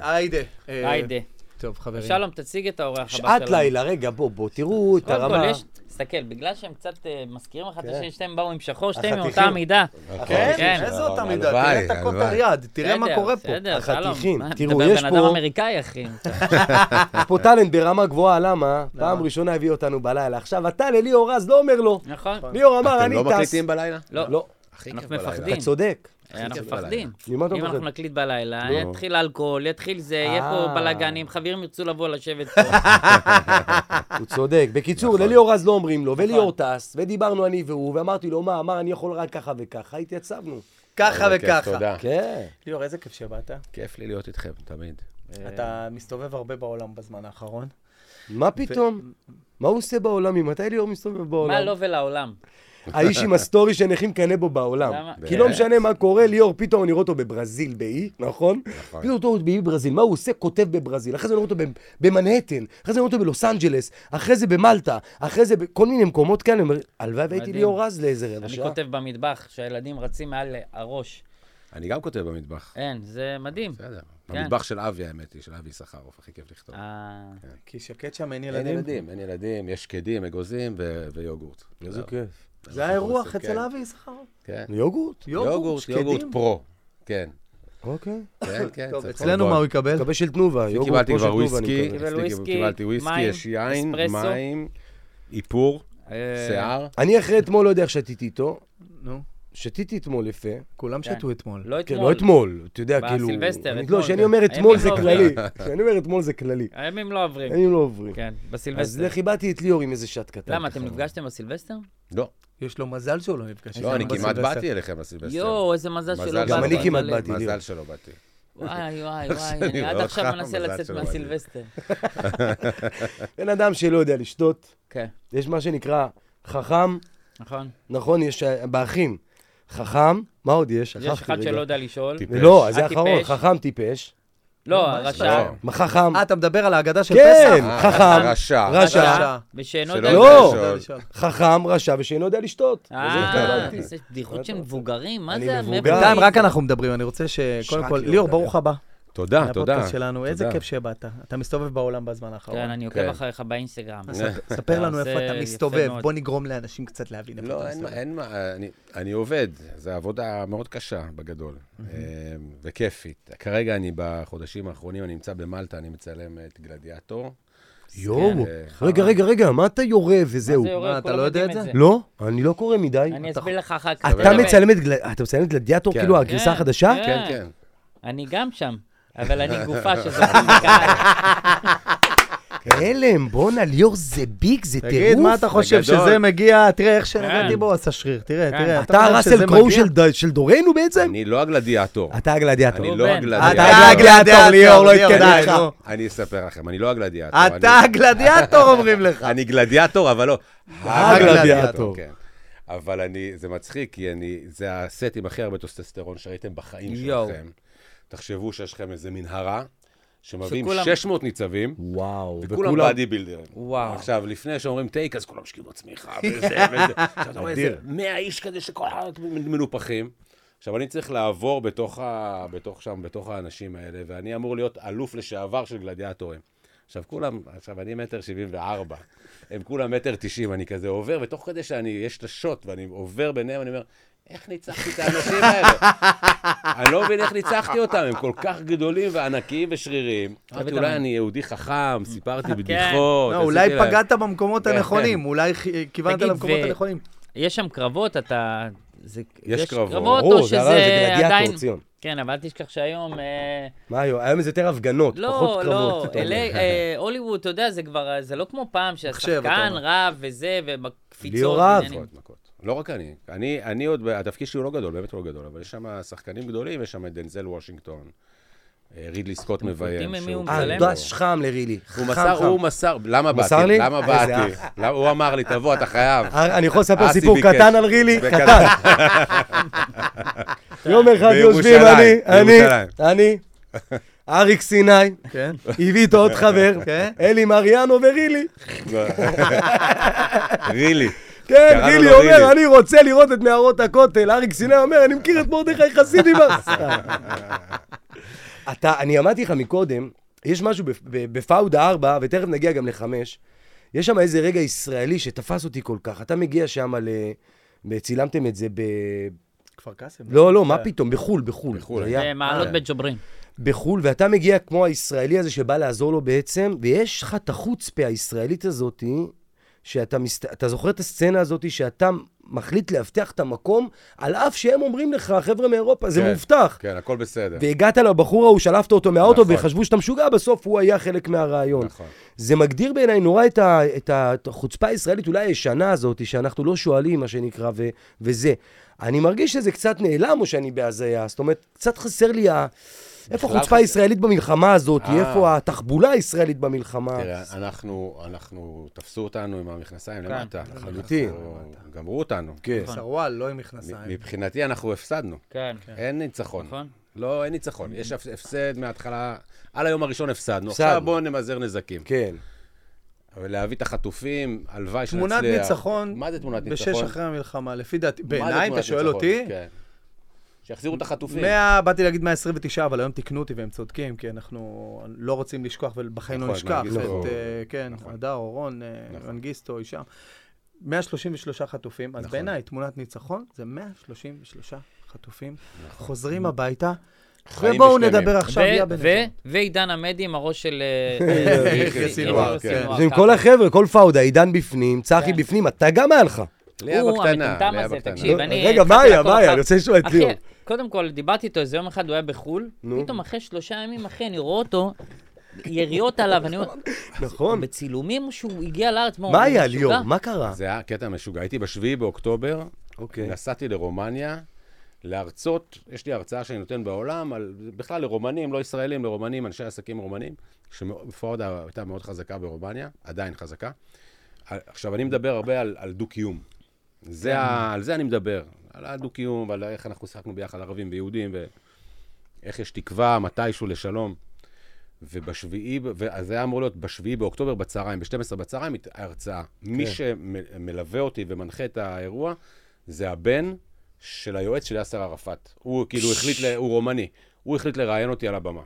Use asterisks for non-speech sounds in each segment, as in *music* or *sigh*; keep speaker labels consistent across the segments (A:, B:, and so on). A: היידה. אה,
B: היידה.
A: טוב, חברים.
B: שלום, תציג את האורח הבא שלנו.
C: שעת לילה, רגע, בוא, בוא, תראו את
B: קודם כל
C: הרמה.
B: יש, תסתכל, בגלל שהם קצת אה, מזכירים אחד את
C: כן.
B: השני, שתיהם באו עם שחור, שתיהם עם אותה
C: החתיכים.
B: עמידה.
A: כן,
B: כן.
A: איזה אותה מידה, תראה
D: הלוואי,
A: את הכותר
D: הלוואי.
A: יד, תראה מה
B: בסדר,
A: קורה פה.
B: בסדר, שלום.
C: החתיכים.
B: מה,
C: תראו,
B: מדבר
C: יש
B: בן אדם
C: פה-
B: אמריקאי,
C: *laughs*
B: אחי.
C: יש *laughs* פה טאלנט ברמה גבוהה, למה? פעם ראשונה הביא אותנו בלילה. עכשיו, אתה לליאור רז לא אומר לו.
B: נכון.
C: ליאור אמר,
D: אתם
C: אני
D: לא
C: טס.
D: מקליטים בלילה?
B: לא,
C: לא,
D: הכי
B: אנחנו
D: כיף בלילה.
B: מפחדים.
C: אתה צודק.
B: אנחנו
D: כיף בלילה.
B: מפחדים.
C: ממה אתה
B: אם אנחנו
C: מפחד?
B: נקליט בלילה,
C: לא.
B: יתחיל אלכוהול, יתחיל זה, יהיה פה
C: אה.
B: בלאגנים, חברים ירצו לבוא לשבת
C: *laughs*
B: פה.
D: *laughs*
C: הוא צודק. בקיצור,
D: נכון.
C: לליאור אז לא אומרים לו, וליאור טס, ודיברנו אני והוא, ואמרתי לו, מה, אמר, אני יכול רק ככה וככה, התייצבנו.
A: ככה
D: איזה כיף,
A: וככה.
D: תודה.
C: כן.
E: ליאור, איזה כיף שבאת.
D: כיף לי להיות איתכם, תמיד.
B: אה.
E: אתה מסתובב הרבה בעולם בזמן האחרון.
C: מה פתאום? מה הוא עושה בעולם? ממתי ליאור מסתובב בעולם?
B: מה לא לו ולעולם?
C: האיש עם הסטורי שנכים מקנא בו בעולם.
B: למה?
C: כי לא משנה מה קורה, ליאור, פתאום אני רואה אותו בברזיל, באי, נכון? פתאום אותו באי ברזיל, מה הוא עושה? כותב בברזיל. אחרי זה אני רואה אותו ב- במנהטן, אחרי זה אני רואה אותו בלוס אנג'לס, אחרי זה במלטה, אחרי זה בכל מיני מקומות כאלה. אני אומר, הלוואי והייתי
B: מדהים.
C: ליאור רז לאיזה רבע
B: אני
C: שעה.
B: כותב במטבח שהילדים רצים מעל הראש.
D: אני גם כותב במטבח.
B: אין, זה מדהים.
D: בסדר.
B: כן.
D: במטבח של אבי, האמת היא, של אבי יששכרוף, הכי כיף לכתוב.
B: אה,
E: כי שקט שם אין
D: אין
E: ילדים.
D: ילדים, אין ילדים, יש שקדים, אגוזים ו- ויוגורט. זהו.
C: כיף.
D: אנחנו
E: זה האירוח
D: עושים,
E: אצל
D: כן.
E: אבי יששכרוף.
D: כן.
C: יוגורט?
D: יוגורט, יוגורט פרו. כן,
C: אוקיי. *laughs*
D: כן, כן.
A: טוב,
D: צריך
A: אצלנו
D: כל
A: מה הוא
D: בוי.
A: יקבל?
C: מקווה של תנובה, יוגורט כמו של
D: קיבלתי כבר
C: תנובה, אני
D: וויסקי,
C: מקווה.
B: קיבל
D: אצלי
B: וויסקי,
D: קיבלתי וויסקי,
B: מים,
D: יש יין,
B: אספרסו.
D: מים, איפור,
B: אה,
D: שיער.
C: אני אחרי אתמול לא יודע איך שתיתי איתו,
E: נו,
C: שתיתי אתמול יפה.
A: כולם
B: כן.
A: שתו אתמול.
B: לא
C: כן,
B: אתמול.
C: לא אתמול, אתה יודע, כאילו...
B: בסילבסטר,
C: אני-
B: אתמול,
C: לא, כשאני
B: כן.
C: אומר אתמול זה
B: הימים לא
C: כללי. כשאני אומר אתמול זה כללי.
B: הימים לא עוברים.
C: הימים לא עוברים.
B: כן,
C: אז
B: בסילבסטר.
C: לכי באתי את ליאור עם איזה שט קטן.
B: למה,
C: ככה.
B: אתם נפגשתם בסילבסטר?
D: לא,
A: יש לו מזל שהוא לא נפגש.
D: לא, אני
A: איתנו
D: כמעט
A: בסילבסטר.
D: באתי אליכם לסילבסטר.
B: יואו, איזה מזל
D: מזל
B: שלא באת.
D: שלא
C: גם אני
B: אבל-
C: כמעט באתי. ליאור.
D: מזל שלא באתי.
B: וואי, וואי, וואי,
D: שאני
B: אני עד
D: רואה
B: עכשיו
D: אותך,
B: מנסה
D: מזל
B: לצאת
D: שלא באתי.
B: מהסילבסטר.
C: בן אדם שלא יודע לשתות,
B: כן,
C: יש מה שנקרא חכם,
B: נכון.
C: נכון? יש אה, באחים. חכם, מה עוד יש?
B: יש אחד
C: רגע.
B: שלא אה, יודע לשאול.
D: טיפ.
C: לא, אז זה
B: הטיפש.
C: האחרון, חכם טיפש.
B: לא,
D: לא.
B: הרשע.
C: מה חכם?
A: אה, אתה מדבר על ההגדה של פסח?
C: כן, חכם,
D: אה, רשע.
C: רשע.
A: רשע.
B: ושאינו
D: שלא
B: יודע...
C: יודע לא.
D: לשאול.
C: חכם, רשע ושאינו יודע לשתות. לזה
B: אה,
C: התכוונתי.
B: זה בדיחות של מבוגרים, מה
C: לא אני
B: זה?
C: מבוגר.
B: מאיפה
A: בינתיים
B: זה?
A: רק אנחנו מדברים, אני רוצה שקודם
C: שרק
A: כל,
C: ליאור
A: ליאור,
C: מדבר.
A: ברוך הבא.
D: תודה, תודה.
E: לפודקאסט שלנו, איזה
D: תודה.
E: כיף שבאת. אתה מסתובב בעולם בזמן האחרון.
B: כן, אני עוקב
D: כן.
B: אחריך באינסטגרם.
D: אה,
A: ספר לנו
B: זה
A: איפה אתה
B: יפה
A: מסתובב,
B: מאוד.
A: בוא נגרום לאנשים קצת להבין איפה
D: לא,
A: אתה
D: אין מה,
A: מסתובב.
D: אין מה, אני, אני עובד, זו עבודה מאוד קשה בגדול, אה, וכיפית. כרגע אני בחודשים האחרונים, אני נמצא במלטה, אני מצלם את גלדיאטור.
A: כן.
C: יואו,
D: אה,
C: רגע, רגע, רגע, מה אתה יורה וזהו?
B: מה זה יורד?
A: מה, אתה
B: כולם
A: לא יודע
B: יודעים
A: את זה?
C: לא, אני לא קורא מדי.
B: אני
C: אתה-
B: אסביר לך אחר כך.
C: אתה
B: תדבר.
C: מצלם את גל- אתה מצלם את גלדיאטור,
D: כן.
C: כאילו הגרסה החדשה?
B: כן.
D: כן, כן.
B: אני גם שם, אבל אני גופה שזוכים בקהל. כן.
C: הלם, בואנה, ליאור זה ביג, זה טירוף.
A: תגיד, מה אתה חושב,
D: בגדול.
A: שזה מגיע, תראה איך שנגעתי
B: כן.
A: בו, עשה שריר, תראה,
B: כן.
A: תראה.
C: אתה
A: אומר שזה
C: הראסל קרואו
A: מגיע?
C: של ד- של דורנו בעצם?
D: אני לא הגלדיאטור.
C: אתה הגלדיאטור.
D: אני
B: הוא
D: לא
B: בן.
A: אתה
D: הגלדיאטור. כן,
A: הגלדיאטור, ליאור, לא
E: ליאור,
A: התקדם
E: די,
A: לך.
E: נו.
D: אני אספר לכם, אני לא הגלדיאטור.
A: אתה
D: אני-
A: הגלדיאטור אומרים
D: *laughs*
A: לך.
D: אני גלדיאטור, אבל לא.
C: הגלדיאטור.
D: כן. אבל אני, זה מצחיק, כי אני, זה הסט עם הכי הרבה טוסטסטרון שראיתם בחיים
B: יואו.
D: שלכם. תחשבו שיש לכם איזה מנהרה, שמביאים
B: שכולם-
D: 600 ניצבים,
C: וואו.
D: וכולם באדי בילדרים.
B: וואו.
D: עכשיו, לפני שאומרים טייק, אז כולם משקיעים בצמיחה, וזה, וזה. עכשיו, אתה רואה איזה
C: אדיר.
D: 100 איש כזה שכל אחד מנופחים. עכשיו, אני צריך לעבור בתוך, ה... בתוך שם, בתוך האנשים האלה, ואני אמור להיות אלוף לשעבר של גלדיאטורים. עכשיו, כולם, עכשיו, אני מטר שבעים וארבע, הם כולם מטר תשעים, אני כזה עובר, ותוך כדי שאני, יש את השוט, ואני עובר ביניהם, אני אומר, איך ניצחתי את האנשים האלה? אני לא מבין איך ניצחתי אותם, הם כל כך גדולים וענקיים ושריריים. אמרתי, אולי אני יהודי חכם,
B: כן.
D: סיפרתי בדיחות.
A: לא,
D: עשיתי
A: אולי
D: להם-
A: פגעת במקומות
D: כן,
A: הנכונים,
D: כן.
A: אולי כ- כיוונת
B: תגיד,
A: למקומות
B: ו-
A: הנכונים.
B: יש שם קרבות, אתה... זה-
D: יש קרבות.
B: קרבות
C: ברור,
B: או
C: זה
B: שזה
C: הרעיון, זה גלדיאטור,
B: עדיין...
C: ציון.
B: כן, אבל אל תשכח שהיום... אה,
C: מה היום? היום זה יותר הפגנות, פחות
B: לא,
C: קרבות.
B: לא,
C: אתה אומר.
D: אוקיי.
B: LA, אה, הוליווד, אתה יודע, זה כבר, אה, זה לא כמו פעם
A: מחשב, אתה
B: שהשחקן
A: אומר.
B: רב וזה, ובקפיצות.
C: ליאור רב.
B: ועניינים.
D: מכות, מכות. לא רק אני. אני, אני עוד, התפקיד שלי הוא לא גדול, באמת הוא לא גדול, אבל יש שם שחקנים גדולים, יש שם את דנזל וושינגטון, אה, רידלי סקוט
B: קולטים
D: מביים.
B: ממי
D: שהוא- כאילו-
B: הוא
C: אה,
B: מצלם?
C: דש חם לרילי.
D: הוא
C: חם,
D: מסר,
C: חם.
D: הוא מסר, למה באתי?
C: מסר לי?
D: למה
C: איזה
D: באתי? למה- הוא אמר לי, תבוא, אתה חייב.
C: אה, אני יכול לספר
D: אסי
C: סיפור
D: ביקש.
C: קטן על רילי?
D: זה *laughs*
C: קטן. יום אחד יושבים
D: בירושלים,
C: אני, אני,
D: בירושלים.
C: אני, אריק סיני,
A: כן.
C: הביא איתו עוד חבר,
A: כן.
C: אלי מריאנו ורילי.
D: *laughs* רילי.
C: אה, כן,
D: קראנו
C: רילי
D: לו
C: אומר, אני רוצה לראות את מערות הכותל. אריק סיני אומר, אני מכיר את מרדכי חסידי. מה-" סתם. *laughs* אתה, אני אמרתי לך מקודם, יש משהו בפ- ב- בפאודה 4, ותכף נגיע גם לחמש, יש שם איזה רגע ישראלי שתפס אותי כל כך. אתה מגיע שם ל... צילמתם את זה ב...
E: כפר קאסם.
C: לא, לא, מה פתאום, בחו"ל, בחו"ל.
D: בחו"ל,
C: זה היה-
B: זה מעלות בג'וברין.
C: בחו"ל, ואתה מגיע כמו הישראלי הזה שבא לעזור לו בעצם, ויש לך את החוצפה הישראלית הזאתי, שאתה מסת... אתה זוכר את הסצנה הזאתי שאתה מחליט לאבטח את המקום, על אף שהם אומרים לך, חבר'ה מאירופה, זה
D: כן.
C: מובטח.
D: כן, הכל בסדר.
C: והגעת לבחור ההוא, שלפת אותו מהאוטו,
D: נכון.
C: וחשבו שאתה משוגע, בסוף הוא היה חלק מהרעיון.
D: נכון.
C: זה מגדיר בעיניי נורא את, ה, את, ה, את החוצפה הישראלית אולי הישנה הזאת, שאנחנו לא שואלים, מה שנקרא, ו, וזה. אני מרגיש שזה קצת נעלם, או שאני בהזיה. זאת אומרת, קצת חסר לי ה... איפה
D: בכלל
C: החוצפה
D: חסר.
C: הישראלית במלחמה הזאת?
D: אה.
C: איפה התחבולה הישראלית במלחמה?
D: תראה, אנחנו, אנחנו, תפסו אותנו עם המכנסיים
B: כן,
D: למטה.
C: לחלוטין.
D: אנחנו- גמרו אותנו.
C: כן.
A: נכון.
E: סרוואל, לא עם מכנסיים.
D: מבחינתי אנחנו הפסדנו.
B: כן.
D: אין ניצחון.
B: נכון.
D: לא, אין ניצחון. יש הפ- הפסד מההתחלה, על היום הראשון הפסדנו.
C: הפסדנו.
D: עכשיו בואו נמזער נזקים.
C: כן.
D: אבל להביא את החטופים, הלוואי שנצליח.
E: תמונת ניצחון,
D: מה זה תמונת ניצחון?
E: בשש אחרי המלחמה, לפי דעתי,
D: מה זה
E: בעיניי, אם
D: תמונת
E: אתה שואל
D: ניצחון?
E: אותי,
D: כן. שיחזירו את החטופים.
E: 100, באתי להגיד 129, אבל היום תיקנו אותי והם צודקים, כי אנחנו לא רוצים לשכוח, ובחיים לא
D: נכון,
E: נשכח
D: מנגיסטו.
E: את, אה, כן,
D: נכון.
E: הדר, אורון, אה,
D: נכון.
E: מנגיסטו, הישאם. 133 חטופים, אז
D: נכון.
E: בעיניי תמונת ניצחון זה 133 חטופים, חוזרים הביתה,
D: נכון. חיים
E: ובואו
D: ושלמים.
E: נדבר עכשיו,
B: ו-
E: יא
B: ו-
E: בן אדם.
B: ו- ועידן עמדי עם הראש של...
C: *laughs*
B: אה,
D: יחיא
B: יחיא
D: סנוואר, כן.
B: סנוואר,
C: זה עם
B: ככה.
C: כל החבר'ה, כל פאודה, עידן בפנים, צחי
B: כן.
C: בפנים, אתה גם היה לך.
D: לאה
B: אה, הוא,
D: בקטנה,
B: המטומטם
D: לאה
B: הזה,
D: בקטנה.
B: תקשיב,
C: לא,
B: אני...
C: רגע,
B: התחלתי
C: מה היה?
B: לעקוב
C: מה היה?
B: אחריו.
C: אני רוצה לשמוע את
B: אחי,
C: ליאור.
B: קודם כל, דיברתי איתו איזה יום אחד, הוא היה בחו"ל,
C: נו.
B: פתאום אחרי שלושה ימים, אחי, אני רואה אותו, יריות עליו, אני אומר,
C: נכון.
B: בצילומים שהוא הגיע לארץ, הוא
C: מה היה,
B: משוגע?
C: ליאור? מה קרה?
D: זה היה קטע משוגע. הייתי בשביעי באוקטובר,
C: אוקיי.
D: נסעתי לרומניה, להרצות, יש לי הרצאה שאני נותן בעולם, על, בכלל לרומנים, לא ישראלים, לרומנים, אנשי עסקים רומנים, שפורדה הייתה מאוד חזקה ברומניה, עדיין חזקה. על- עכשיו, אני מדבר הרבה על, על דו-קיום. זה ה, על זה אני מדבר, על הדו-קיום ועל איך אנחנו שיחקנו ביחד, ערבים ויהודים, ואיך יש תקווה מתישהו לשלום. ובשביעי, ב- וזה היה אמור להיות בשביעי באוקטובר בצהריים, ב-12 בצהריים, הת- הרצאה.
B: כן.
D: מי שמלווה אותי ומנחה את האירוע, זה הבן של היועץ של יאסר ערפאת. הוא כאילו החליט, ל- הוא רומני, הוא החליט לראיין אותי על הבמה.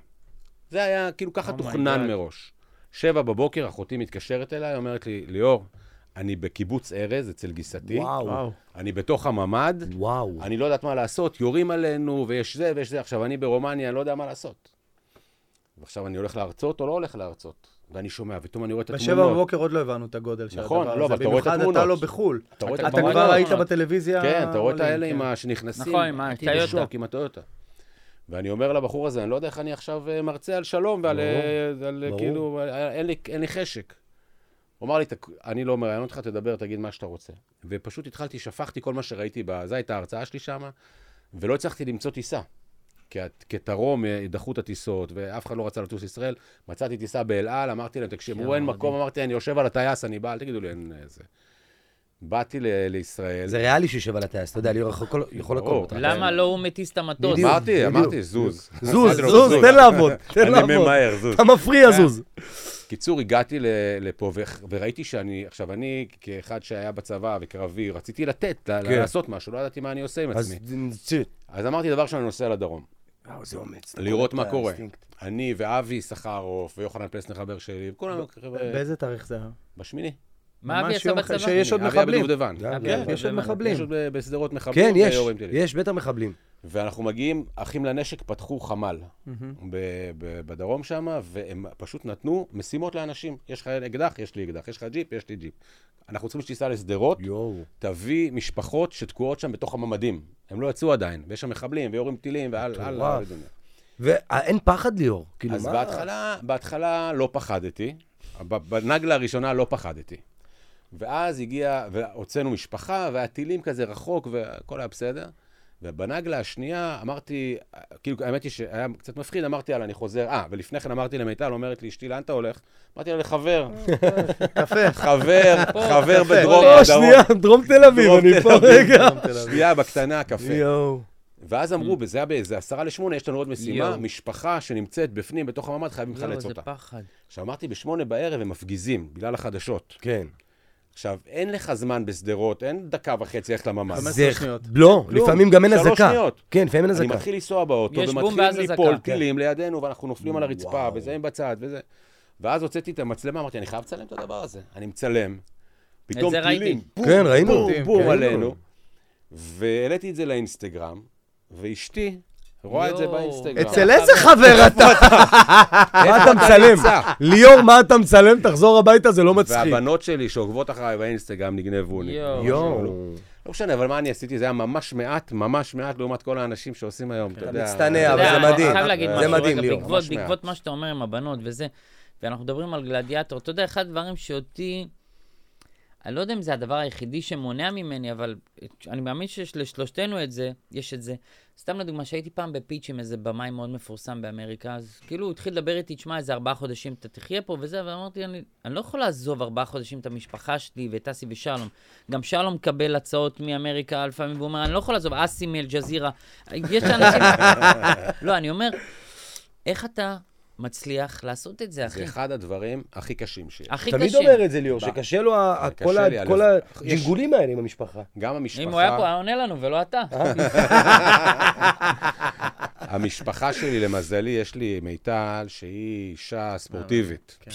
D: זה היה כאילו ככה
B: Oh my
D: תוכנן
B: God.
D: מראש. שבע בבוקר אחותי מתקשרת אליי, אומרת לי, ליאור, אני בקיבוץ ארז אצל גיסתי,
C: וואו.
D: אני בתוך הממ"ד,
C: וואו.
D: אני לא יודעת מה לעשות, יורים עלינו, ויש זה ויש זה. עכשיו, אני ברומניה, אני לא יודע מה לעשות. ועכשיו אני הולך להרצות או לא הולך להרצות? ואני שומע, ופתאום אני רואה את התמונות.
E: בשבע בבוקר עוד לא הבנו את הגודל של
D: נכון,
E: הדבר הזה,
D: לא, אבל אתה רואה את התמונות.
E: במיוחד אתה לא בחו"ל.
D: אתה רואה את
E: אתה
D: התמונות.
E: כבר היית
B: כן.
E: בטלוויזיה.
D: כן, אתה רואה את
E: עולים,
D: האלה עם
E: כן.
D: ה... שנכנסים.
B: נכון, עם
D: הייתי
B: הטיוטה.
D: בשוק, עם הטיוטה. ואני אומר לבחור הזה, אני לא יודע איך אני עכשיו אה, מרצה על שלום ועל, אה, על, אה,
C: ברור.
D: כאילו, אה, אין לי, אין לי חשק. הוא אמר לי, "תק- אני לא מראיין אותך, תדבר, תגיד מה שאתה רוצה. ופשוט התחלתי, שפכתי כל מה שראיתי, ב- זו הייתה ההרצאה שלי שם, ולא הצלחתי למצוא טיסה. כי הת- כתרום אה, דחו את הטיסות, ואף אחד לא רצה לטוס לישראל. מצאתי טיסה באל על, אמרתי להם, תקשיבו, אין מקום, אמרתי, אני יושב על הטייס, אני בא, אל תגידו לי, אין אה, זה. באתי ל- לישראל.
C: זה ריאלי שיושב על הטייס, אתה יודע, ליאור יכול- יכול
D: ברור.
C: לקום.
B: למה לא הוא מטיס את המטוס?
C: בדיוק.
D: אמרתי, אמרתי, זוז.
C: זוז,
D: אמרתי לו,
C: זוז, תן לעבוד, תן לעבוד.
D: אני ממהר, זוז.
C: אתה
D: אה,
C: מפריע, זוז.
D: קיצור, הגעתי ל- לפה ו- וראיתי שאני, עכשיו, אני כאחד שהיה בצבא וקרבי, רציתי לתת, ל-
C: כן.
D: לעשות משהו, לא ידעתי מה אני עושה עם
C: אז
D: עצמי.
C: צא.
D: אז אמרתי דבר שאני נוסע לדרום,
C: וואו, אה, זה אומץ.
D: לראות מה
C: אתה
D: קורה.
C: אינסטינקט.
D: אני ואבי סחרוף ויוחנן פלסנר חבר שלי, וכולם,
E: באיזה תאריך זה היה?
D: בשמיני.
B: מה
E: ממש
B: אבי עשה
E: יום אחרי
B: בצבא?
E: שיש עוד
D: אבי היה
E: מחבלים.
D: בדובדבן.
C: גם,
D: כן,
B: גם.
E: יש עוד מחבלים.
D: יש עוד ב- בשדרות
C: כן,
D: מחבלים.
C: יש,
D: ויורים טילים.
C: יש, בטח מחבלים.
D: ואנחנו מגיעים, אחים לנשק פתחו חמ"ל ב- ב- בדרום שם, והם פשוט נתנו משימות לאנשים. יש לך אקדח, יש לי אקדח, יש לך ג'יפ, יש לי ג'יפ. אנחנו צריכים שתיסע לשדרות,
C: יואו.
D: תביא משפחות שתקועות שם בתוך הממדים. הם לא יצאו עדיין, ויש שם מחבלים, ויורים טילים, והלאה, הלאה.
C: מטורף. ואין פחד, ליאור. כאילו,
D: אז
C: מה?
D: בהתחלה, בהתחלה לא פחדתי, ב- בנגלה הראשונה לא פחדתי. ואז הגיע, והוצאנו משפחה, והיה טילים כזה רחוק, והכל היה בסדר. ובנגלה השנייה אמרתי, כאילו, האמת היא שהיה קצת מפחיד, אמרתי, יאללה, אני חוזר. אה, ולפני כן אמרתי למיטל, אומרת לי, אשתי, לאן אתה הולך? אמרתי לה, לחבר.
E: קפה.
D: חבר, חבר בדרום,
B: פה,
C: או,
D: בדרום.
C: לא, שנייה, דרום תל אביב,
D: דרום
C: אני
D: תל
C: פה
D: אביב.
C: רגע.
D: שנייה, בקטנה, קפה.
C: יואו.
D: ואז אמרו, זה היה באיזה עשרה לשמונה, יש לנו עוד משימה,
B: Mm. יואו.
D: משפחה שנמצאת בפנים, בתוך הממ"ד, חייבים לחלץ
B: לא, זה
D: אותה.
B: פחד.
D: עכשיו, אמרתי, בשמונה בערב הם מפגיזים, בגלל החדשות.
C: כן.
D: עכשיו, אין לך זמן בשדרות, אין דקה וחצי ללכת לממ"ד.
E: חמש-
C: זה...
E: שניות.
C: לא,
D: כלום.
C: לפעמים גם אין
D: שלוש
C: אזעקה.
D: שניות.
C: כן, לפעמים אין
D: אני
C: אזעקה.
D: מתחיל לנסוע באוטו,
B: יש בום ואז
D: ומתחילים
B: אזעקה.
D: ליפול
B: כן.
D: טילים לידינו, ואנחנו נופלים על הרצפה, וזה מבצעת, וזה. ואז הוצאתי את המצלמה, אמרתי, אני חייב לצלם את הדבר הזה. אני מצלם, פתאום
B: זה ראיתי.
D: טילים, בום,
C: כן, ראינו.
D: בום, בום
C: כן.
D: עלינו. והעליתי את זה לאינסטגרם, ואשתי רואה את זה
B: יואו.
D: באינסטגרם.
A: אצל איזה חבר אתה?
D: אה,
C: מה אתה מצלם?
D: נמצא?
C: ליאור, מה אתה מצלם? תחזור הביתה, זה לא מצחיק.
D: והבנות שלי שעוקבות אחריי באינסטגרם נגנבו לי.
B: יואו.
C: יואו.
D: לא משנה, אבל מה אני עשיתי? זה היה ממש מעט, ממש מעט לעומת כל האנשים שעושים היום, אתה יודע.
C: מצטנע,
B: כן. אתה
C: אבל
B: יודע,
C: זה מדהים.
B: אני חייב להגיד
C: זה
B: משהו,
C: מדהים,
B: רגע,
C: ליאור,
B: בעקבות-
D: ממש מעט.
B: בעקבות מה שאתה אומר עם הבנות וזה, ואנחנו מדברים על גלדיאטור, אתה יודע, אחד הדברים שאותי, אני לא יודע אם זה הדבר היחידי שמונע ממני, אבל אני מאמין שיש לשלושתנו את זה, יש את זה. סתם לדוגמה, שהייתי פעם בפיץ' עם איזה במאי מאוד מפורסם באמריקה, אז כאילו הוא התחיל לדבר איתי, תשמע, איזה ארבעה חודשים אתה תחיה פה וזה, ואמרתי, אני, אני לא יכול לעזוב ארבעה חודשים את המשפחה שלי ואת אסי ושלום. גם שלום מקבל הצעות מאמריקה לפעמים, והוא אומר, אני לא יכול לעזוב, אסי מאל-ג'זירה. יש אנשים... *laughs* לא, אני אומר, איך אתה מצליח לעשות את זה,
D: זה
B: אחי?
D: אחד הדברים הכי קשים שיש.
B: הכי
C: תמיד
B: קשה.
C: אומר את זה ליאור, שקשה לו ה-
D: זה
C: ה-
D: קשה
C: כל ה-
D: לי,
C: כל
D: הלב.
C: הג'ינגולים האלה עם המשפחה.
D: גם המשפחה...
B: אם הוא היה פה, אה. היה עונה לנו, ולא אתה.
D: אה, המשפחה שלי, למזלי, יש לי מיטל, שהיא
B: אה,
D: אישה ספורטיבית.
B: כן.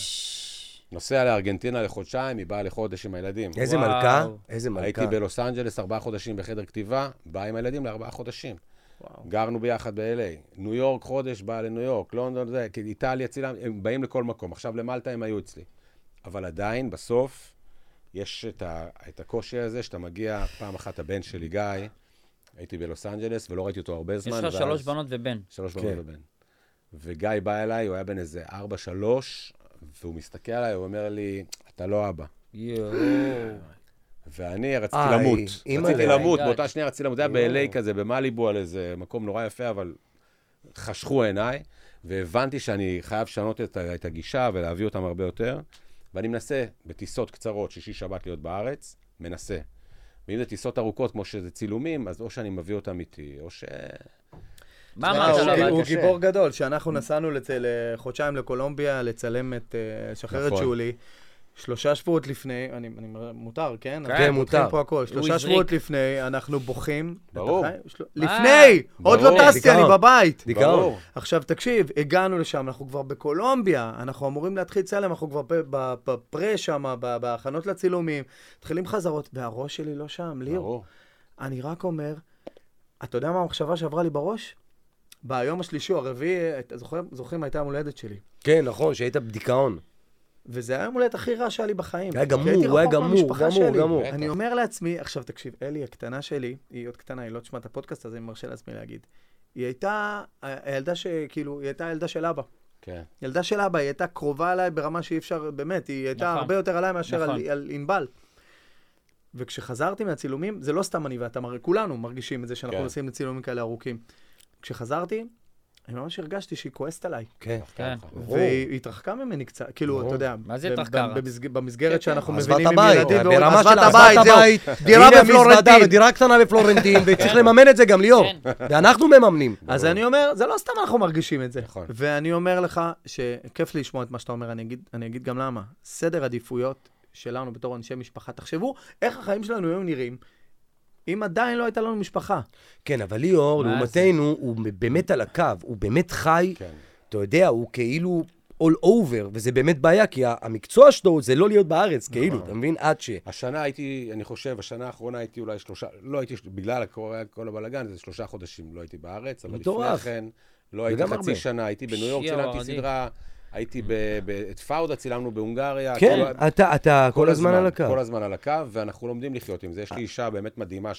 D: נוסע לארגנטינה לחודשיים, היא באה לחודש עם הילדים.
C: איזה
B: וואו.
C: מלכה, איזה
D: הייתי
C: מלכה.
D: בלוס אנג'לס ארבעה חודשים בחדר כתיבה, באה עם הילדים לארבעה חודשים. גרנו ביחד ב-LA, ניו יורק חודש, באה לניו יורק, לונדון זה, כי איטליה, צילם, הם באים לכל מקום. עכשיו למלטה הם היו אצלי. אבל עדיין, בסוף, יש את, ה, את הקושי הזה שאתה מגיע, פעם אחת הבן שלי, גיא, הייתי בלוס אנג'לס ולא ראיתי אותו הרבה
B: יש
D: זמן.
B: לך
D: ואז-
B: שלוש בנות ובן.
D: שלוש
C: כן.
D: בנות ובן. וגיא בא אליי, הוא היה בן איזה ארבע, שלוש, והוא מסתכל עליי, הוא אומר לי, אתה לא אבא.
B: יואו.
D: ואני רציתי
C: איי,
D: למות.
C: אימא'לה.
D: רציתי למות,
B: די.
D: באותה שנייה רציתי למות. זה היה ב-LA כזה, במאליבו, על איזה מקום נורא יפה, אבל חשכו עיניי, והבנתי שאני חייב לשנות את ה- את הגישה ולהביא אותם הרבה יותר. ואני מנסה בטיסות קצרות, שישי-שבת להיות בארץ, מנסה. ואם זה טיסות ארוכות, כמו שזה צילומים, אז או שאני מביא אותם איתי, או ש...
B: מה
E: אה,
D: כאילו
E: הוא
B: אמרת
E: גיב-
B: לו?
E: הוא
B: אבל-
E: גיבור גדול, שאנחנו נסענו לצ- לחודשיים לקולומביה לצלם את אה, שחרר את
D: נכון.
E: שולי. שלושה שבועות לפני, אני, אני מ- מותר, כן?
B: כן,
E: אנחנו פותחים
C: מותר.
E: פה הכל. שלושה
B: הזריק.
E: שבועות לפני, אנחנו בוכים.
D: ברור.
E: אתה חי? של-
B: אה,
E: לפני! עוד לא
D: ברור,
E: טסתי, אני
C: דיכאון.
E: בבית.
C: דיכאון.
E: עכשיו תקשיב, הגענו לשם, אנחנו כבר בקולומביה, אנחנו אמורים להתחיל צלם, אנחנו כבר ב- ב- בפרה שם, ב- בהכנות לצילומים, מתחילים חזרות, והראש שלי לא שם, ליאור.
D: ברור.
E: אני רק אומר, אתה יודע מה המחשבה שעברה לי בראש? ביום השלישי או הרביעי, אתה זוכר, זוכרים, הייתה יום הולדת שלי.
C: כן, נכון, שהיית בדיכאון.
E: וזה היה יום הולדת הכי רע שהיה לי בחיים.
C: היה גמור,
E: כי הייתי
C: הוא היה
E: רחוק
C: גמור,
E: מהמשפחה
C: גמור,
E: שלי.
C: גמור.
E: אני אומר לעצמי, עכשיו תקשיב, אלי הקטנה שלי, היא עוד קטנה, היא לא תשמע את הפודקאסט הזה, אני מרשה לעצמי להגיד. היא הייתה ה- הילדה שכאילו, היא הייתה הילדה של אבא.
D: כן.
E: ילדה של אבא, היא הייתה קרובה אליי ברמה שאי אפשר, באמת, היא הייתה
B: נכון.
E: נכון. הרבה יותר עליי מאשר נכון.
B: נכון.
E: על, על ענבל. וכשחזרתי מהצילומים, זה לא סתם אני ואתה, הרי כולנו מרגישים את זה שאנחנו
D: כן.
E: נוסעים לצילומים כאלה ארוכים. כשחזרתי, אני ממש הרגשתי שהיא כועסת עליי.
C: כן.
B: כן.
C: ברור.
E: והיא היא התרחקה ממני קצת, כאילו, אתה יודע,
B: מה זה
E: ב-
B: התרחקה? כן,
E: ב- במסג- במסגרת שאנחנו
C: עזבה
E: מבינים
C: את
E: עם
C: הבית, אה,
E: ילדים, והוא-
C: ברמה
E: עזבה
C: של
E: את
C: עזבה את
E: הבית, זהו.
C: הבית,
E: דירה
C: הנה
E: בפלורנטין.
C: המזוודה ודירה קטנה בפלורנטין, וצריך לממן את זה גם ליאור. ואנחנו מממנים.
E: אז אני אומר, זה לא סתם אנחנו מרגישים את זה.
D: נכון.
E: ואני אומר לך שכיף לי לשמוע את מה שאתה אומר, אני אגיד, אני אגיד גם למה. סדר עדיפויות שלנו בתור אנשי משפחה, תחשבו איך החיים שלנו היו נראים אם עדיין לא הייתה לנו משפחה.
C: כן, אבל ליאור,
B: מה זה?
C: לעומתנו, הוא באמת על הקו, הוא באמת חי,
D: כן.
C: אתה יודע, הוא כאילו all over, וזה באמת בעיה, כי ה- המקצוע שלו זה לא להיות בארץ, כאילו, אתה מבין? עד ש...
D: השנה הייתי, אני חושב, השנה האחרונה הייתי אולי שלושה, לא הייתי, בגלל הכל, כל הבלאגן, זה שלושה חודשים לא הייתי בארץ, אבל לפני
C: מטורף.
D: כן, לא הייתי
C: וגם
D: חצי
C: הרבה.
D: שנה, הייתי בניו יורק,
B: שיהיה
D: צילמתי
B: אוהדי.
D: סדרה, הייתי ב- ב- את פאודה צילמנו בהונגריה. כאילו,
C: כן,
D: כל ה-
C: אתה- אתה כל הזמן על הקו.
D: כל הזמן על הקו, ואנחנו לומדים לחיות עם זה. יש לי אישה באמת מדהימה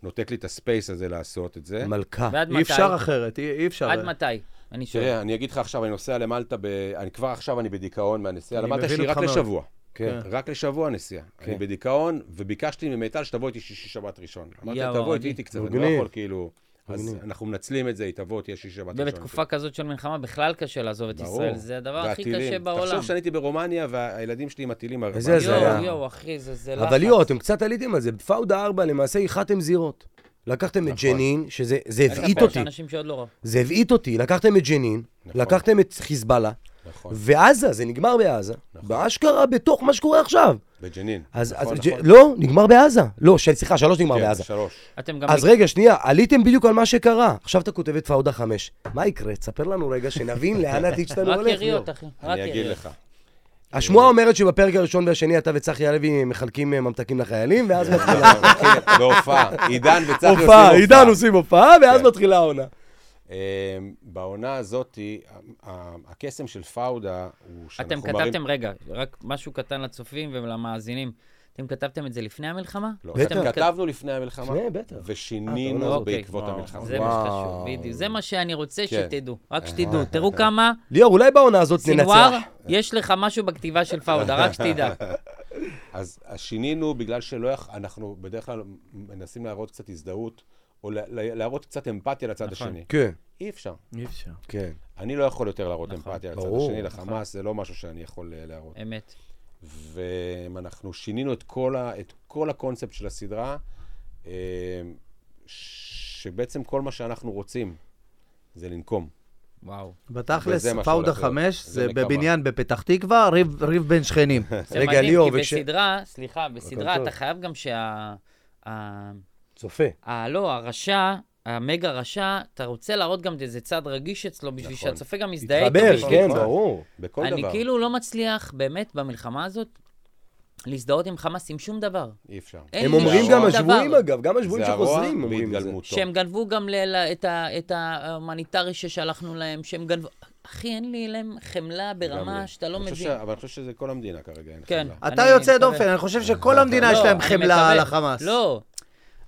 D: שנותנת לי את הספייס הזה לעשות את זה.
C: מלכה.
B: ועד
E: אי
B: מתי?
E: אפשר אחרת, אי אי אפשר.
B: עד מתי? אני שואל.
D: תראה, אני אגיד לך עכשיו, אני נוסע למלטה, ב... אני כבר עכשיו אני בדיכאון מהנסיעה
E: אני
D: למלטה,
E: מבין
D: שהיא רק
E: אותך מאוד.
D: לשבוע.
C: כן.
D: רק לשבוע נסיעה. אני בדיכאון, וביקשתי ממיטל שתבוא איתי שישי שבת ראשון. אמרתי, לה,
B: יאו,
D: תבוא איתי
B: אני-
D: איתי קצת, אני לא
C: מגניב.
D: יכול כאילו... אז אנחנו מנצלים את זה, היא תבוא, תהיה שישי שבת ראשון.
B: ובתקופה כזאת של מלחמה בכלל קשה לעזוב את
D: ברור.
B: ישראל, זה הדבר הכי
D: והטילים.
B: קשה בעולם.
D: תחשוב שאני הייתי ברומניה, והילדים שלי עם הטילים... נכון,
C: איזה
D: מה-
C: הזיה.
B: יואו, יואו, אחי, זה זה לחץ.
C: אבל ליאור, אתם קצת עליתם על זה. בפאודה 4 למעשה איחדתם זירות. לקחתם את ג'נין, שזה זה
B: אני
C: הבעיט
B: חושב
C: אותי.
B: שאנשים שעוד לא ראו.
C: זה הבעיט אותי. לקחתם את ג'נין, לקחתם את חיזבאללה,
D: נכון.
C: ועזה, זה נגמר בעזה.
D: נכון.
C: באשכרה בתוך מה שקורה עכשיו.
D: בג'נין.
C: אז,
D: נכון,
C: אז
D: נכון.
C: ג'- לא, נגמר בעזה. לא, של- סליחה, שלוש נגמר
D: כן,
C: בעזה.
D: שלוש.
B: אתם גם...
C: אז רגע, שנייה, עליתם בדיוק על מה שקרה. עכשיו אתה כותב את פאודה חמש. מה יקרה? תספר לנו רגע, שנבין
D: *laughs*
C: לאן העתיד שלנו
B: רק
C: הולך. ליאור.
B: יריות, אחי. רק
D: לא. אני אגיד
B: יריות.
D: לך.
C: השמועה אומרת שבפרק הראשון והשני אתה וצחי הלוי מחלקים אה, ממתקים לחיילים,
D: *laughs*
C: ואז מתחילה...
D: מכיר, אוקיי, בהופעה. עידן וצחי עושים
C: הופעה,
D: הופעה.
C: עידן עושים הופעה, ואז
D: כן.
C: מתחילה העונה.
D: אמ, בעונה הזאת, הקסם של פאודה הוא שאנחנו
B: אתם כתבתם, רגע, רק משהו קטן לצופים ולמאזינים. אתם כתבתם את זה לפני המלחמה?
D: לא,
C: בטח.
D: כת- כתבנו לפני המלחמה,
C: שני, בטח. אה,
D: ושינינו
C: טוב,
B: אוקיי.
D: בעקבות
B: וואו,
D: המלחמה.
B: זה מה
C: וואו.
B: שחשוב, בדיוק. זה מה שאני רוצה
D: כן. אה.
B: שתדעו. רק שתדעו, תראו כמה
C: ליאור, אולי בעונה הזאת
B: סנוואר,
C: ננצח.
B: יש לך משהו בכתיבה של פאודה, רק
D: *laughs*
B: שתדע.
D: אז אז שינינו בגלל שלא, יכ- אנחנו בדרך כלל מנסים להראות קצת הזדהות, או לה- לה- להראות קצת אמפתיה לצד
B: נכון.
D: השני.
C: כן,
D: אי אפשר.
E: אי אפשר.
C: כן.
D: אני לא יכול יותר להראות
B: נכון.
D: אמפתיה לצד
C: ברור,
D: השני, לחמאס זה לא משהו שאני יכול אה, להראות.
B: אמת.
D: ואנחנו שינינו את כל, ה, את כל הקונספט של הסדרה, אה, שבעצם כל מה שאנחנו רוצים זה לנקום.
B: וואו.
E: בתכלס,
D: וזה מה
E: פאודה
D: שהולך להיות.
E: 5
D: זה
E: זה
D: נקמה.
E: בבניין בפתח תקווה, ריב ריב בין שכנים.
B: זה
C: רגע,
B: מדהים,
C: ליאור,
B: כי
C: וכש-
B: בסדרה, סליחה, בסדרה
C: טוב.
B: אתה חייב גם שה... ה-
C: צופה.
B: ה- לא, הרשע, המגה רשע, אתה רוצה להראות גם איזה צד רגיש אצלו, בשביל
D: נכון.
B: שהצופה גם יזדהה איתו.
C: התחבר,
B: בשביל-
C: כן,
D: נכון.
C: ברור.
D: בכל
B: אני
D: דבר.
B: כאילו לא מצליח, באמת, במלחמה הזאת, להזדהות עם חמאס עם שום דבר.
D: אי אפשר.
B: אין
C: הם
B: לי
C: אומרים
B: שום
C: גם
B: דבר.
C: השבויים, אגב, גם השבויים
D: זה הרוע
C: שחוזרים אומרים את זה.
D: בהתגלמותו.
B: שהם גנבו גם ל- ל- את ה- את ההומניטרי ששלחנו להם, שהם גנבו... אחי, אין לי להם חמלה
D: גם לי.
B: ברמה שאתה לא
D: אני חושב
B: מבין.
D: ש- אבל אני חושב שזה כל המדינה כרגע, אין
B: כן.
D: חמלה.
E: אתה
B: אני
E: יוצא
B: מקווה.
E: דופן, אני חושב שכל המדינה יש
B: לא,
E: להם
B: אני
E: חמלה
B: מקווה-
E: על החמאס.
B: לא.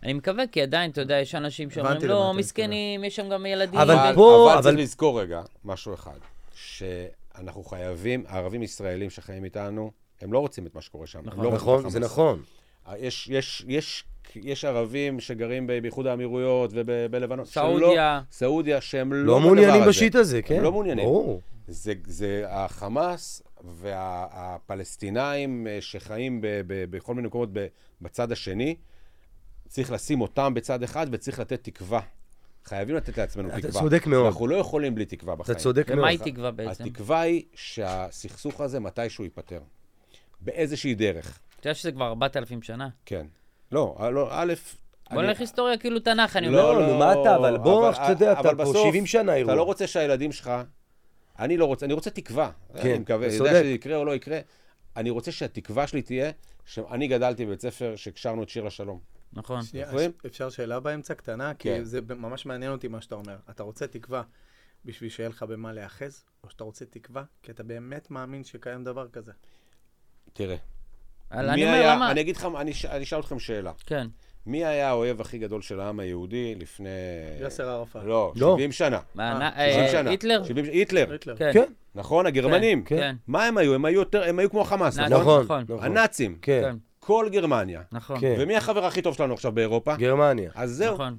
B: אני מקווה, כי עדיין, אתה יודע, יש אנשים שאומרים,
E: הבנתי למה אתה
B: לא,
E: מתכוון."
B: מסכנים, יש שם גם ילדים.
C: אבל
B: ו-
C: פה-
D: אבל צריך
C: אבל-
D: לזכור רגע משהו אחד, שאנחנו חייבים, הערבים ישראלים שחיים איתנו, הם לא רוצים את מה שקורה שם. הם
B: נכון.
D: לא רוצים את
C: נכון, זה
D: החמאס.
C: נכון.
D: יש, יש, יש, יש ערבים שגרים ב- באיחוד האמירויות ובלבנון.
B: סעודיה.
D: שלא, לא- סעודיה, שהם לא,
C: לא
D: בדבר
C: מעוניינים
D: הזה.
C: בשיט הזה, כן.
D: הם לא מעוניינים.
C: ברור.
D: זה, זה החמאס והפלסטינאים שחיים ב, ב, בכל מיני מקומות ב, בצד השני, צריך לשים אותם בצד אחד וצריך לתת תקווה. חייבים לתת לעצמנו
C: אתה
D: תקווה.
C: צודק מאוד.
D: אנחנו לא יכולים בלי תקווה בחיים.
C: אתה צודק מאוד.
B: ומה היא תקווה בעצם?
D: התקווה היא שהסכסוך הזה מתישהו ייפתר. באיזושהי דרך.
B: אתה יודע שזה כבר 4,000 שנה?
D: כן. לא, לא, א',
B: בוא
D: אני-
B: נלך היסטוריה כאילו תנ"ך, אני אומר.
C: לא, נו, מה אתה, אבל בוא, אתה יודע,
D: אבל
C: אתה פה
D: בסוף,
C: 70 שנה אירוע.
D: אתה לא רוצה שהילדים שלך, אני לא רוצה, אני רוצה תקווה.
C: כן,
D: אני
C: אתה
D: מקווה, אני יודע
C: צודק.
D: שזה יקרה או לא יקרה. אני רוצה שהתקווה שלי תהיה, שאני גדלתי בבית ספר שהקשרנו את שיר לשלום.
B: נכון.
E: שנייה,
D: יכולים?
E: אש- אפשר שאלה באמצע קטנה?
D: כן.
E: כי זה ב- ממש מעניין אותי מה שאתה אומר. אתה רוצה תקווה בשביל שיהיה לך במה להיאחז, או שאתה רוצה תקווה כי אתה באמת מאמין שקיים דבר כזה?
D: תראה,
B: אבל אני
D: מי
B: אומר,
D: היה,
B: למה...
D: אני אגיד לך, אני אש- אני אשאל אתכם שאלה.
B: כן.
D: מי היה האויב הכי גדול של העם היהודי לפני...
E: יאסר ערפאת.
D: לא,
C: לא.
D: 70 שנה.
B: מה, נ-
D: 70
B: אה,
D: שנה.
B: היטלר?
D: 70 היטלר,
E: היטלר.
B: כן.
C: כן,
D: נכון? הגרמנים.
C: כן.
B: כן.
D: מה הם היו? הם היו יותר- הם היו כמו חמאס,
B: נאצים.
D: נכון?
C: נכון.
B: נכון.
C: נכון.
D: הנאצים.
C: כן,
B: כן.
D: כל גרמניה.
B: נכון.
C: כן.
D: ומי החבר הכי טוב שלנו עכשיו באירופה?
C: גרמניה.
D: אז זהו.
B: נכון.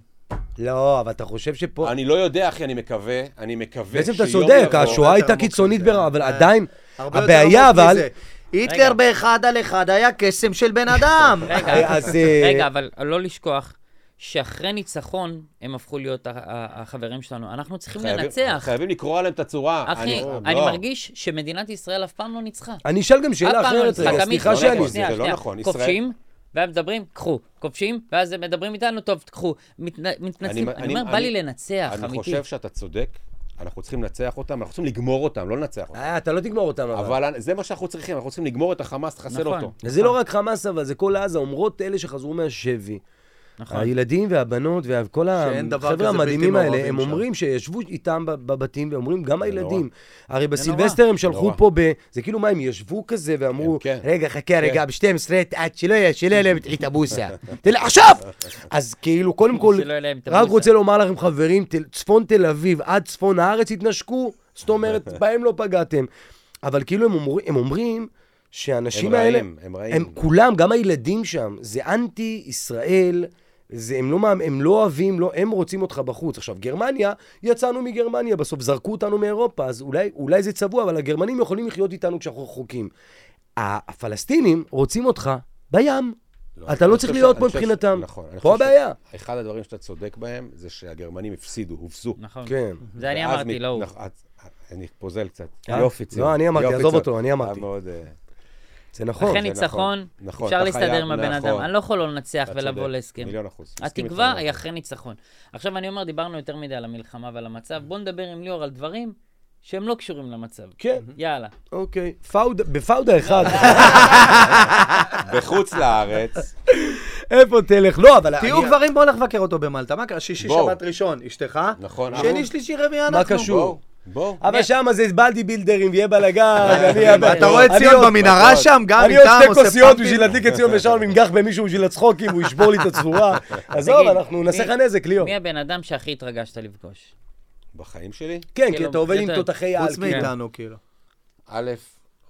C: לא, אבל אתה חושב שפה...
D: אני לא יודע, אחי, אני מקווה, אני מקווה
C: בעצם אתה
D: שיום
C: צודק,
D: יבוא-
C: השואה
E: יותר
C: הייתה
E: עמוק
C: קיצונית
E: מזה.
C: ברמה, אבל
E: אה,
C: עדיין,
E: הרבה יותר
C: הבעיה
E: עמוק
C: אבל...
E: מזה. היטלר באחד על אחד היה קסם של בן אדם.
B: רגע,
C: אה, אז... אה,
B: רגע, אבל לא לשכוח שאחרי ניצחון הם הפכו להיות ה- ה- החברים שלנו. אנחנו צריכים
D: חייבים-
B: לנצח.
D: חייבים לקרוא עליהם את הצורה.
B: אחי, אני
D: לא.
B: מרגיש שמדינת ישראל אף פעם לא ניצחה.
C: אני אשאל גם שאלה
B: אף פעם לא
C: אחרת,
B: ניצחה,
C: רגע,
B: תמיד.
C: סליחה
B: רגע,
D: לא
C: שאני...
D: נכון, זה
B: שנייה,
D: לא
B: שנייה.
D: נכון, ישראל-
B: כובשים, והם מדברים, קחו. כובשים, ואז הם מדברים איתנו, טוב, תקחו. מתנ- מתנצלים.
D: אני-
B: אני אומר,
D: אני-
B: בא
D: אני-
B: לי לנצח,
D: אני
B: אמיתי.
D: חושב שאתה צודק, אנחנו צריכים לנצח אותם, אנחנו צריכים לגמור אותם, לא לנצח אותם.
C: אה, אתה לא תגמור אותם, אבל...
D: אבל זה מה שאנחנו צריכים, אנחנו צריכים לגמור את החמאס, לחסל
B: נכון.
D: אותו.
C: זה לא רק חמאס, אבל זה כל עזה, אומרות אלה שחזרו מהשבי.
B: נכון.
C: הילדים והבנות וכל
E: שאין דבר
C: החבר'ה
E: כזה בלתי
C: המדהימים האלה,
E: מעורבים
C: הם
E: שם.
C: אומרים שישבו איתם בב- בבתים, ואומרים, גם הילדים.
B: נורא.
C: הרי בסילבסטר הם שלחו
D: נורא.
C: פה ב... זה כאילו מה, הם ישבו כזה ואמרו,
D: כן, כן.
C: רגע, חכה, רגע, ב-12, עד שלא יהיה, שלא יהיה להם את הבוסה. תלך עכשיו! אז כאילו, קודם כל,
B: שלא יהיה להם את
C: רק
B: הבוסה.
C: רוצה לומר לכם, חברים, תל- צפון תל אביב עד צפון הארץ התנשקו, זאת אומרת, בהם לא פגעתם. אבל כאילו, הם אומרים- הם אומרים שהאנשים
D: הם
C: האלה...
D: רעים, הם רעים.
C: הם כולם, גם הילדים שם, זה אנטי-ישראל, זה, הם, לא, מאמ- הם לא אוהבים, לא, הם רוצים אותך בחוץ. עכשיו, גרמניה, יצאנו מגרמניה בסוף, זרקו אותנו מאירופה, אז אולי, אולי זה צבוע, אבל הגרמנים יכולים לחיות איתנו כשאנחנו רחוקים. הפלסטינים רוצים אותך בים. אתה
D: אני
C: לא
D: חושב
C: צריך
D: ש-
C: להיות
D: אני
C: פה
D: חושב ש-
C: מבחינתם.
D: נכון. אני
C: פה
D: חושב ש-
C: הבעיה.
D: אחד הדברים שאתה צודק בהם, זה שהגרמנים הפסידו, הובסו.
B: נכון.
C: כן.
B: זה אני
D: ואז נכון,
B: אמרתי,
D: מ-
B: לא הוא.
D: נכ- אז- אני פוזל קצת.
C: אה?
D: יופי, ציון.
C: לא, אני אמרתי,
D: יופי,
C: עזוב
D: ציון.
C: אותו, אני אמרתי.
D: היה מאוד, אה,
C: זה נכון.
D: זה
B: אחרי
D: נכון,
B: ניצחון,
D: נכון,
B: אפשר
D: אתה
B: להסתדר
D: חייב,
B: עם הבן
D: נכון.
B: אדם. אני לא יכול לא לנצח
D: אתה
B: ולבוא
D: צודק,
B: להסכם.
D: מיליון אחוז. מסכים איתך נכון.
B: התקווה
D: מאוד.
B: היא אחרי ניצחון. עכשיו אני אומר, דיברנו יותר מדי על המלחמה ועל המצב, בוא נדבר עם ליאור על דברים שהם לא קשורים למצב.
C: כן,
B: יאללה.
C: אוקיי. פאודה, בפאודה אחד. *laughs*
D: בחוץ *laughs* לארץ,
C: איפה תלך? לא, אבל...
E: תהיו
C: אני-
E: גברים, בואו נלך לבקר אותו במלטה. מה קרה? שישי,
D: בואו.
E: שבת, ראשון, אשתך.
D: נכון.
E: שני, שלישי, רביעי, אנחנו.
C: מה קשור?
D: בוא.
C: אבל שמה זה בלדי בילדרים, ויהיה בלאגן, אני...
A: אתה רואה
C: אני לא-
A: ציון
C: עוד-
A: במנהרה שם, גם
C: אני עוד
A: איתם
C: שתי
A: עושה
C: כוסיות
A: פאמפים?
C: בשביל להדליק את ציון ושאול מנגח במישהו בשביל הצחוקים, הוא ישבור לי את הצורה. עזוב,
B: תגיד,
C: אנחנו נעשה לך
B: מי-
C: נזק, ליאור.
B: מי הבן אדם שהכי התרגשת לפגוש?
D: בחיים שלי,
C: כן, כי
B: כאילו,
C: אתה עובד עם
B: יותר-
C: תותחי על. כן.
E: חוץ מאיתנו, כאילו. אוקיי.
D: א',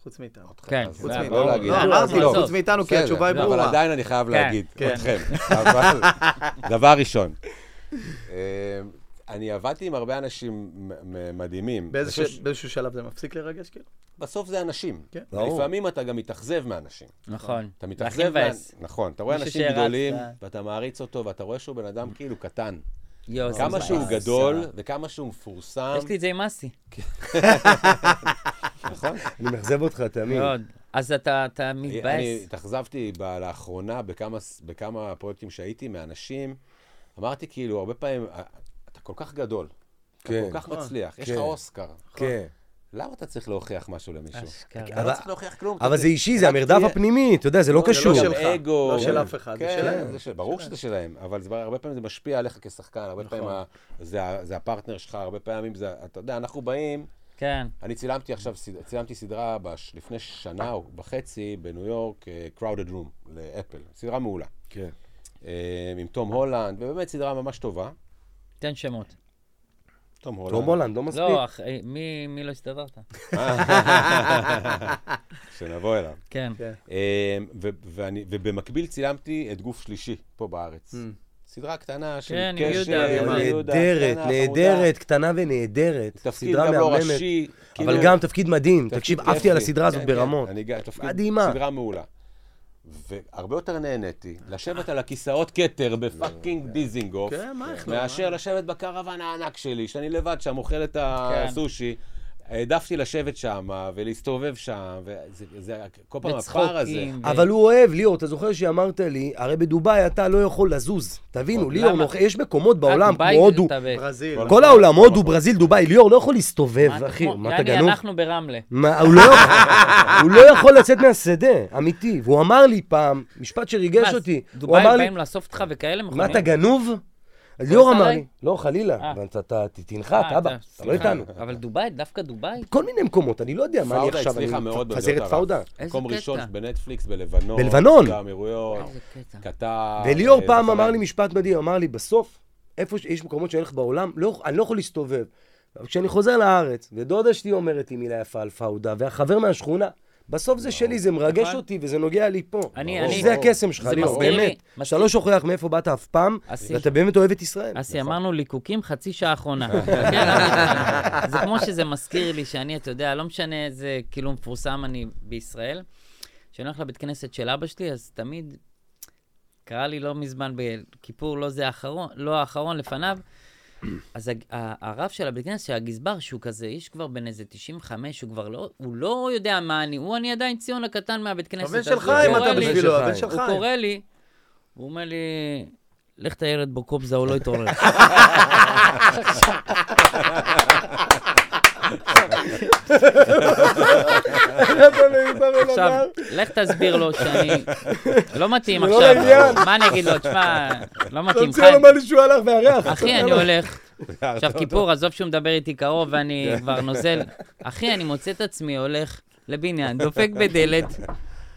E: חוץ מאיתנו.
B: כן,
D: אז
E: חוץ
D: לא
E: מאיתנו.
D: להגיד.
E: לא, אמרתי,
B: לא,
E: חוץ מאיתנו, כי
D: בסדר,
E: התשובה היא
D: אבל
E: ברורה.
D: עדיין אני חייב להגיד,
B: כן.
D: אתכם. אבל,
B: *laughs*
D: דבר ראשון, אה, אני עבדתי עם הרבה אנשים מ- מ- מדהימים.
E: באיזשהו
D: פשוט-
E: באיזשהו שלב זה מפסיק לרגש, כאילו?
D: בסוף זה אנשים.
E: כן.
C: ברור.
D: לפעמים אתה גם מתאכזב מאנשים.
B: נכון. והכי
D: אתה מתאכזב... מה-
B: מבאס.
D: נכון, אתה רואה
B: מישהו אה.
D: אנשים
B: שהרצת.
D: גדולים, ואתה מעריץ אותו, ואתה רואה שהוא בן אדם כאילו קטן.
B: יואו, לא, זה
D: כמה
B: מבאס.
D: שהוא גדול, וכמה שהוא מפורסם.
B: יש לי את זה עם אסי.
D: נכון.
C: אני מאכזב אותך תמיד.
B: מאוד. אז אתה אתה
D: אני
B: מתבאס.
D: התאכזבתי ב- לאחרונה בכמה, ס- בכמה פרויקטים שהייתי מאנשים, אמרתי כאילו, הרבה פעמים, "אה, אתה כל כך גדול, אתה
C: כן.
D: כל כך מצליח, יש לך
C: כן.
D: אוסקר.
C: כן.
D: למה אתה צריך להוכיח משהו למישהו?
B: אשכרה.
D: אתה
C: אבל-
D: לא צריך להוכיח כלום. אתה
C: אבל זה
D: צריך-
C: אישי, זה
D: רק
C: המרדף
D: תהיה-
C: הפנימי, אתה יודע, זה לא
E: זה לא
C: קשור.
E: של-
D: גם
E: שלך,
D: אגו.
E: לא של
D: גם-
E: אף אחד, זה
D: כן,
E: שלהם.
D: זה של- ברור שזה שלהם, אבל זה- הרבה פעמים זה משפיע עליך כשחקן, הרבה
C: נכון.
D: פעמים ה- זה ה- זה הפרטנר שלך, הרבה פעמים זה, אתה יודע, אנחנו באים,
B: כן.
D: אני צילמתי עכשיו, סד- צילמתי סדרה בש- לפני שנה או וחצי בניו יורק, אה, Crowded Room, לאפל, סדרה מעולה.
C: כן.
D: אה, עם תום הולנד, ובאמת סדרה ממש טובה.
B: תן שמות.
D: תום
C: לא
D: הולנד,
C: מולנד, לא מספיק.
B: לא, אח- אה, מי מי לא הסתדרת?
D: *laughs* שנבוא אליו.
B: כן.
D: אה, ו- ואני- ובמקביל צילמתי את גוף שלישי פה בארץ.
C: Mm.
D: סדרה קטנה של
B: כן, עם
D: קשר,
B: יהודה,
D: עם
B: אבל-
D: יהודה,
C: אה, נהדרת,
D: קטנה,
C: נהדרת, קטנה ונהדרת.
D: חמודה. תפקיד
C: סדרה
D: גם לא
C: מהממת.
D: ראשי.
C: אבל
D: כאילו,
C: גם תפקיד מדהים.
D: תפקיד
C: תקשיב,
D: כיפי.
C: עפתי על הסדרה הזאת
D: כן, כן,
C: ברמות.
D: אני גם- תפקיד-
C: מדהימה.
D: סדרה מעולה. והרבה יותר נהניתי לשבת על הכיסאות כתר בפאקינג דיזינגוף,
E: כן, מה איך לא,
D: מאשר לשבת בקרוון הענק שלי, שאני לבד שם אוכל
C: כן.
D: את הסושי. העדפתי לשבת שם ולהסתובב שם, וזה זה- כל פעם הפער הזה.
B: וצחוקים. ו-
C: אבל הוא אוהב, ליאור, אתה זוכר שאמרת לי, הרי בדובאי אתה לא יכול לזוז. תבינו, ליאור,
B: למה?
C: נוח- יש מקומות בעולם, כמו
B: דובאי
C: הודו,
B: אתה ב-
E: ברזיל.
D: כל-
C: כל העולם, הודו, ברזיל, דובאי, ליאור לא יכול להסתובב,
B: מה,
C: אחי,
B: כמו-
C: מה אתה
B: יעני,
C: גנוב?
B: אנחנו ברמלה.
C: מה, הוא לא יכול- הוא לא יכול לצאת מהשדה, אמיתי. והוא אמר לי פעם, משפט
B: מה,
C: שריגש
B: אז
C: אותי, הוא
B: דובאי
C: אמר לי,
B: באים אה. לאסוף אותך וכאלה מכונים?
C: מה, אתה גנוב? אז ליאור אמר
B: עליי?
C: לי, לא, חלילה,
B: אה.
C: אבל אתה- אתה ת- תנחת,
B: אה,
C: אבא, אתה לא
B: סליחה.
C: איתנו.
B: אבל דובאי, דווקא דובאי?
C: כל מיני מקומות, אני לא יודע מה אני
D: פאודה
C: עכשיו, אני
D: הצליחה מאוד
C: מפזר
D: במדינות
C: את
D: ערב.
C: פאודה.
B: איזה
D: מקום
B: קטע.
D: ראשון בנטפליקס בלבנון.
C: בלבנון.
D: באמירויות,
C: לא.
B: איזה קטע.
C: כן,
D: קטר.
C: וליאור
D: אה,
C: פעם
D: בסלאם.
C: אמר לי משפט מדהים, הוא אמר לי, בסוף, איפה שיש מקומות שאני הולך בעולם, לא, אני לא יכול להסתובב. אבל כשאני חוזר לארץ, ודודה שלי אומרת לי מילה יפה על פאודה, והחבר מהשכונה, בסוף זה שלי, זה מרגש
B: נכון.
C: אותי וזה נוגע לי פה.
B: אני-
D: ברור,
B: אני-
C: זה
D: ברור.
C: הקסם שלך,
B: זה
C: ליאור,
B: מזכיר לי-
C: באמת. שאתה
B: מזכיר-
C: לא שוכח מאיפה באת אף פעם,
B: אסי.
C: ואתה באמת אוהב את ישראל. *laughs*
B: אסי, אמרנו ליקוקים חצי שעה אחרונה. כן, אבל- זה כמו שזה מזכיר לי שאני, אתה יודע, לא משנה איזה כאילו מפורסם אני בישראל. כשאני הולך לבית כנסת של אבא שלי, אז תמיד קרה לי לא מזמן בכיפור, לא זה האחרון, לא האחרון לפניו. *clears throat* אז הג- ה- הרב של הבית כנסת, שהגזבר, שהוא כזה, איש כבר בן איזה 95, הוא כבר לא, הוא לא יודע מה אני, הוא אני עדיין ציון הקטן מהבית כנסת.
E: הבן
B: אז
E: של
B: הוא
E: חיים
B: קורא
E: אתה
B: לי-
E: בשבילו, הבן
C: חיים.
E: של
B: הוא
E: חיים.
B: קורא לי, הוא אומר לי, לך את הילד בקובזה, הוא לא יתעורר. עכשיו, לך תסביר לו שאני... לא מתאים
C: זה לא
B: עכשיו.
C: לעניין.
B: מה אני אגיד לו? תשמע, לא מתאים.
C: ציון
B: חיים,
C: אמר לי שהוא הלך והריח.
B: אחי, אני הולך.
C: אה,
B: עכשיו, כיפור, עזוב שהוא מדבר איתי
C: *laughs*
B: קרוב ואני
C: כן.
B: כבר נוזל. אחי, אני מוצא את עצמי הולך לבניין, דופק בדלת,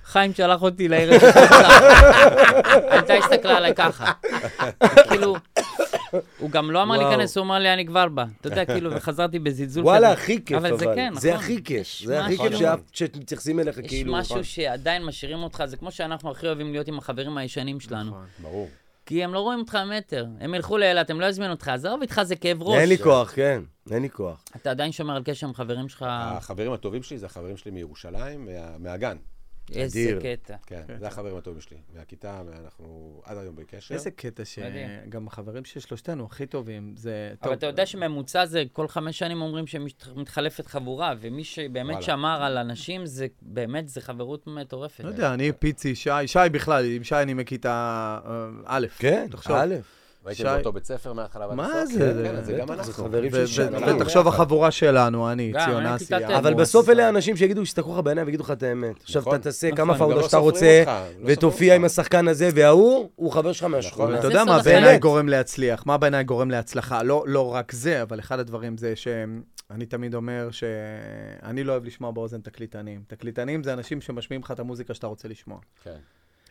B: חיים שלח אותי לעיר
C: *laughs*
B: של חזרה. הילדה הסתכלה עליי ככה. כאילו, הוא גם לא אמר לי
C: וואו.
B: להיכנס, הוא אמר לי, אני כבר בא. אתה יודע, כאילו, וחזרתי בזלזול כזה.
C: וואלה, הכי כיף, אבל.
B: אבל זה כן,
C: זה
B: נכון.
C: הכי כיף.
B: יש
C: זה הכי
B: משהו-
C: כיף שאף- שמתייחסים אליך
B: יש
C: כאילו...
B: משהו שעדיין משאירים אותך, זה כמו שאנחנו הכי אוהבים להיות עם החברים הישנים שלנו.
C: נכון.
D: ברור.
B: כי הם לא רואים אותך מטר. הם ילכו לאילת, הם לא יזמינו אותך. עזוב איתך, זה כאב ראש.
C: אין לי כוח, כן. אין לי כוח.
B: אתה עדיין שומר על קשר עם חברים שלך.
D: החברים הטובים שלי זה החברים שלי מירושלים, מה- מהגן.
B: איזה
A: אדיר.
B: קטע.
D: כן, זה החברים הטובים שלי. מהכיתה, אנחנו עד היום בקשר.
E: איזה קטע
B: מדהים.
E: שגם החברים של שלושתנו הכי טובים, זה טוב.
B: אבל אתה יודע שממוצע זה, כל חמש שנים אומרים שמתחלפת חבורה, ומי שבאמת
D: וואלה.
B: שמר על אנשים, זה באמת, זה חברות מטורפת.
E: לא יודע, אני פיצי, שי, שי בכלל, עם שי אני מכיתה אה, א',
C: כן,
E: תחשוב.
C: א',
D: והייתם
E: שי-
D: באותו בית ספר מההתחלה ועד
E: מה
D: הסוף?
E: זה?
D: כן, כן, זה גם
C: בטח,
D: אנחנו.
C: זה חברים
E: ו-
C: של שי.
E: ו-
D: אנחנו.
E: ותחשוב החבורה שלנו, אני,
B: גם,
E: ציון
B: אני
E: אסי.
B: כיתה ט'.
E: אבו
C: אבל
B: הוא
C: בסוף
B: עשה.
C: אלה האנשים שיגידו, יסתכלו לך בעיניים ויגידו לך את האמת. עכשיו
D: נכון,
C: אתה תעשה
B: נכון,
C: כמה
D: הם גם
C: פאונדות
D: לא
C: שאתה
D: סופרים
C: רוצה,
D: אותך, הם לא סופרים
C: ותופיע עם
D: אותך.
C: השחקן הזה, וההוא, הוא חבר שלך
D: נכון.
C: מהשכונה.
E: אתה
B: זה
E: יודע מה
B: סוד
E: בעיניי
C: החיים.
E: גורם להצליח, מה בעיניי גורם להצלחה. לא, לא רק זה, אבל אחד הדברים זה שאני תמיד אומר שאני לא אוהב לשמוע באוזן תקליטנים. תקליטנים זה אנשים שמשמיעים לך את המוזיקה שאתה רוצה לשמוע.
D: כן.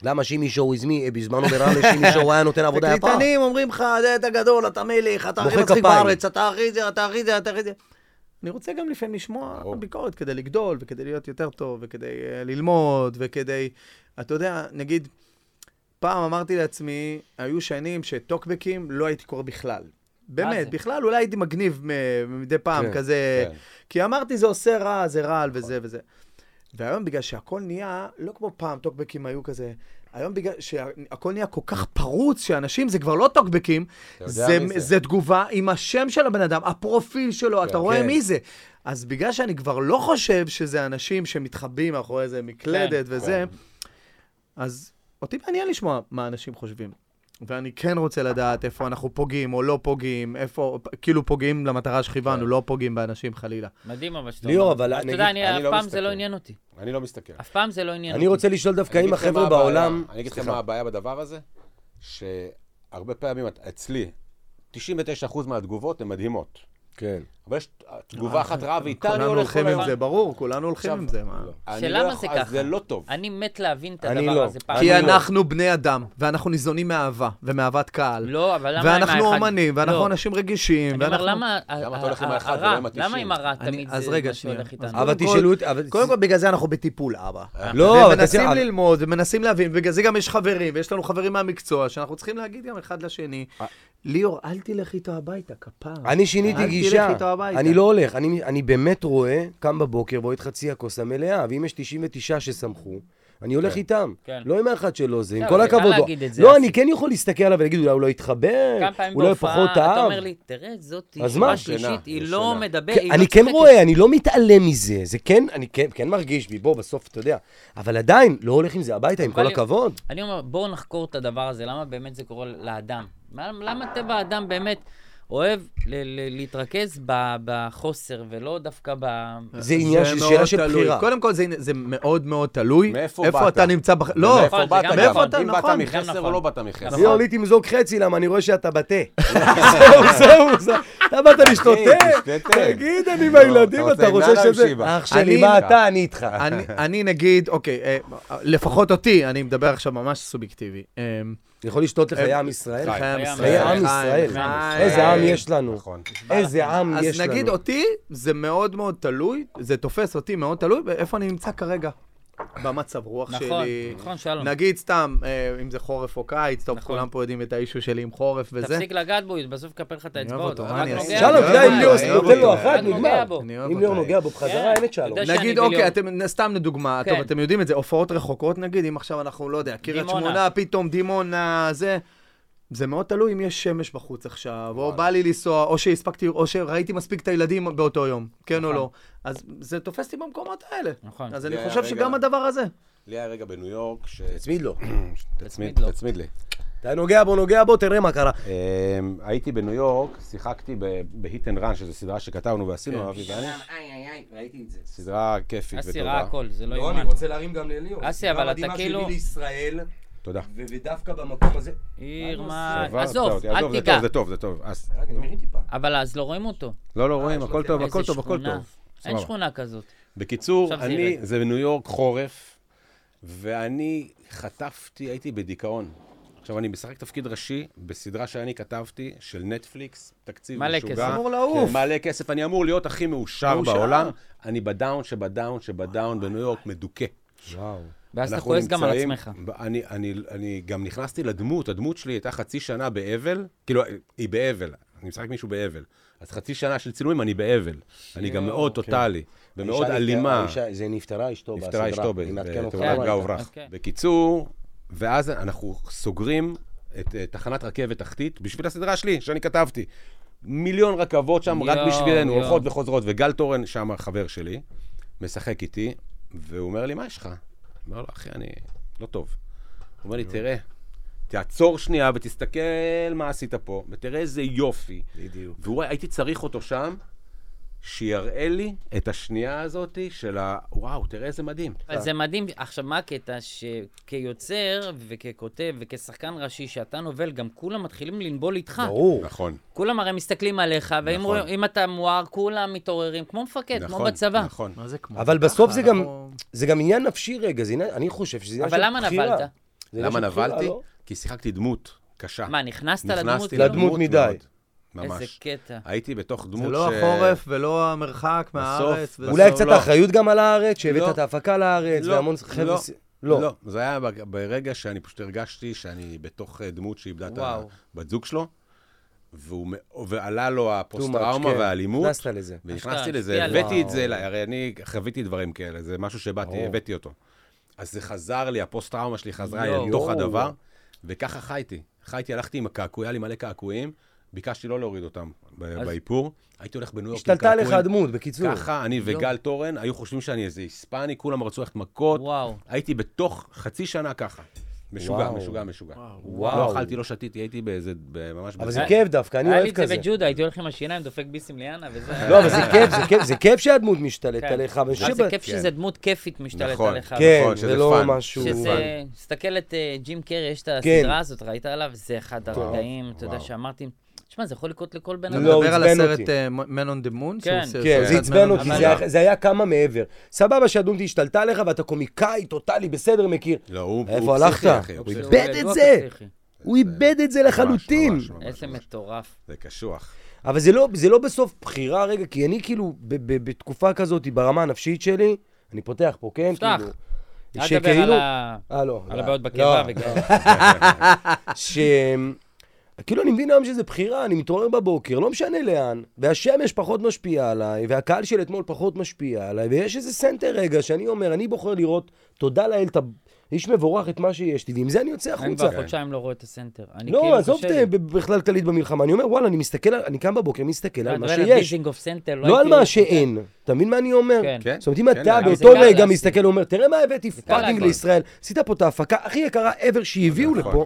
C: למה שימי שואו הזמי, אה, בזמנו ברמלה
D: *laughs*
C: שימי שואו היה נותן עבודה יפה.
E: תקליטנים אומרים לך, "זה, אתה גדול, אתה מלך, אתה הכי
C: מוחא
E: מצחיק
C: כפיים.
E: בארץ, אתה הכי זה, אתה הכי זה, אתה הכי זה. אני רוצה גם לפעמים לשמוע
D: ברור.
E: ביקורת כדי לגדול, וכדי להיות יותר טוב, וכדי אה, ללמוד, וכדי, אתה יודע, נגיד, פעם אמרתי לעצמי, היו שנים שטוקבקים לא הייתי קורא בכלל.
B: זה?
E: באמת, בכלל אולי הייתי מגניב מ- מדי פעם
C: כן, נכון.
E: כזה,
D: כן.
E: כי אמרתי זה עושה רע, זה רעל וזה וזה. והיום בגלל שהכל נהיה, לא כמו פעם טוקבקים היו כזה, היום בגלל שהכל נהיה כל כך פרוץ, שאנשים זה כבר לא טוקבקים,
D: יודע
E: זה,
D: מי זה.
E: זה. זה תגובה עם השם של הבן אדם, הפרופיל שלו, אתה רואה
C: כן.
E: מי זה. אז בגלל שאני כבר לא חושב שזה אנשים שמתחבאים מאחורי איזה מקלדת
D: כן,
E: וזה, אז אותי מעניין לשמוע מה אנשים חושבים. ואני כן רוצה לדעת איפה אנחנו פוגעים או לא פוגעים, איפה, כאילו פוגעים למטרה
D: כן.
E: שכיוונו, לא פוגעים באנשים חלילה.
B: מדהים אבל שאתה
C: ליאור,
B: אומר.
C: אבל
B: אתה
C: נגיד,
B: יודע, אני-
D: אני
B: אף
D: לא
B: פעם
D: מסתכל.
B: זה לא עניין אותי.
D: אני לא מסתכל.
B: אף פעם זה לא עניין אותי.
C: אני רוצה לשאול דווקא
D: אני
C: אם
D: אגיד לכם
C: החבר'ה
D: מה הבעיה-
C: בעולם...
D: אני אגיד לכם
C: סליחה.
D: מה הבעיה בדבר הזה, שהרבה פעמים, את- אצלי, 99% מהתגובות הן מדהימות.
C: כן.
D: אבל יש תגובה אחת רעה, ואיתה אני
E: אה, כולנו
D: הולך
E: הולכים
D: כל
E: עם
D: הזמן.
E: זה, ברור, כולנו הולכים
D: עכשיו,
E: עם זה. מה?
D: לא. אני
B: השאלה
D: לא
B: מה
D: יכול-
B: זה
D: אז
B: ככה.
D: זה לא טוב.
B: אני מת להבין את
C: אני
B: הדבר
C: לא.
B: הזה פעם.
D: אני
E: כי
D: לא.
E: אנחנו בני אדם, ואנחנו ניזונים מאהבה ומאהבת קהל.
B: לא, אבל למה עם האחד?
E: ואנחנו אומנים, ואנחנו
B: לא.
E: אנשים רגישים,
B: אני אומר,
E: ואנחנו...
B: למה ה-
D: למה אתה
B: ה-
D: הולך עם
B: ה-
D: האחד
B: הרע?
D: ולא עם התשעים?
B: למה עם הרע
E: אני-
B: תמיד
E: אז
B: זה
E: רגע,
B: מה
E: שנייה.
B: שהולך איתנו?
E: אז
C: אבל
E: קודם כל-
C: תשאלו... את- אבל-
E: קודם כל, בגלל זה אנחנו בטיפול, אבא.
C: לא, אבל
E: ומנסים
C: תעשה-
E: ללמוד, ומנסים להבין, בגלל זה גם יש חברים, ויש לנו חברים מהמקצוע, שאנחנו צריכים להגיד גם אחד לשני, ליאור, אל תלך איתו הביתה, כפר.
C: אה. אני שיניתי
E: אל
C: גישה.
E: תלך איתו הביתה.
C: אני לא הולך. אני, אני באמת רואה, קם בבוקר, רואה את חצי הכוס המלאה, ואם יש 99 ששמחו, אני הולך
D: כן.
C: איתם.
B: כן.
C: לא עם האחד שלא זה, עם
B: לא,
C: כל
B: זה קל
C: הכבוד. לו.
B: להגיד את זה,
C: לא,
B: אסי.
C: אני כן יכול להסתכל עליו ולהגיד, אולי הוא לא התחבר,
B: כמה פעמים
C: אולי פחות
B: בהופעה,
C: טעם.
B: אתה אומר לי, תראה, זאתי,
C: אז
B: שורה
C: מה?
D: שינה,
B: שלישית, היא
D: יש
B: לא
D: שינה.
B: מדברת,
C: כן,
B: היא לא
C: אני כן
B: צוחקת.
C: רואה, אני לא מתעלם מזה. זה כן, אני כן, כן מרגיש בי, בוא, בסוף, אתה יודע. אבל עדיין, לא הולך עם זה הביתה, עם
B: אבל
C: כל
B: אם-
C: הכבוד.
B: אני אומר, בואו נחקור את הדבר הזה, למה באמת זה קורה לאדם? מה- למה טבע האדם באמת אוהב ל- ל- להתרכז ב- בחוסר ולא דווקא ב...
C: זה עניין של
E: מאוד
C: שאלה של
E: תלוי.
C: בחירה.
E: קודם כל, זה- זה מאוד מאוד תלוי.
D: מאיפה
E: איפה
D: באת?
E: אתה נמצא בח... לא,
D: מאיפה
B: נכון,
D: באת?
B: זה גם
D: גם,
E: נכון.
D: אם באת
E: נכון,
B: גם
D: מחסר
B: נכון.
D: או לא באת מחסר.
C: ליאור, לי תמזוג חצי, למה אני רואה שאתה בתה. *laughs* זהו, זהו, זהו. אתה באת לשתות תה?
D: תשתה תה.
C: תגיד, אני והילדים,
D: אתה
C: אתה
D: רוצה
C: רוצה
D: עם נעליים
C: שזה...
D: שיבה.
C: אח שלי,
E: אני-
C: מה אתה, אני איתך.
E: אני- אני נגיד, אוקיי, אה, לפחות אותי, אני מדבר עכשיו ממש סובייקטיבי. אה,
C: יכול לשתות לך
E: אה,
C: ים ישראל?
D: חי.
E: חיי עם
B: חיי
E: ישראל.
C: עם ישראל. איזה עם יש לנו.
D: נכון.
C: איזה עם יש לנו.
E: אז נגיד אותי, זה מאוד מאוד תלוי, זה תופס אותי מאוד תלוי באיפה אני נמצא כרגע. במצב רוח
B: נכון,
E: שלי.
B: נכון, שלום.
E: נגיד סתם, אה, אם זה חורף או קיץ, טוב,
B: נכון.
E: כולם פה יודעים את האישו שלי עם חורף וזה.
B: תפסיק לגעת בו, בסוף יקפל לך את
E: אני אוהב
B: האצבעות.
E: אותו,
B: רק
E: מה אני
B: נוגע
E: אעשה?
B: בו.
C: שלום, אתה יודע, אם
E: אני
C: ליאור
E: אוהב
C: נותן לו
E: אותו,
C: אחת,
B: רק נוגע
C: נגמר.
B: בו.
E: אני אוהב
C: אם ליאור
E: אותו.
C: נוגע בו
B: כן.
C: בחזרה, האמת שלום.
B: אתה יודע שאני
E: נגיד,
B: וליאור-
E: אוקיי, אתם, סתם לדוגמה,
B: כן.
E: טוב, אתם יודעים את זה, הופעות רחוקות נגיד, אם עכשיו אנחנו, לא יודע, קריית
B: דימונה.
E: שמונה, פתאום דימונה, זה. זה מאוד תלוי אם יש שמש בחוץ עכשיו, או בא לי לנסוע, או שהספקתי, או שראיתי מספיק את הילדים באותו יום, כן
C: נכון.
E: או לא. אז זה תופס אותי במקומות האלה.
B: נכון.
E: אז אני
D: זה
E: חושב
D: הרגע.
E: שגם הדבר הזה.
D: לי היה רגע בניו יורק, ש...
C: תצמיד לו.
D: תצמיד,
B: לו.
D: תצמיד לי.
C: אתה נוגע בו, נוגע בו, תראה מה קרה.
D: אמ, הייתי בניו יורק, שיחקתי בהיט אנד רן, שזו סדרה שכתבנו
B: כן.
D: ועשינו, אבי ואני.
F: איי, איי, איי, ראיתי את זה.
D: סדרה כיפית
B: אסי ראה
D: וטובה.
B: הכל, זה לא
C: לא,
B: יאומן.
C: אני רוצה להרים גם לליאור.
B: אסי, אבל אתה כאילו-
C: מדהימה לישראל,
D: תודה.
C: ו- ודווקא במקום הזה...
B: עיר
D: סבבה,
B: מה...
D: תודה
B: אה, עזוב,
D: אותי.
B: אל
D: זה
B: תיגע.
D: טוב, זה טוב, זה טוב. אז-
C: רגע, אני מרים טיפה.
B: אבל אז לא רואים אותו.
D: לא, לא רואים, הכל טוב, הכל
B: אה, איזה
D: טוב, הכל
B: שכונה.
D: טוב.
B: אין
D: סבבה.
B: שכונה כזאת.
D: בקיצור,
B: עכשיו זה
D: אני,
B: ירד.
D: זה בניו יורק חורף, ואני חטפתי, הייתי בדיכאון. עכשיו, אני משחק תפקיד ראשי בסדרה שאני כתבתי, של נטפליקס, תקציב
B: מלא
D: משוגע.
B: כסף.
E: אמור לעוף.
D: כן, מלא כסף. אני אמור להיות הכי מאושר
E: מאושר.
D: בעולם. אני בדאון שבדאון שבדאון בניו יורק מדוכא.
C: וואו.
B: ואז אתה
D: אנחנו
B: כועס גם על
D: נמצאים-
B: עצמך.
D: ב- אני, אני, אני גם נכנסתי לדמות, הדמות שלי הייתה חצי שנה באבל, כאילו, היא באבל. אני משחק מישהו באבל. אז חצי שנה של צילומים אני באבל. אני גם מאוד
C: אוקיי.
D: טוטאלי, ומאוד
C: האישה
D: אלימה.
C: נפטרה- האישה- זה נפטרה אשתו בסדרה.
D: נפטרה אשתו
C: אני מעדכן אותך.
D: בתאונת
B: הביתה.
D: גב ורח.
B: אוקיי.
D: בקיצור, ואז אנחנו סוגרים את אה, תחנת רכבת תחתית בשביל הסדרה שלי, שאני כתבתי. מיליון רכבות שם, רק
B: יואו,
D: בשבילנו,
B: יואו.
D: הולכות וחוזרות. וגל תורן, שם החבר שלי, משחק איתי, והוא אומר לי, מה יש לך? אני אומר לו, אחי, אני לא טוב. הוא אומר לי, תראה, תעצור שנייה ותסתכל מה עשית פה, ותראה איזה יופי.
C: בדיוק.
D: והוא, הייתי צריך אותו שם, שיראה לי את השנייה הזאת של ה... וואו, תראה איזה מדהים.
B: אבל זה מדהים. עכשיו, מה הקטע? שכיוצר וככותב וכשחקן ראשי שאתה נובל, גם כולם מתחילים לנבול איתך.
C: ברור.
D: נכון.
B: כולם הרי מסתכלים עליך, ואם
D: נכון.
B: רואים- אם אתה מואר, כולם מתעוררים, כמו מפקד, כן, כמו
D: נכון,
B: בצבא.
D: נכון.
E: מה זה כמו?
C: אבל בסוף זה גם,
E: אנחנו-
C: זה גם עניין נפשי רגע, זה עניין, אני חושב שזה עניין של
B: אבל
C: בחירה.
B: למה נבלת?
C: זה עניין
D: למה
C: של בחירה,
D: נבלתי?
C: לא?
D: כי שיחקתי דמות קשה.
B: מה, נכנסת לדמות?
D: נכנסתי
B: כאילו?
C: לדמות מדי.
D: מאוד,
B: איזה
D: ממש.
B: קטע.
D: הייתי בתוך דמות ש...
E: זה לא החורף ולא המרחק מהארץ. וזה-
C: אולי
D: בסוף
C: קצת
D: לא.
C: האחריות גם על הארץ, שהבאת
D: לא.
C: את ההפקה לארץ,
D: לא,
C: והמון
D: לא,
C: חבר'ה... ס-
D: לא. זה היה בג- ברגע שאני פשוט הרגשתי שאני בתוך אה, דמות שאיבדה את
B: וואו.
D: הבת זוג שללו, והוא מא- ועלה לו
C: too much,
D: הפוסט-טראומה
C: כן.
D: והאלימות.
C: נכנסת לזה.
D: ונכנסתי
B: אשכרה,
D: לזה,
B: השפיע עליך.
D: הבאתי את זה, אליי, הרי אני חוויתי דברים כאלה, זה משהו שבאתי,
C: ברור.
D: הבאתי אותו. אז זה חזר לי, הפוסט-טראומה שלי חזרה לי
C: לא.
B: יואו.
D: לתוך
C: יואו.
D: הדבר, וככה חייתי. חייתי, הלכתי עם הקעקוע, היה לי מלא קעקועים, ביקשתי לא להוריד אותם ב- באיפור. הייתי הולך בניו יורק עם
C: השתלטה עליך
D: קעקועים.
C: הדמות, לא. בקיצור.
D: ככה, אני וגל תורן, היו חושבים שאני איזה היספני, כולם רצו ללכת מכות.
B: וואו.
D: הייתי בתוך חצי שנה ככה. משוגע,
C: וואו.
D: משוגע, משוגע.
C: וואו.
D: לא אכלתי, לא שתיתי, הייתי באיזה, ב- ממש...
C: אבל
D: בזה.
C: זה כיף דווקא, אני
B: אה, היה לי
C: אוהב
B: את זה
C: כזה.
B: בג'ודו, הייתי הולך עם השיניים, דופק ביסים ליאנה, וזה...
C: לא, אבל זה כיף, זה כיף, זה כיף שהדמות משתלטת
B: כן.
C: עליך. אבל
B: אבל
C: שב-
B: זה כיף
D: כן.
B: שזה דמות כיפית משתלט
D: נכון,
B: עליך.
C: כן,
D: נכון,
C: זה
D: שזה
C: לא
D: fun.
C: משהו...
B: שזה, תסתכל את אה, ג'ים קרי, יש את
C: כן.
B: הסדרה הזאת, ראית עליו? זה אחד הרגעים, אתה יודע,
D: וואו.
B: שאמרתי, תשמע, זה יכול לקרות לכל בן
E: אתה
B: אדם.
C: לא,
E: מדבר על
C: עצבן
E: הסרט
C: אותי.
E: אה, Man on the Moon?
B: כן.
E: שהוא-
C: כן,
E: שהוא-
C: זה עצבן
E: Man on
C: אותי,
E: the
C: זה
B: לא.
E: Moon.
C: היה- זה היה כמה מעבר. סבבה שהדמות השתלטה עליך ואתה קומיקאי טוטאלי, בסדר, מכיר.
D: לא, הוא
C: איפה
D: הוא
C: הלכת?
D: פסיכי, אחי, הוא
C: הוא
D: פסיכי.
C: איבד את
B: לא
C: זה.
B: פסיכי.
C: הוא איבד את זה לחלוטין.
D: ממש, ממש, ממש,
B: איזה
D: ממש.
B: מטורף.
D: זה קשוח.
C: אבל זה לא, זה לא בסוף בחירה, רגע, כי אני כאילו, ב- ב- בתקופה כזאת, ברמה הנפשית שלי, אני פותח פה, כן?
B: פתח.
C: כאילו,
B: אל תדבר
C: שכאילו-
B: על ה-
C: אה, לא.
B: על
C: לא,
B: הבעיות
C: לא, *laughs*
B: בקיבה וכאלה.
C: ש... כאילו, אני מבין היום שזה בחירה, אני מתעורר בבוקר, לא משנה לאן, והשמש פחות משפיעה עליי, והקהל של אתמול פחות משפיע עליי, ויש איזה סנטר רגע שאני אומר, אני בוחר לראות, תודה לאל, אתה איש מבורך את מה שיש לי, ועם זה אני יוצא
B: אני
C: החוצה.
B: כבר חודשיים לא רואה את הסנטר. אני כאילו
C: לא, עזוב
B: קשה
C: את
B: לי.
C: ב- בכלל כללית במלחמה, אני אומר, וואלה, אני מסתכל, על- אני קם בבוקר, מסתכל על
B: אתה
C: מה
B: מדבר על
C: שיש.
B: הביזינג אוף סנטר,
C: לא על
B: הייתי-
C: מה שאין. אתה מבין מה אני אומר?
B: כן.
D: כן.
C: זאת אומרת, אם
D: כן,
C: אתה
D: אבל זה
C: באותו
B: קל
C: רגע
B: להשיג.
C: מסתכל ואומר, תראה מה הבאתי פאקינג
B: לעשות.
C: לישראל, עשית פה את ההפקה הכי יקרה ever שהביאו
D: נכון,
C: לפה,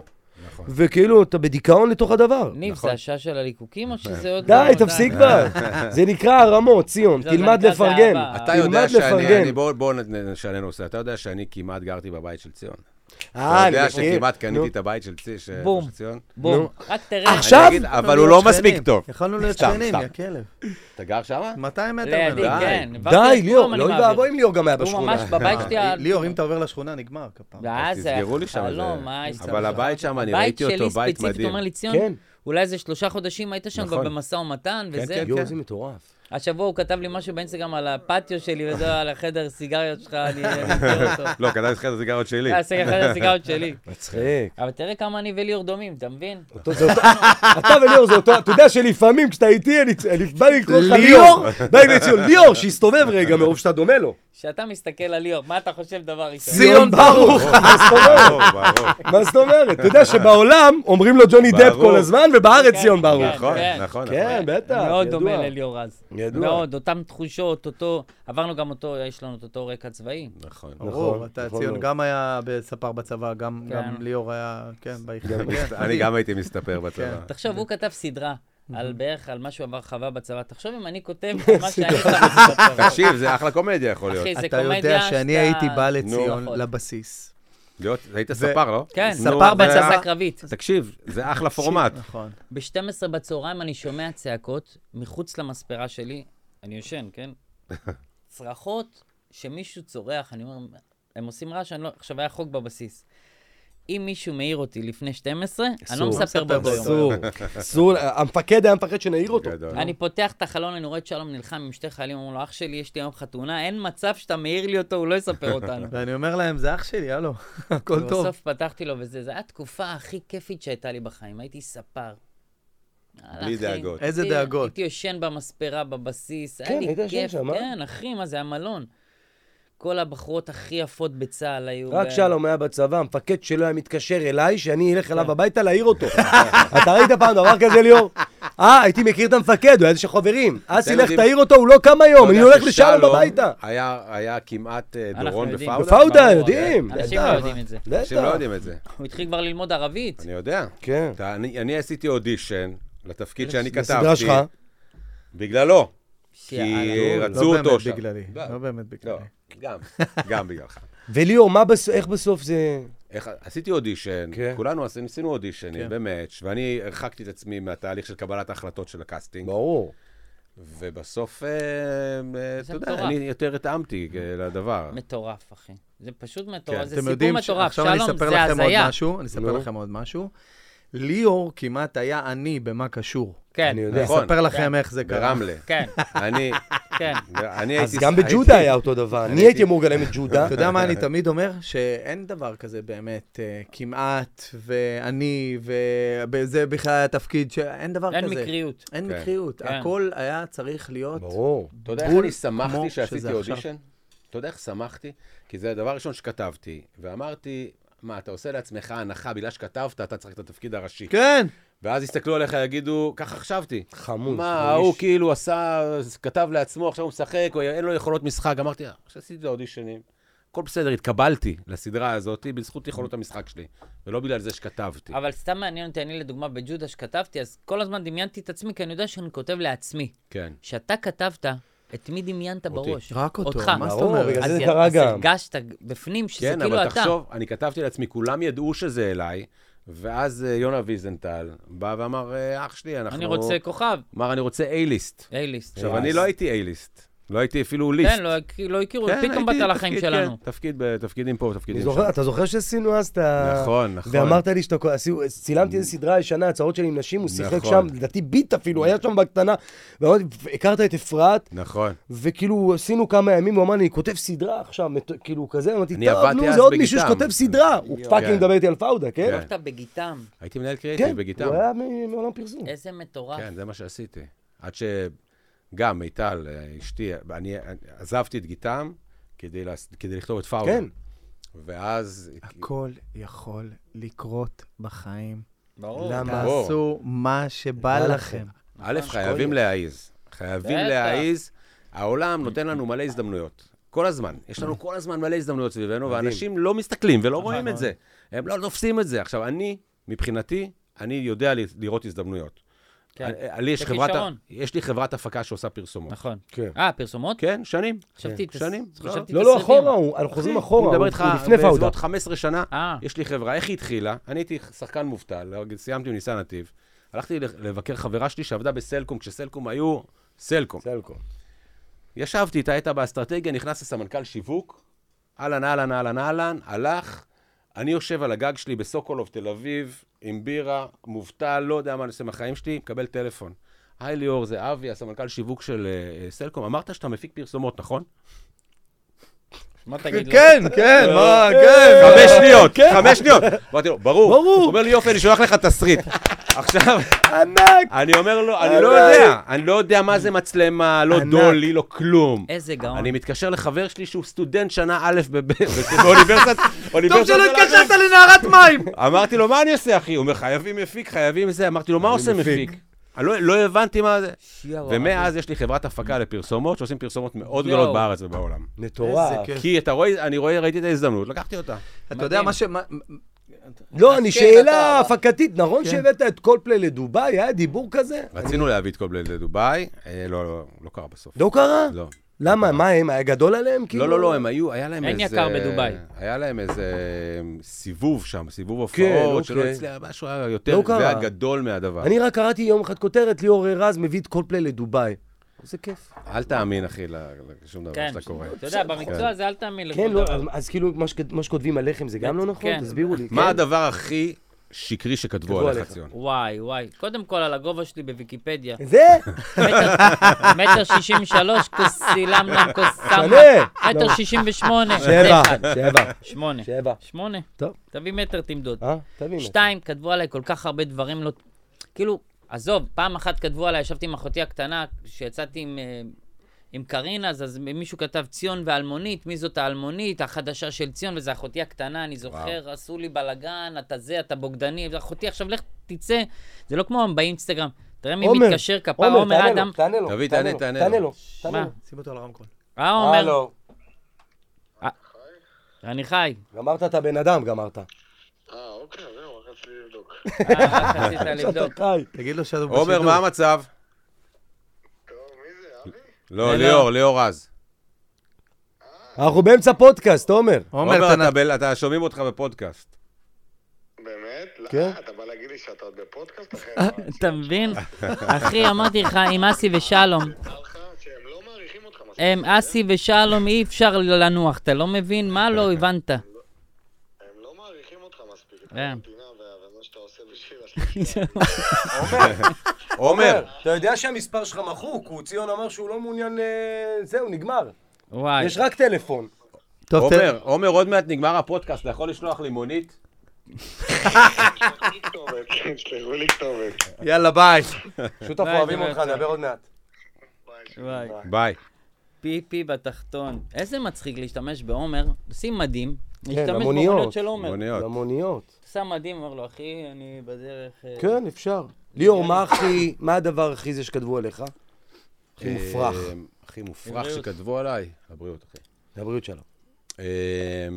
D: נכון.
C: וכאילו, אתה בדיכאון לתוך הדבר.
B: ניב, זה השעה של הליקוקים או שזה עוד... לא?
C: נכון. די, תפסיק כבר. זה נקרא הרמות, ציון,
B: זה
C: תלמד
B: נקרא
C: לפרגן.
B: זהבה.
D: אתה יודע
C: תלמד
D: שאני, אני-
C: לפרגן.
D: בוא- בוא נשנה נושא, אתה יודע שאני כמעט גרתי בבית של ציון.
C: אה,
D: אתה יודע
C: מכיר.
D: שכמעט
C: נו.
D: קניתי את הבית של צי- ש-
B: בום.
D: של ציון?
B: בום,
C: נו. אה,
B: רק תראה.
C: עכשיו?
D: אני אגיד, אבל הוא לא
E: יכולנו להיות
D: מספיק
E: שכנים,
D: טוב.
E: יכולנו להיות
D: סתם,
E: שכנים,
D: סתם.
E: יא כלב.
D: אתה גר שם?
E: 200 מטר
B: לידי,
E: ממנו.
B: כן. עברתי
C: די,
B: את
C: ליאור,
B: כולם, אני
C: לא
B: מעביר.
C: ואבוי אם אה, ליאור גם היה
B: הוא
C: בשכונה.
B: ממש בבית שלי... ה-
E: אה, ליאור, אם אתה עובר לשכונה, נגמר כפר.
B: ואז זה
D: תסגרו לי שם.
B: חלום,
D: זה-
B: מה ההסתדרות?
D: אבל הבית שם, אני ראיתי אותו,
B: בית
D: בית
B: שלי ספציפית,
D: מדהים.
B: אומר לי, ציון,
C: כן.
B: אולי איזה שלושה חודשים היית שם כבר
D: נכון.
B: במשא ומתן, וזה.
D: כן,
C: יואו, זה מטורף.
B: השבוע הוא כתב לי משהו באינסטגרם על הפטיו שלי,
E: *laughs*
B: וזה על החדר סיגריות שלך, אני אני מכיר אותו.
D: לא, כדאי לך את הסיגרות שלי.
B: זה הסגר חדר אה, הסיגריות שלי.
C: מצחיק.
B: אבל תראה כמה אני וליאור דומים, אתה מבין?
C: טוב, זה אותו- אתה וליאור זה אותו, אתה יודע שלפעמים כשאתה איתי, אני אני בא לי לקרוא לך ליאור, בא לי לקרוא לך ליאור, שיסתובב רגע מרוב שאתה דומה לו.
B: כשאתה מסתכל על ליאור, מה אתה חושב דבר ראשון?
E: ציון ברוך.
C: מה זאת אומרת?
D: *laughs* ברור, ברור.
B: כן,
C: מה זאת אומרת? אתה יודע שבעולם אומרים לו ג'וני דאפ
D: ברור.
C: כל הזמן, ובארץ
B: כן,
C: ציון
B: כן.
C: ברוך.
D: נכון, נכון.
C: כן, בטח, ידוע.
B: מאוד דומה לליאור אז.
C: ידוע.
B: מאוד, אותן תחושות, אותו... עברנו גם אותו, יש לנו את אותו רקע צבאי.
D: נכון.
E: ברור,
C: נכון,
E: אתה
C: נכון
E: ציון
C: מאוד.
E: גם היה בספר בצבא, גם
B: כן.
E: גם ליאור היה, כן, ביחידה. כן,
D: אני גם הייתי מסתפר בצבא.
B: תחשוב, הוא כתב סדרה. על בערך, על מה שהוא עבר חווה בצבא. תחשוב אם אני
E: *laughs*
B: כותב על מה שאני עברתי בצבא.
D: תקשיב, זה אחלה קומדיה יכול להיות.
B: אחי, זה
E: אתה
B: קומדיה
E: יודע שאני
B: שאתה-
E: הייתי בא
B: נו,
E: לציון
B: נכון.
E: לבסיס.
D: להיות, היית ספר, לא?
B: כן,
D: נו,
E: ספר
D: זה
E: בצבא.
B: בצבא
D: היה-
B: קרבית.
D: תקשיב, זה אחלה פורמט.
E: נכון.
B: ב-12 בצהריים אני שומע צעקות מחוץ למספרה שלי, אני ישן,
C: *laughs*
B: כן? צרחות שמישהו צורח, אני אומר, הם עושים רעש, אני לא... עכשיו היה חוק בבסיס. אם מישהו מעיר אותי לפני 12, אני לא
C: אסור.
B: מספר
D: כן,
B: באותו יום.
C: אסור, אסור, המפקד היה מפחד שנעיר אותו.
D: גדול.
B: אני פותח את החלון, אני רואה את שלום נלחם עם שתי חיילים, אומר לו, אח שלי, יש לי היום חתונה, אין מצב שאתה מעיר לי אותו, הוא לא יספר אותנו.
E: ואני אומר להם, זה אח שלי, הלו, *laughs* הכל טוב.
B: ובסוף פתחתי לו וזה, זו הייתה התקופה הכי כיפית שהייתה לי בחיים. הייתי ספר. יאללה,
D: בלי
B: אחי.
D: דאגות.
E: איזה
B: הייתי-
E: דאגות.
B: הייתי ישן במספרה, בבסיס,
C: כן,
B: היה לי
C: היית ישן
B: כיף.
C: שם, אה?
B: כן, אחי, מה זה, המלון. כל הבחורות הכי יפות בצה"ל היו...
C: רק
B: ב-
C: שלום היה בצבא, המפקד שלו היה מתקשר אליי, שאני אלך
D: כן.
C: אליו הביתה להעיר אותו. אתה ראית פעם דבר כזה, ליאור? אה, הייתי מכיר את המפקד, הוא היה איזה חברים. אסי, לך
D: יודעים-
C: תעיר אותו, הוא לא קם היום,
D: אתה
C: אני
D: יודע
C: הולך
D: ששלום
C: לשלום הבידה.
D: היה היה כמעט אה,
B: אנחנו
D: דורון
B: יודעים.
D: בפאודה.
C: בפאודה,
B: ברור,
C: יודעים,
B: אנשים לא
C: בטח.
B: יודעים את זה.
D: אנשים לא יודעים את זה.
B: הוא התחיל כבר ללמוד ערבית.
D: אני יודע.
C: כן.
D: אתה- אני אני עשיתי אודישן לתפקיד שאני
C: בסדרה
D: כתבתי. לא.
C: שלך.
D: בגללו. כי
B: יאללה.
D: אה, רצו אותו שם.
E: לא באמת בגללי,
D: לא.
E: לא באמת
C: כן.
D: לא,
E: בגללי.
D: גם, גם בגללך.
C: וליאור, מה בס- איך בסוף זה...
D: איך- עשיתי אודישן,
C: כן.
D: כולנו עשינו- עשינו אודישנים,
E: כן.
D: במאץ', ואני הרחקתי את עצמי מהתהליך של קבלת ההחלטות של הקאסטינג,
C: ברור.
D: ובסוף, אה, אה,
B: זה
D: אתה יודע,
B: מטורף.
D: אני יותר התאמתי אה, לדבר.
B: מטורף, אחי. זה פשוט
D: כן.
B: מטורף, זה
E: אתם
B: סיפור
E: יודעים,
B: מטורף.
E: עכשיו אני
B: שלום,
E: אספר
B: זה
E: לכם עוד
B: הזיה.
E: משהו, אני אספר
C: נו.
E: לכם עוד משהו. ליאור כמעט היה עני במה קשור.
B: כן,
C: אני
E: אני
C: יודע.
D: נכון.
E: אספר לכם איך זה קרה.
D: ברמלה.
B: כן,
D: אני,
B: כן.
D: אני הייתי...
C: אז גם
D: הייתי-
C: בג'ודה היה אותו דבר. אני הייתי אמור לגלם את ג'ודה.
E: אתה יודע מה אני תמיד אומר? שאין דבר כזה באמת, אה, כמעט, ואני, וזה בכלל התפקיד, ש- אין דבר
B: אין
E: כזה.
B: מקריות.
E: אין
D: כן.
E: מקריות.
B: כן.
E: הכל היה צריך להיות...
C: ברור.
D: אתה יודע איך
E: בול
D: אני שמחתי
E: כמו
D: שעשיתי
E: שזה עכשיו.
D: אודישן? אתה יודע איך שמחתי? כי זה הדבר הראשון שכתבתי, ואמרתי, מה, אתה עושה לעצמך הנחה, בגלל שכתבת, אתה צריך את התפקיד הראשי.
E: כן.
D: ואז יסתכלו עליך, יגידו, ככה חשבתי.
C: חמוד.
D: מה,
C: מרגיש.
D: ההוא כאילו עשה, כתב לעצמו, עכשיו הוא משחק, או אין לו יכולות משחק. אמרתי, "אה, שעשיתי את האודישנים, הכל בסדר, התקבלתי לסדרה הזאת בזכות יכולות המשחק שלי, ולא בגלל זה שכתבתי.
B: אבל סתם מעניין אותי, אני לדוגמה בג'ודה שכתבתי, אז כל הזמן דמיינתי את עצמי, כי אני יודע שאני כותב לעצמי.
D: כן.
B: כשאתה כתבת, את מי דמיינת
D: אותי.
B: בראש?
E: רק אותו,
B: אותך.
E: מה זאת
C: ברור,
E: אומרת?
C: בגלל
B: אז
C: זה זה
B: י-
C: קרה
B: אז
C: גם.
B: הרגשת לפנים שזה
D: כן,
B: כאילו
D: אבל
B: אתה.
D: תחשוב, אני כתבתי לעצמי, כולם ידעו שזה אליי, ואז אה, יונה ויזנטל בא ואמר, "אה, אח שלי, אנחנו...
B: אני רוצה כוכב,
D: אמר, אני רוצה A-ליסט.
B: אייליסט.
D: עכשיו, אני לא הייתי A-ליסט, לא הייתי אפילו ליסט.
B: כן, לא הכ- לא הכירו,
D: כן,
B: פתאום
D: הייתי
B: באת לחיים
D: תפקיד,
B: שלנו.
D: כן, תפקיד ב- תפקידים פה
C: אני
D: ותפקידים
C: זוכר-
D: שם.
C: אתה זוכר שעשינו אז את ה...
D: נכון, נכון.
C: ואמרת לי שאתה... עשו- צילמתי איזו סדרה ישנה, הצעות שלי עם נשים, הוא שיחק
D: נכון.
C: שם, לדעתי ביט אפילו, היה שם בקטנה. ואמרתי, הכרת את אפרת,
D: נכון.
C: וכאילו עשינו כמה ימים, הוא אמר לי, אני כותב סדרה עכשיו, מת- כאילו כזה, אמרתי,
D: אני
C: טוב,
D: עבדתי
C: נו,
D: אז
C: זה עוד מישהו
D: בגיטם."
C: שכותב סדרה. הוא
D: כן.
C: פאקינג מדבר איתי על פאודה, כן?
D: כן.
B: הלכת בגיטם,
D: הייתי מנהל
C: כן,
D: קריאיטיב בגיטר.
C: הוא היה מ- מעולם פרסום.
B: איזה מטורף.
D: כן, זה מה שעשיתי. עד שגם מיטל, אה, אשתי, אני אני עזבתי את גיטם כדי לעש- כדי לכתוב את פאולה.
C: כן.
D: ואז...
E: הכל יכול לקרות בחיים.
B: ברור.
C: למה?
E: תעשו מה שבא
C: בא
E: לכם.
D: א', חייבים להעיז. חייבים
B: בטח.
D: להעיז. העולם נותן לנו מלא הזדמנויות. כל הזמן. יש לנו כל הזמן מלא הזדמנויות סביבנו, ואנשים לא מסתכלים ולא רואים את זה. הם לא תופסים את זה. עכשיו, אני, מבחינתי, אני יודע ל- לראות הזדמנויות.
B: כן.
D: אני- לי יש
B: זה
D: חברת...
B: כישרון.
D: יש לי חברת הפקה שעושה פרסומות.
B: נכון.
C: כן.
B: אה, פרסומות?
D: כן, שנים.
B: חשבתי,
D: כן, שנים.
B: תס- חשבתי
C: לא, לא,
B: תסריטים.
C: אחורה הוא, אנחנו חוזרים אחורה,
D: אני מדבר
C: הוא
D: איתך
C: הוא לפני פאודה.
D: בסביבות 15 שנה,
B: אה.
D: יש לי חברה, איך היא התחילה? אני הייתי שחקן מובטל, לא, סיימתי עם ניסן נתיב, הלכתי לבקר חברה שלי שעבדה בסלקום, כשסלקום היו סלקום.
C: סלקום.
D: ישבתי איתה, הייתה באסטרטגיה, נכנס לסמנכ"ל שיווק, אהלן, אהלן, אהלן, אהלן, הלך, אני יושב על הגג שלי בסוקולוב, תל אביב, עם בירה, מובטל, לא יודע מה אני עושה מהחיים שלי, מקבל טלפון. היי ליאור, זה אבי, הסמנכ"ל שיווק של אה, אה, סלקום. אמרת שאתה מפיק פרסומות, נכון?
B: מה תגיד לו?
E: כן, כן, מה, כן.
D: חמש שניות, חמש שניות. אמרתי לו, ברור. ברור. הוא אומר לי, יופי, אני שולח לך תסריט. עכשיו,
C: ענק!
D: אני אומר לו, אני לא יודע, אני לא יודע מה זה מצלמה, לא דולי, לא כלום.
B: איזה
E: נכון.
B: גאון.
D: אני מתקשר לחבר שלי שהוא סטודנט שנה א' בב- *laughs* באוניברסיטת...
E: טוב
D: אוניברסיטת
E: שלא
D: תל אביב.
E: התקשרת לנערת מים.
D: *laughs* אמרתי לו, מה אני עושה, אחי? הוא אומר, חייבים מפיק, חייבים זה. אמרתי לו, מה עושה מפיק? אני לא- לא הבנתי מה זה.
B: יואו,
E: לא,
D: ומאז יש לי חברת הפקה לפרסומות, שעושים פרסומות מאוד
B: יואו.
D: גדולות בארץ ובעולם.
E: איזה
C: מטורף.
E: כיף.
D: כי אתה רואה, אני רואה, ראיתי את ההזדמנות, לקחתי אותה.
E: אתה יודע מה ש... מה-
C: לא, אני
B: כן,
C: שאלה
B: אתה-
C: הפקתית, נכון שהבאת את קולפליי לדובאי? היה דיבור כזה?
D: רצינו להביא את קובלנד לדובאי, אה, לא, לא, לא קרה בסוף.
C: לא קרה?
D: לא.
C: למה? מה, הם היה גדול עליהם? כאילו?
D: לא, לא, לא, הם היו, היה להם
B: אין
D: איזה...
B: יקר בדובאי.
D: היה להם איזה אה, סיבוב שם, סיבוב
C: כן,
D: הופעות, שלא
C: אוקיי.
D: הצליח, משהו היה יותר,
C: לא קרה.
D: זה היה גדול מהדבר.
C: אני רק קראתי יום אחד כותרת, ליאור רז מביא את קולפליי לדובאי. איזה כיף.
D: אל תאמין, אחי, ל- לשום דבר
B: כן,
D: שאתה קורא.
B: אתה יודע, במקצוע הזה אל תאמין לכל
C: כן, לא,
B: דבר.
C: אז- אז כאילו, מה שכ- מה שכותבים עליכם זה גם לא נכון?
B: כן.
C: תסבירו לי.
D: מה
C: כן.
D: הדבר הכי שקרי שכתבו
C: כתבו
D: עליך,
C: עליך.
D: ציון?
B: וואי, וואי. קודם כל, על הגובה שלי בוויקיפדיה.
D: *laughs*
C: זה?
B: מטר- מטר שישים ושלוש, כוס סילמנם, כוס סמנה.
C: שנה.
B: מטר שישים ושמונה. זה
C: שבע,
B: אחד.
C: שבע,
B: שמונה.
C: שבע.
B: שמונה.
C: טוב.
B: תביא מטר, תמדוד.
C: אה, תבין.
B: שתיים, כתבו עליי כל כך הרבה דברים לא... כאילו, עזוב, פעם אחת כתבו עליי, ישבתי עם אחותי הקטנה, כשיצאתי עם, אה, עם קרין אז, אז מישהו כתב ציון ואלמונית, מי זאת האלמונית, החדשה של ציון, וזה אחותי הקטנה, אני זוכר, וואו. עשו לי בלאגן, אתה זה, אתה בוגדני, זה אחותי, עכשיו לך תצא, זה לא כמו באינסטגרם, תראה מי
C: עומר,
B: מתקשר, כפר עומר
C: תענה לו,
B: אדם,
C: תענה לו,
D: תביא,
C: תענה
D: תענה,
C: לו,
D: תענה
C: תענה
D: לו.
C: לו, תענה
B: מה?
C: לו.
E: שים אותו על הרמקול.
B: אה עומר,
C: הלו,
B: אני חי, אה,
C: גמרת את הבן אדם, גמרת.
F: אה, אוקיי, זהו, רציתי לבדוק.
B: אה, רק רצית
C: *laughs*
B: לבדוק,
C: אתה חי.
E: תגיד לו שאתה בשידור.
D: עומר, מה המצב?
F: טוב, מי זה, אבי?
D: לא,
B: לא.
D: ליאור, ליאור רז.
C: אנחנו באמצע פודקאסט, עומר.
E: עומר,
D: עומר,
E: אתה
D: אתה בל- אתה שומעים אותך בפודקאסט.
F: באמת? לא,
C: כן.
F: אתה בא להגיד לי שאתה עוד בפודקאסט אחר?
B: אה, אתה מבין? אחי, אמרתי לך, עם אסי ושלום,
F: נראה לך שהם לא מעריכים אותך מספיק.
B: הם אסי ושלום, אי אפשר לנוח, אתה לא מבין? מה לא הבנת?
F: הם לא מעריכים אותך מספיק. את
B: כן.
F: המדינה וה- ומה שאתה עושה בשביל *laughs* השליחה.
C: *laughs*
D: עומר,
C: אתה יודע שהמספר שלך מחוק, הוא ציון אמר שהוא לא מעוניין, אה, זהו, נגמר.
B: וואי,
C: יש רק טלפון.
A: טוב, תן-
D: עומר, עומר, עוד מעט נגמר הפודקאסט, אתה יכול לשלוח לי מונית?
F: תשלחו לי כתובת, תשלחו כן, לי כתובת.
E: יאללה, ביי.
C: שותף
B: ביי,
C: אוהבים
B: זה
C: אותך,
B: מעצבן.
C: נדבר עוד מעט.
F: ביי, שלום.
B: וואי.
D: ביי.
B: פיפי בתחתון. איזה מצחיק להשתמש בעומר, שים מדים,
C: כן,
B: להשתמש
C: למוניות.
B: במוניות של עומר.
D: מוניות.
C: למוניות.
B: שם מדים, אומר לו, אחי, אני בדרך... אה,
C: כן, אפשר. ליאור, מה הכי, מה הדבר הכי זה שכתבו עליך? הכי מופרך.
D: אה, הכי מופרך שכתבו עליי. הבריאות,
B: אוקיי.
D: אחי.
C: לבריאות שלו.
D: אה,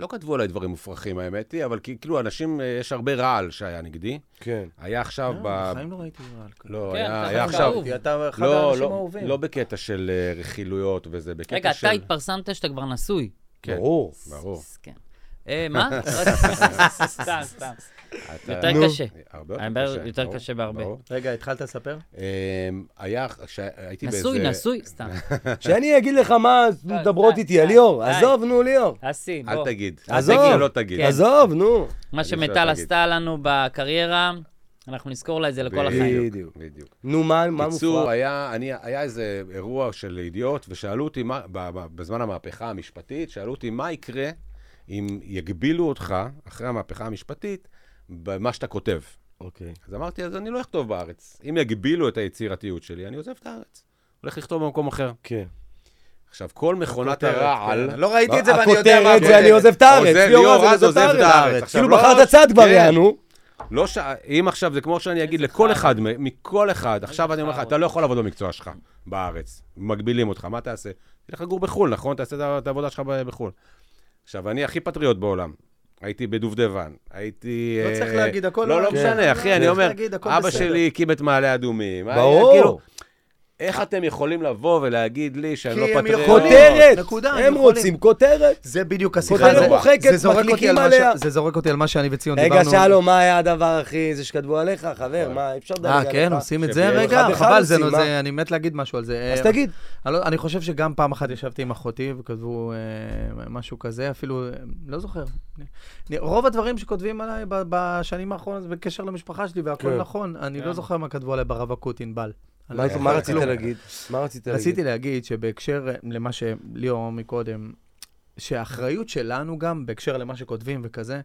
D: לא כתבו עליי דברים מופרכים, האמת היא, אבל כי- כאילו, אנשים, אה, יש הרבה רעל שהיה נגדי.
C: כן.
D: היה עכשיו ב...
E: בחיים לא ראיתי רעל כזה.
D: לא,
B: כן,
D: היה
B: ככה
D: היה
B: זה
D: עכשיו...
B: כאוב.
E: אתה אחד
D: לא,
E: האנשים
D: לא,
E: האהובים.
D: לא בקטע של אה, רכילויות וזה, בקטע
B: רגע,
D: של...
B: אתה התפרסמת שאתה כבר נשוי.
D: כן.
C: ברור.
D: ברור.
B: אז כן. אה,
D: *laughs*
B: מה? סתם, סתם.
D: אתה-
B: יותר
D: נו.
B: קשה.
D: הרבה
B: הרבה
D: יותר קשה.
B: יותר
D: ברור,
B: קשה בהרבה.
D: ברור.
E: רגע, התחלת לספר?
D: אמ, היה, כשהייתי באיזה...
B: נשוי, נשוי, סתם.
C: *laughs* שאני אגיד לך מה
D: לא,
C: מדברות
B: די,
C: איתי,
B: די,
C: ליאור.
B: די.
C: עזוב, נו, ליאור.
B: אסי,
D: אל
B: בוא.
D: תגיד.
C: עזוב.
D: אל תגיד, לא תגיד.
B: כן.
C: עזוב, נו.
B: מה
D: אני
B: שמטל
D: רוצה
B: עשתה לנו בקריירה, אנחנו נזכור לה את זה לכל החיים.
C: בדיוק.
D: בדיוק.
C: נו, מה מה
D: בקיצור,
C: מופרך?
D: היה, אני, היה איזה אירוע של ידיעות, ושאלו אותי, מה, ב, ב, בזמן המהפכה המשפטית, שאלו אותי, מה יקרה אם יגבילו אותך, אחרי המהפכה המשפטית, במה שאתה כותב.
C: אוקיי.
D: אז אמרתי, אז אני לא אכתוב בארץ. אם יגבילו את היצירתיות שלי, אני עוזב את הארץ. הולך לכתוב במקום אחר.
C: כן.
D: עכשיו, כל מכונת
E: הכותרת,
D: הרעל...
E: כן. לא ראיתי את זה, ואני יודע מה...
C: הכותרת זה אני
E: הכותרת.
C: עוזב את הארץ.
D: עוזב,
C: ליאור
D: ליאור
C: רז עוזב את הארץ.
D: עכשיו,
C: כאילו
D: לא-
C: בחרת צד כבר,
D: כן.
C: יענו.
D: לא ש... אם עכשיו, זה כמו שאני אגיד לכל אחד, מ- מכל אחד, עכשיו אני אומר לך, אתה לא יכול לעבוד במקצוע שלך בארץ, מגבילים אותך, מה תעשה? תלך לגור בחו"ל, נכון? תעשה את ה- את העבודה שלך ב- בחו"ל. עכשיו, אני הכי פטריוט בעולם. הייתי בדובדבן, הייתי...
E: לא צריך
D: אה,
E: להגיד, הכל
D: לא, לא
E: כן.
D: משנה,
E: לא
D: אחי, אני
E: צריך
D: אומר,
E: להגיד, הכל
D: אבא
E: בסדר.
D: שלי הקים את מעלה אדומים. היה- כאילו,
C: ברור.
D: איך אתם יכולים לבוא ולהגיד לי שאני
E: כי
D: לא
E: הם
D: פטריוט?
E: יכולים.
C: כותרת.
E: נקודה,
C: הם
E: הם יכולים.
C: רוצים כותרת.
E: זה לא בדיוק השיחה.
C: כותרת
E: זה-
C: מוחקת,
E: זה זורק אותי
C: מדליקים
E: על מה
C: עליה.
E: ש- זה זורק אותי על מה שאני וציון
C: רגע,
E: דיברנו.
C: שלום, מה היה הדבר הכי זה שכתבו עליך, חבר? מה, אי אפשר לדבר
E: אה,
C: עליך.
E: כן, עושים את זה
D: שביום
E: רגע?
C: אחד בכלל
E: חבל, זה
C: עושים,
E: לא
C: מה?
E: זה, אני מת להגיד משהו על זה.
C: אז
E: אה,
C: תגיד.
E: אני לא- אני חושב שגם פעם אחת ישבתי עם אחותי וכתבו אה, משהו כזה, אפילו, אה, לא זוכר. אני- רוב הדברים שכותבים עליי ב- בשנים האחרונות זה בקשר למשפחה שלי, והכול
C: כן.
E: נכון. אני לא זוכר מה כתבו עליי ברווקות, ענבל. אני לא
C: מה-
E: זוכר
C: מה רצית
E: כלום.
C: להגיד? מה רצית להגיד?
E: רציתי להגיד שבהקשר אה, למה שליאור אמר מקודם, שהאחריות שלנו גם, בהקשר למה שכותבים וכזה,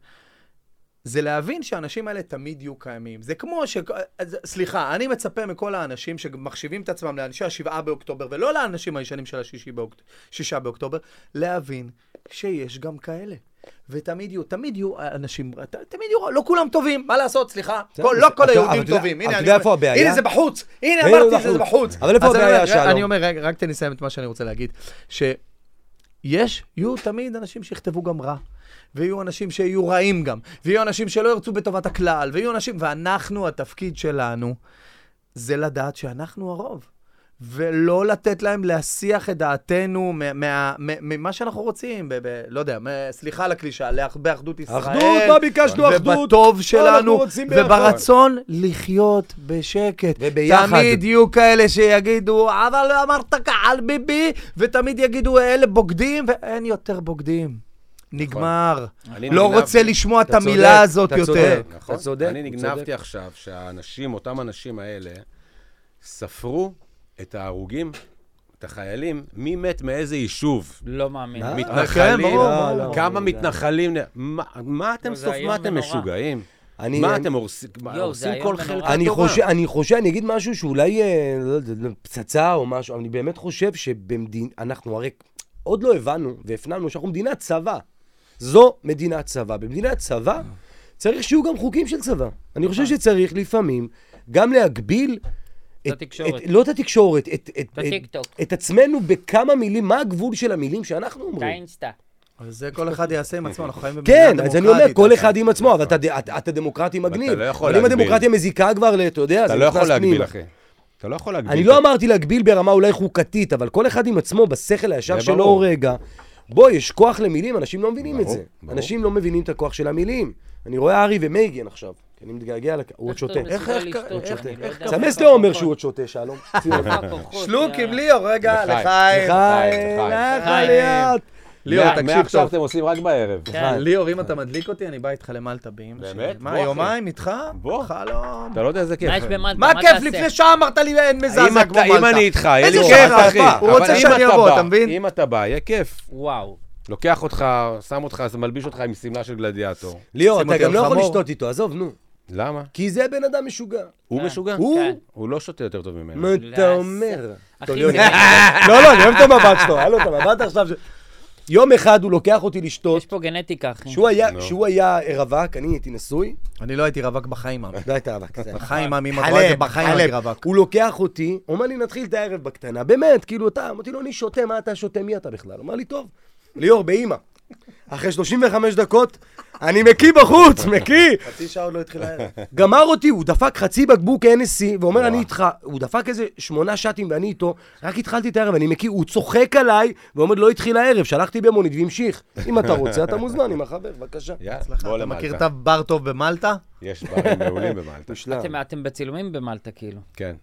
E: זה להבין שהאנשים האלה תמיד יהיו קיימים. זה כמו ש... אז, סליחה, אני מצפה מכל האנשים שמחשיבים את עצמם לאנשי השבעה באוקטובר, ולא לאנשים הישנים של השישי באוקט... שישה באוקטובר, להבין שיש גם כאלה. ותמיד יהיו, תמיד יהיו אנשים, ת- תמיד יהיו, לא כולם טובים, מה לעשות, סליחה.
C: בסדר,
E: כל, לא
C: אבל
E: כל
C: אתה-
E: היהודים
C: אבל אתה יודע-
E: טובים.
C: אבל
E: הנה,
C: אתה
E: אני
C: יודע
E: אומר-
C: איפה הבעיה?
E: הנה, זה בחוץ. הנה,
C: הנה,
E: אמרתי,
C: זה לא
E: זה בחוץ.
C: אבל איפה
E: אז אני
C: הבעיה,
E: אומר-
C: שלום?
E: אני אומר, רגע, רק תן לי לסיים את מה שאני רוצה להגיד. שיש, יהיו תמיד אנשים שיכתבו גם רע. ויהיו אנשים שיהיו רעים גם, ויהיו אנשים שלא ירצו בטובת הכלל, ויהיו אנשים, ואנחנו, התפקיד שלנו, זה לדעת שאנחנו הרוב. ולא לתת להם להסיח את דעתנו מ- מה- מ- ממה שאנחנו רוצים, ב- ב- לא יודע, מ- סליחה על הקלישה, לאח- באחדות ישראל.
C: אחדות, מה ביקשנו? אחדות.
E: ובטוב
C: אנחנו
E: שלנו,
C: רוצים ביחד.
E: וברצון לחיות בשקט.
C: וביחד.
E: תמיד יהיו כאלה שיגידו, אבל אמרת כעל ביבי, ותמיד יגידו, אלה בוגדים, ואין יותר בוגדים. נגמר.
D: אני
E: לא
D: נגנב.
E: רוצה לשמוע את
C: נכון. אתה צודק,
E: המילה הזאת
C: אתה צודק.
E: יותר.
D: נכון?
C: אתה צודק,
D: אני
C: הוא צודק.
D: נגנבתי עכשיו שהאנשים, אותם אנשים האלה, ספרו את ההרוגים, את החיילים, מי מת מאיזה יישוב.
B: לא מאמין.
C: מה?
D: מתנחלים,
E: ברור,
C: אה, כן, ברור.
D: כמה
C: לא,
D: מתנחלים, מה- מה אתם
B: לא, זה
D: סופ-
B: איום
D: מה אתם
B: ונורא.
D: משוגעים?
C: אני...
D: מה
C: אני-
D: אתם הורסים? מה,
B: יואו, זה
D: הורסים
B: איום ונורא.
D: כל חלק
C: אני
D: טובה.
C: חושב, אני חושב, אני אגיד משהו שאולי אה, לא יודע, פצצה או משהו, אבל אני באמת חושב שבמדינה, אנחנו הרי עוד לא הבנו והפנמנו שאנחנו מדינת צבא. זו מדינת צבא. במדינת צבא צריך שיהיו גם חוקים של צבא. אני חושב שצריך לפעמים גם להגביל... את
B: התקשורת.
C: את- לא את התקשורת, את, את,
B: את הטיקטוק.
C: את עצמנו בכמה מילים, מה הגבול של המילים שאנחנו
B: את
C: אומרים.
B: האינסטה.
E: אבל זה כל אחד יעשה עם עצמו, אנחנו חיים במדינה
C: כן,
E: דמוקרטית.
C: אז אני אומר, כל אחד עם עצמו, אבל
D: נכון.
C: אתה- אתה אתה דמוקרטי מגניב.
D: לא יכול
C: אבל אם
D: להגביל.
C: הדמוקרטיה מזיקה כבר, ל- אתה יודע,
D: אתה
C: זה
D: לא יכול
C: נכנס
D: להגביל,
C: פנימה.
D: אחי. אתה לא יכול להגביל.
C: אני לא אמרתי להגביל ברמה אולי חוקתית, אבל כל אחד עם עצמו, בשכל הישר
D: זה
C: שלו
D: ברור.
C: רגע. בוא, יש כוח למילים, אנשים לא מבינים את
D: ברור,
C: זה.
D: ברור.
C: אנשים לא מבינים את הכוח של המילים. אני רואה ארי ומייגן עכשיו, כי אני מתגעגע, לכ- הוא עוד שותה.
B: איך
E: איך-
B: אתה מסוגל
E: איך-
B: לשתות? אני
E: איך-
B: לא יודע.
C: סמס לא אומר שהוא עוד
B: *laughs*
C: שותה, שלום.
B: איפה
D: אה,
B: הכוחות?
E: שלוקים,
B: יאללה.
E: ליאור, רגע,
D: לחיים.
E: לחיים.
D: לחיים, לחיים.
C: לחיים.
E: ליאור,
D: מה-
E: תקשיב
D: מעכשיו
E: טוב.
D: אתם עושים רק בערב.
B: כן.
E: ליאור, אם אתה מדליק אותי, אני בא איתך למלטה באמא שלי.
D: באמת? בוא,
E: מה,
D: אחי.
E: יומיים איתך?
D: בוא.
E: חלום.
D: אתה לא יודע איזה כיף.
B: מה יש במלטה?
E: מה כיף?
B: תעשה?
E: לפני שעה אמרת לי אין מזעזע
D: אם
E: כמו
D: אתה-
E: מלטה.
D: אם אני איתך, יהיה לי
E: איזה
D: כיף,
E: שרח,
D: אחי.
E: מה? הוא
D: אבל
E: רוצה
D: אם
E: שאני אבוא,
D: בא-
E: אתה מבין?
D: אם אתה בא, יהיה כיף.
B: וואו.
D: לוקח אותך, שם אותך, אז מלביש אותך עם שמלה של גלדיאטור.
C: ליאור,
E: שים
C: אתה
E: אותי
C: גם
E: על
C: לא יכול
E: חמור.
C: לשתות איתו, עזוב, נו.
D: למה?
C: כי זה בן אדם משוגע.
D: הוא
B: כן.
D: משוגע?
C: הוא?
B: כן.
D: אה. הוא לא שותה יותר טוב ממנו.
C: מה
B: לא,
C: אתה
B: *laughs*
C: אומר?
B: אחי,
C: ליאור,
B: זה-
D: אה.
C: לא, לא, אני אוהב את המבט שלו, היה לו את המבט עכשיו. ש- יום אחד הוא לוקח אותי לשתות,
B: יש פה גנטיקה, אחי.
C: שהוא היה-
D: נו.
C: שהוא היה רווק, אני הייתי נשוי,
E: אני לא הייתי רווק בחיים, אמי.
C: לא הייתה רווק, זה היה.
E: בחיים, אמי, אם את נכון. רואה את זה, בחיים לא הייתי רווק.
C: הוא לוקח אותי, אומר לי, נתחיל את הערב בקטנה. באמת, כאילו, אתה, אמרתי לו, אני שותה, מה אתה שותה, מי אתה בכלל? אמר לי, טוב, ליאור, באימא. אחרי 35 דקות, אני מקיא בחוץ, מקיא.
E: חצי שעה עוד לא התחיל הערב.
C: גמר אותי, הוא דפק חצי בקבוק NSC, ואומר, אני איתך, הוא דפק איזה שמונה שטים ואני איתו, רק התחלתי את הערב, אני מקיא, הוא צוחק עליי, ואומר, לא התחיל הערב, שלחתי במונית והמשיך. אם אתה רוצה, אתה מוזמן עם החבר, בבקשה.
D: יאללה, בוא
E: אתה מכיר את
D: למלטה.
E: הבר טוב במלטה?
D: יש ברים מעולים *laughs* במלטה.
C: מושלם.
B: אתם- אתם בצילומים במלטה, כאילו.
D: כן,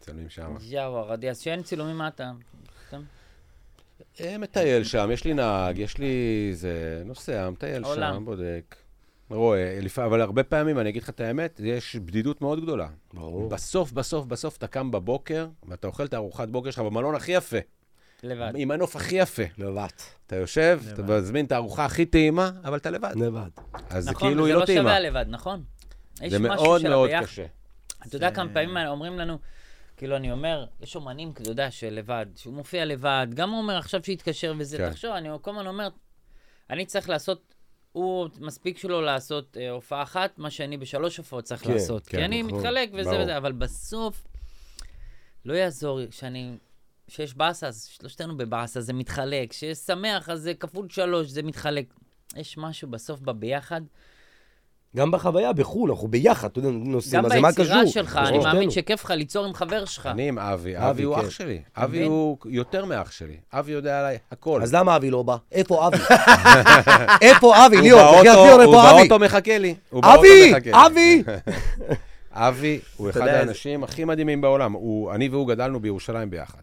D: צלמים שם.
B: יאו, ערדי, אז שאין צילומים, מה אתה? אתם-
D: אה, מטייל שם, יש לי נהג, יש לי איזה נוסע, מטייל
B: עולם.
D: שם, בודק. רואה, לפ- אבל הרבה פעמים, אני אגיד לך את האמת, יש בדידות מאוד גדולה. ברור. בסוף, בסוף, בסוף אתה קם בבוקר, ואתה אוכל את הארוחת בוקר שלך במלון הכי יפה,
B: לבד.
D: עם הנוף הכי יפה.
C: לבד.
D: אתה יושב, אתה מזמין את הארוחה הכי טעימה, אבל אתה לבד.
C: לבד.
D: אז זה
B: נכון,
D: כאילו היא
B: זה
D: לא
B: לא שווה
D: טעימה.
B: לבד, נכון? יש
D: זה
B: משהו
D: מאוד
B: של
D: מאוד
B: הביחד.
D: קשה.
B: אתה יודע כמה פעמים אומרים לנו, כאילו, אני אומר, יש אומנים, כאילו, אתה יודע, שלבד, שהוא מופיע לבד, גם הוא אומר עכשיו שהתקשר וזה,
D: כן.
B: תחשוב, אני כל הזמן אומר, אני צריך לעשות, הוא, מספיק שלו לעשות אה, הופעה אחת, מה שאני בשלוש הופעות צריך
C: כן,
B: לעשות.
D: כן,
B: כי אני
D: נכון.
B: מתחלק וזה
D: ברור.
B: וזה, אבל בסוף, לא יעזור שאני... שיש באסה, אז שלושתנו בבאסה, זה מתחלק. שיש שמח, אז זה כפול שלוש, זה מתחלק. יש משהו בסוף בביחד.
C: גם בחוויה, בחו"ל, אנחנו ביחד, אתה יודע, נוסעים,
B: גם
C: אז זה מה קשור?
B: ביצירה שלך, אני
C: שלושתנו.
B: מאמין שכיף לך ליצור עם חבר שלך.
D: אני עם אבי,
C: אבי,
D: אבי הוא
C: כן.
D: אח שלי. אבי
B: מבין?
D: הוא יותר מאח שלי. אבי יודע עליי הכל.
C: אז למה אבי לא בא?
B: *laughs*
C: איפה אבי? איפה אבי?
D: הוא
C: ליאור,
D: באוטו-
C: בחייאת ליאור,
D: הוא
C: איפה אבי?
D: באוטו מחכה לי. הוא באוטו מחכה
C: אבי!
D: לי. *laughs*
C: אבי!
D: אבי הוא אחד
E: יודע,
D: האנשים הכי מדהימים בעולם. הוא, אני והוא גדלנו בירושלים ביחד.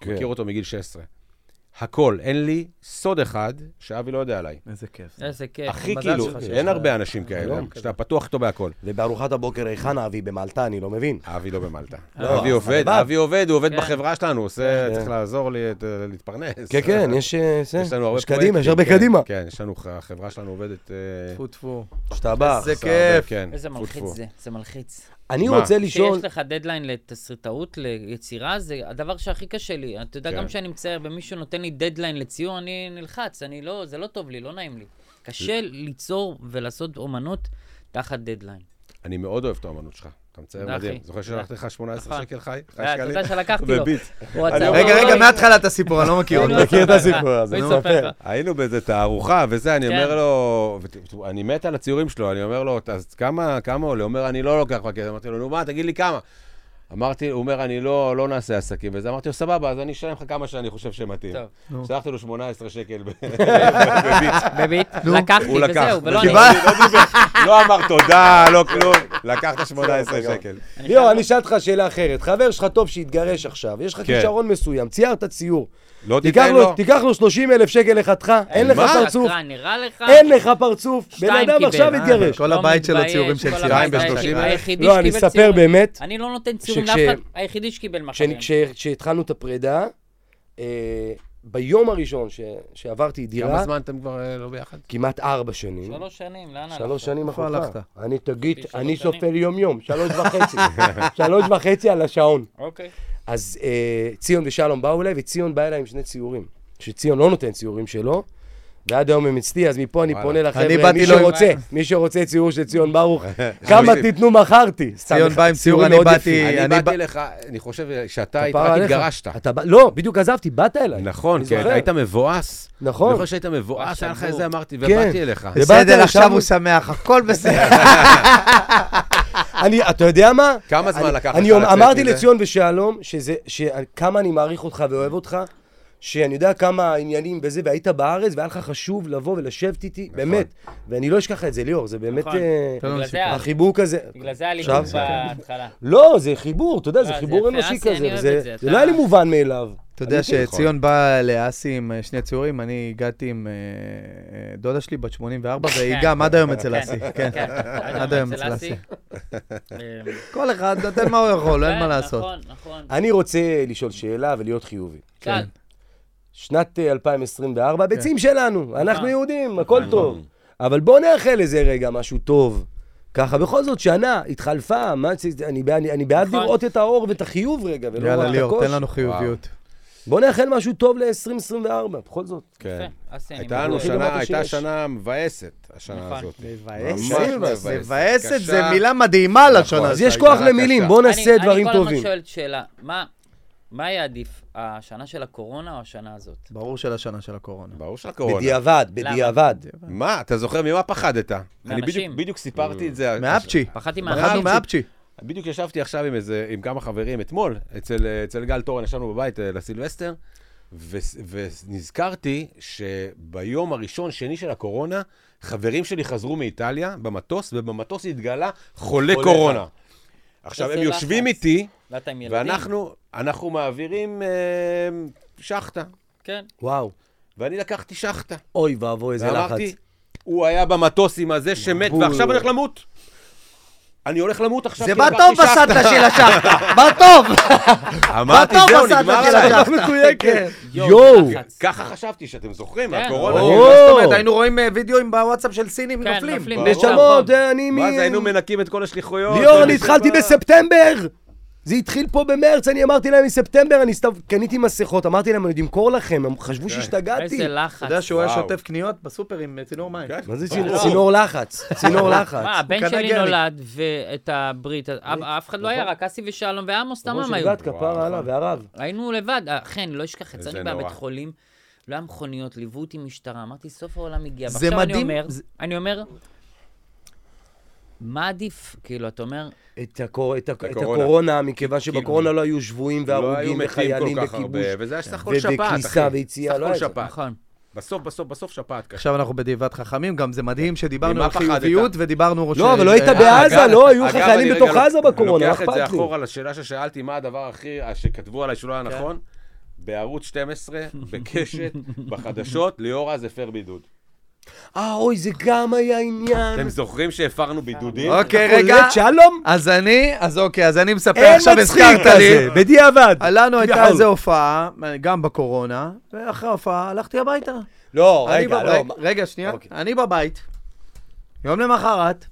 C: כן.
D: אני מכיר אותו מגיל 16. הכל, אין לי סוד אחד שאבי לא יודע עליי.
E: איזה כיף.
B: איזה כיף.
D: הכי
E: מזל
D: כאילו,
E: שלך שיש
D: אין
E: לך-
D: הרבה אנשים כאלה,
C: היום
D: שאתה פתוח איתו בהכל.
C: ובארוחת הבוקר היכן אבי? במלטה, אני לא
D: *laughs*
C: מבין.
D: אבי לא במלטה.
C: לא,
D: אבי עובד,
C: לבד.
D: אבי עובד, הוא עובד
B: כן.
D: בחברה שלנו, הוא עושה, צריך לעזור לי את- אה, להתפרנס.
C: כן, כן, יש... אה, זה,
D: יש לנו הרבה
C: יש קדימה, יש
D: פרויקטים,
C: הרבה
D: כן,
C: קדימה.
D: כן, יש לנו, החברה שלנו עובדת... אה,
E: טפו טפו.
C: שאתה בא.
E: איזה
D: עושה הרבה,
E: כיף.
D: כן,
B: איזה
D: טפו,
B: מלחיץ
D: טפו.
B: זה, זה מלחיץ.
C: אני
D: מה?
C: רוצה לשאול...
B: כשיש לך דדליין לתסריטאות, ליצירה, זה הדבר שהכי קשה לי. אתה יודע,
D: כן.
B: גם כשאני מצייר ומישהו נותן לי דדליין לציור, אני נלחץ, אני לא, זה לא טוב לי, לא נעים לי. קשה ליצור ולעשות אומנות תחת דדליין.
D: אני מאוד אוהב את האמנות שלך. אתה מצייר
B: תודה,
D: מדהים.
B: אחי.
D: זוכר ששלחתי לך 18
B: נכון.
D: שקל חי? חי
B: אה,
D: שקלים?
B: תודה שלקחתי לו.
D: בביט.
B: הוא רצה-
D: אני
B: הוא
D: אומר,
E: אה, רגע,
B: לא
E: רגע,
B: ידע.
E: מההתחלה את הסיפור, אני לא מכיר
B: הוא
E: אותו.
C: מכיר את
B: יספר לך.
C: הסיפור הזה,
B: הוא
C: נו,
B: יספר לך.
D: היינו באיזה תערוכה וזה, אני
B: אה. כן.
D: אומר לו, ות- אני מת על הציורים שלו, אני אומר לו, אז כמה, כמה עולה? הוא אומר, אני לא לוקח בכסף. אמרתי לו, נו מה, תגיד לי כמה. אמרתי, הוא אומר, אני לא, לא נעשה עסקים וזה. אמרתי לו, סבבה, אז אני אשלם לך כמה שאני חושב שמתאים.
B: טוב.
D: שלחתי לו 18 שקל ב-
B: *laughs*
D: בביט.
B: בביט, לקחתי
D: הוא לקח.
B: וזהו, ולא
D: לא
B: אני.
D: דיבר- לא דיבר, לא אמר תודה, לא כלום. לקחת 18 שקל.
C: ליאור, אני אשאל אותך שאלה אחרת. חבר שלך טוב שהתגרש עכשיו, יש לך
D: כן.
C: כישרון מסוים, ציירת ציור.
D: לא
C: תיקח
D: תיתן
C: לו-
D: לו.
C: תיקח לו 30 אלף שקל לחתך, אין לך
D: מה?
C: פרצוף,
B: שקרן, נראה לך?
C: אין לך פרצוף. בן
B: שתיים
C: אדם
B: קיבל.
C: עכשיו
B: אה,
C: התגרש.
E: כל
B: לא
E: הבית שלו
B: מתבייש,
E: ציורים של אה,
B: כל
E: ציורים.
B: הבית,
D: שתיים בשלושים
B: היחידי
D: אלף.
B: שקיבל
C: לא, אני
B: ציורים.
C: אספר באמת,
B: אני לא נותן ציורים לאף
C: שכש-
B: אחד, היחידי שקיבל מחברים.
C: כשאני- כש- כשהתחלנו את הפרידה, אה, ביום הראשון ש, שעברתי
D: כמה
C: דירה,
D: זמן אתם כבר אה, לא ביחד?
C: כמעט ארבע שנים.
B: שלוש שנים, לאן הלכת?
C: שלוש שנים
E: איפה
C: אחרונה.
E: הלכת?
C: אני תגיד,
B: שלוש
C: אני
B: שנים.
C: סופר יום-יום,
B: *laughs*
C: שלוש וחצי. שלוש וחצי על השעון.
B: אוקיי.
C: אז אה, ציון ושלום באו אליי, וציון בא אליי עם שני ציורים. שציון לא נותן ציורים שלו, ועד היום הם אצלי, אז מפה אני
D: וואלה.
C: פונה
E: אני
C: לחבר'ה,
E: באתי לא
C: מי
E: לו- *laughs*
C: שרוצה, מי שרוצה ציור של ציון ברוך, כמה תיתנו מכרתי. סתם, לא
E: ציון בא עם ציור,
C: ציורים
E: אני
C: מאוד
E: באתי...
D: אני
E: אני בא-
D: באתי לך, אני חושב שאתה היית,
C: כפרה
D: רק
C: עליך.
D: התגרשת.
C: אתה בא- לא, בדיוק עזבתי, באת אליי.
D: נכון,
C: אני
D: כי
C: זוכר.
D: היית מבואס.
C: נכון.
D: אני חושב שהיית מבואס, היה לך איזה אמרתי,
C: כן.
D: ובאתי אליך.
C: זה באתי
E: בסדר,
C: אליי,
E: עכשיו
C: שם-
E: הוא שמח, הכל בסדר.
C: אני, אתה יודע מה?
D: כמה זמן
C: אני-
D: לקח לך
C: אני
D: לצאת
C: אמרתי
D: מזה?
C: לציון ושלום, שזה, שכמה אני מעריך אותך ואוהב אותך, שאני יודע כמה עניינים וזה, והיית בארץ, והיה לך חשוב לבוא ולשבת איתי,
D: נכון.
C: באמת. ואני לא אשכח את זה, ליאור, זה באמת...
B: נכון.
C: אה,
E: לא
B: בגלל זה-
C: החיבוק הזה...
B: בגלל זה היה לי
C: עכשיו
B: טוב
C: זה-
B: בהתחלה.
C: לא, זה חיבור, אתה יודע, זה
B: לא, זה
C: חיבור
B: יפה,
C: אנושי
B: אסי, אני
C: כזה,
B: אוהב
C: וזה-
B: את זה,
C: זה
B: אתה-
C: לא היה לי מובן מאליו.
E: אתה יודע
D: עניתי לך.
E: שציון בא לאסי עם אה, שני ציורים, אני הגעתי עם אה, אה, דודה שלי בת 84, והיא
B: כן.
E: גם עד היום אצל אסי, כן.
B: כן,
E: עד היום אצל אסי.
B: אה,
E: כל אחד נותן מה הוא יכול, לא אין מה
B: כן,
E: לעשות.
B: נכון, נכון.
C: אני רוצה לשאול שאלה ולהיות חיובי.
B: כן.
C: שנת אה, 2024, ביצים שלנו, אנחנו יהודים, הכל
B: נכון.
C: טוב. אבל בואו נאחל לזה רגע משהו טוב. ככה, בכל זאת, שנה, התחלפה, מה זה- אני בעד- אני בעד
B: נכון.
C: לראות את האור ואת החיוב רגע, ולא
E: יאללה,
C: לא רק את
E: ליאור,
C: הקוש.
E: תן לנו חיוביות.
C: בואו נאחל משהו טוב ל-2024, בכל זאת.
D: כן.
B: יפה, אסי, אני לא
D: הייתה לנו
B: מבין.
C: הכי גרוע
D: שנה, הייתה
C: שיש.
D: שנה מבאסת, השנה
B: נכון.
D: הזאת.
E: מבאסת,
D: ממש מבאסת.
E: מבאסת,
D: קשה. נכון.
E: זו מילה מדהימה לשנה.
C: אז
E: הזאת.
C: יש כוח
D: הייתה
C: למילים,
D: קשה.
C: בואו
B: אני-
C: נעשה דברים
B: אני כל הזמן
C: טובים.
B: שואל שאלה, מה- מה היה עדיף, השנה של הקורונה או השנה הזאת?
E: ברור של השנה של הקורונה.
D: ברור שהקורונה.
C: בדיעבד, בדיעבד.
D: מה, אתה זוכר ממה פחדת? אני
B: מאנשים.
D: בדיוק- בדיוק סיפרתי את זה.
E: מאפצ'י.
B: פחדתי
E: פחדנו
B: מהאנשים.
E: מאפצ'י.
D: בדיוק ישבתי עכשיו עם איזה, עם כמה חברים, אתמול, אצל, אצל גל תורן, ישבנו בבית אה, לסילבסטר, ו, ונזכרתי שביום הראשון, שני של הקורונה, חברים שלי חזרו מאיטליה במטוס, ובמטוס התגלה חולה קורונה. עכשיו, הם
B: איזה
D: יושבים
B: לחץ.
D: איתי,
B: באת עם ילדים?
D: ואנחנו אנחנו מעבירים אה, שחטה,
B: כן.
C: וואו,
D: ואני לקחתי שחטה.
C: אוי ואבוי, איזה לחץ.
D: ואמרתי, הוא היה במטוס עם הזה שמת,
C: בול.
D: ועכשיו אני הולך למות. אני הולך למות עכשיו.
E: זה
D: כי
E: בא
D: לקחתי
E: טוב
D: שחטה.
E: בסטה של השח, בא טוב.
D: אמרתי,
E: בא טוב
D: זהו,
E: בסטה
D: נגמר
C: לא
E: של
D: עליי.
E: השח.
C: *laughs*
E: כן.
C: יואו. כן,
B: איזה לחץ.
D: ככה חשבתי שאתם זוכרים,
B: כן.
D: הקורונה. כאילו.
C: או.
E: מה זאת אומרת, היינו רואים אה, וידאוים בוואטסאפ של סינים
B: כן,
E: נופלים.
B: נופלים.
C: נשמות,
B: נכון.
E: נכון.
C: אה, אני מ...
D: ואז היינו מנקים את כל השליחויות.
C: ליאור, אני
D: וזה
C: התחלתי
D: בא.
C: בספטמבר! זה התחיל פה במרץ, אני אמרתי להם מספטמבר, אני סתם קניתי מסכות, אמרתי להם, אני עוד אמכור לכם, הם חשבו
D: כן.
C: שהשתגעתי.
B: איזה
E: אתה יודע
B: לחץ.
E: שהוא היה
D: וואו.
E: שוטף קניות בסופר עם אה, צינור מים.
D: כן.
C: מה זה
D: ברור.
C: צינור? צינור לחץ, צינור
E: אה,
B: מה,
C: לחץ.
B: הבן
E: הוא
B: שלי
E: קנה גרניק.
B: נולד, ואת הברית, אף- אף אחד לא
E: נכון.
B: היה, רק אסי ושלום ועמוס,
C: ברור
B: תמם היו.
C: שגת כפרה עליו, והרב.
B: היינו לבד, אה, חן, לא אשכח,
D: איזה
B: יצאנו
D: נורא.
B: מהבית חולים, לא היה מכוניות, ליוו אותי משטרה, אמרתי, סוף העולם הגיע.
E: זה
B: ועכשיו אני
E: מדהים,
B: אומר,
E: זה-
B: אני אומר, מה עדיף? כאילו, אתה אומר,
C: את הקור- את ה- את
D: הקורונה. כאילו,
C: הקורונה, מכיוון שבקורונה לא היו שבויים
D: לא היו
C: והרוגים
D: מתים
C: וחיילים
D: כל כך הרבה,
C: וכיבוש.
D: וזה היה סך הכל שפעת, אחי.
C: וכניסה ויציאה,
D: סך
C: לא
D: הכל
C: היה זה.
D: שפעת.
B: נכון,
D: בסוף, בסוף, בסוף שפעת קשה.
E: עכשיו אנחנו בדיבת חכמים, גם זה מדהים שדיברנו
D: ממה
E: על
D: פחדת?
E: חיוביות ודיברנו...
C: לא, אבל לא היית
E: אה,
C: בעזה,
D: אגב-
C: לא, היו לך
D: אגב,
C: חיילים
D: אני
C: בתוך
D: רגע
C: עזה בקורונה, מה
D: לוקח את
C: אכפת
D: זה
C: לי?
D: אחורה לשאלה ששאלתי, מה הדבר הכי, אה, שכתבו עליי
B: כן.
D: שלא היה נכון? בערוץ 12, בקשת, בחדשות, ליאור אז הפר בידוד.
C: אה, אוי, זה גם היה עניין.
D: אתם כן, זוכרים שהפרנו בידודים?
E: אוקיי, רגע.
C: קולט שלום?
E: אז אני, אז אוקיי, אז אני מספר,
C: אין
E: עכשיו
C: מצחיק
E: הזכרת
C: את
E: לי.
C: זה, בדיעבד.
D: אה,
E: לנו הייתה
C: כביכול.
E: איזו הופעה, גם בקורונה, ואחרי ההופעה הלכתי הביתה.
C: לא,
E: אני
C: רגע,
E: בב-
C: לא. מה-
E: רגע, שנייה.
C: אוקיי.
E: אני בבית, יום למחרת,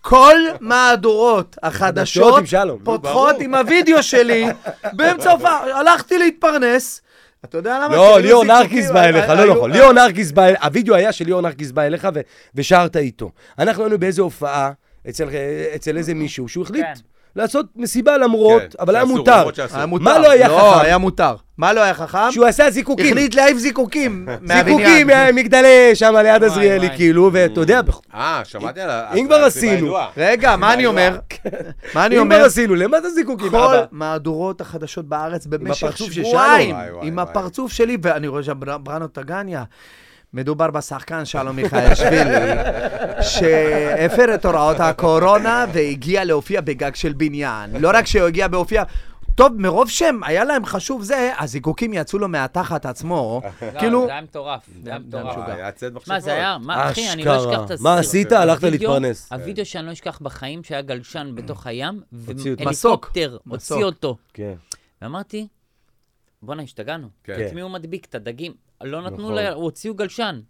E: כל מהדורות
C: החדשות
E: החדשות
C: עם שלום.
E: פותחות
D: ברור.
E: עם הוידאו
C: *laughs*
E: שלי באמצע ההופעה. הלכתי להתפרנס. אתה יודע למה? כי
C: לא,
E: היו
C: ליאור
E: זיקוקים,
C: נרקיס בא
E: היו-
C: אליך,
E: היו-
C: לא נכון. ליאור נרקיס בא אליך, הוידאו היה של ליאור נרקיס בא אליך ו- ושרת איתו. אנחנו היינו באיזו הופעה אצל- אצל איזה מישהו שהוא החליט
B: כן.
C: לעשות מסיבה למרות,
D: כן,
C: אבל היה
D: שאסור,
C: מותר.
D: למרות שאסור.
E: היה מותר.
C: מה לא היה
E: לא,
C: חכם?
E: היה מותר. מה לא היה חכם?
C: שהוא עשה זיקוקים.
E: החליט להעיף
C: *laughs*
E: זיקוקים מהבניין.
C: זיקוקים אה. מגדלי שם ליד עזריאלי,
B: וואי.
C: כאילו, ואתה יודע, בכ-
D: אה, שמעתי על ה...
C: אם
D: על
C: כבר
D: הסיבה
C: עשינו.
D: הידועה.
E: רגע, מה אני אומר? מה אני
C: כן. אם כבר
E: אומר?
C: עשינו, למה זה זיקוקים?
E: כל
C: אבא?
E: מהדורות החדשות בארץ במשך
C: הפרצוף של
E: שבועיים,
D: שלום. וואי, וואי,
E: עם
D: וואי.
E: הפרצוף שלי, ואני רואה שם בר- ברנו טגניה. מדובר בשחקן שלום מיכאלשווילי,
D: *laughs*
E: שהפר את הוראות הקורונה והגיע להופיע בגג של בניין. לא רק שהוא הגיע בהופיע... טוב, מרוב שהם, היה להם חשוב זה, הזיקוקים יצאו לו מהתחת
D: *laughs*
E: עצמו.
B: לא,
E: כאילו,
B: זה היה מטורף, זה היה
E: זה היה
B: מטורף.
E: משוגע.
D: וואי, אה, היה צד מחשב
B: מה, זה
D: מאוד.
B: היה, מה, אחי, אני לא אשכח את
C: אשכרה. מה עשית? הלכת
B: הווידאו-
C: להתפרנס.
B: הווידאו שאני לא אשכח בחיים, שהיה גלשן בתוך הים,
C: הוציא אותו.
E: מסוק.
B: והליקופטר הוציא
E: מסוק.
B: אותו.
C: כן.
B: ואמרתי, בואנה, השתגענו.
D: כן.
B: את מי הוא מדביק? את הדגים? לא נתנו,
D: נכון.
B: ל... הוא הוציאו גלשן.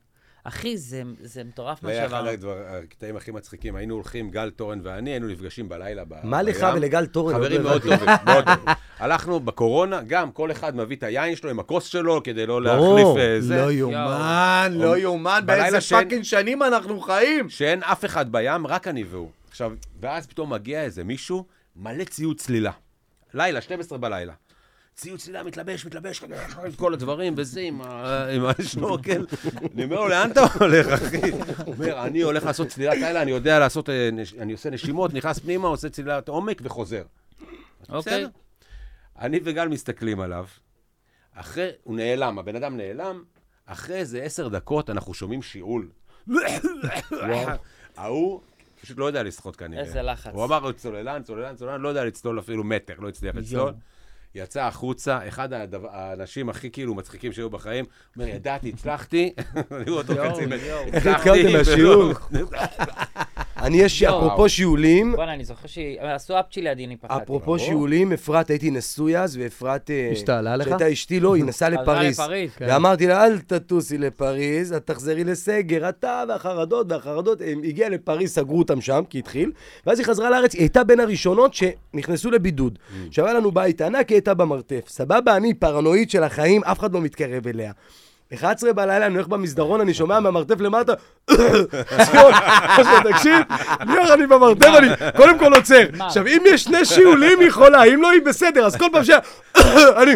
B: אחי, זה, זה מטורף מה
D: זה לא היה אחד
B: שעברנו.
D: הדבר- הקטעים הכי מצחיקים. היינו הולכים, גל תורן ואני, היינו נפגשים בלילה ב- בים.
C: מה לך ולגל תורן?
D: חברים
C: עוד לא
D: מאוד טובים, מאוד טובים. הלכנו בקורונה, גם כל אחד מביא את היין שלו עם הכוס שלו, כדי לא להחליף אה, זה.
E: לא יאומן, לא יאומן,
D: בלילה
E: באיזה
D: שאין-
E: פאקינג שנים אנחנו חיים.
D: שאין אף אחד בים, רק אני והוא. עכשיו, ואז פתאום מגיע איזה מישהו, מלא ציוד צלילה. לילה, 12 בלילה. ציוד צלילה, מתלבש, מתלבש, עם כל הדברים, וזה עם ה- עם השנורקל. אני אומר לו, לאן אתה הולך, אחי? הוא אומר, אני הולך לעשות צלילת לילה, אני יודע לעשות, אה, נש- אני עושה נשימות, נכנס פנימה, עושה צלילת עומק וחוזר.
B: אוקיי.
D: בסדר. אני וגל מסתכלים עליו, אחרי, הוא נעלם, הבן אדם נעלם, אחרי איזה עשר דקות אנחנו שומעים שיעול. *laughs* ההוא פשוט לא יודע לשחות כנראה.
B: איזה לחץ.
D: הוא אמר, צוללן, צוללן, צוללן, לא יודע לצלול אפילו מטר, לא הצליח לצלול. יצא החוצה, אחד הדבר- האנשים הכי כאילו מצחיקים שהיו בחיים, אומר, ידעתי, הצלחתי, *laughs* אני רואה אותו
B: יואו,
D: חצי מטר,
B: יואו.
C: איך נתקלתם
D: ולא-
C: מהשיעור? אני יש,
B: יואו.
C: אפרופו שיעולים,
B: בואנה, אני זוכר שעשו אפצ'י לידי, אני פחדתי.
C: אפרופו שיעולים, אפרת, הייתי נשוי אז, ואפרת... אה,
A: השתעלה לך? כן.
C: שהייתה
A: *laughs*
C: אשתי, לא, היא נסעה
B: חזרה
C: לפריז.
B: לפריז.
C: ואמרתי לה, אל תטוסי לפריז, את תחזרי לסגר, אתה והחרדות והחרדות. הם הגיעה לפריז, סגרו אותם שם, כי התחיל, ואז היא חזרה לארץ, היא הייתה בין הראשונות שנכנסו לבידוד.
B: Mm.
C: עכשיו היה לנו בית ענק, היא הייתה במרתף. סבבה, אני פרנואיד של החיים, אף אחד לא מתקרב אליה. 11 בלילה, אני הולך במסדרון, אני שומע מהמרתף למטה, *laughs* ציון, *laughs* עכשיו תקשיב, ליאור, אני במרתף, אני קודם כל עוצר. עכשיו, אם יש שני שיעולים, היא חולה, אם לא, היא בסדר, אז כל פעם ש... *coughs* אני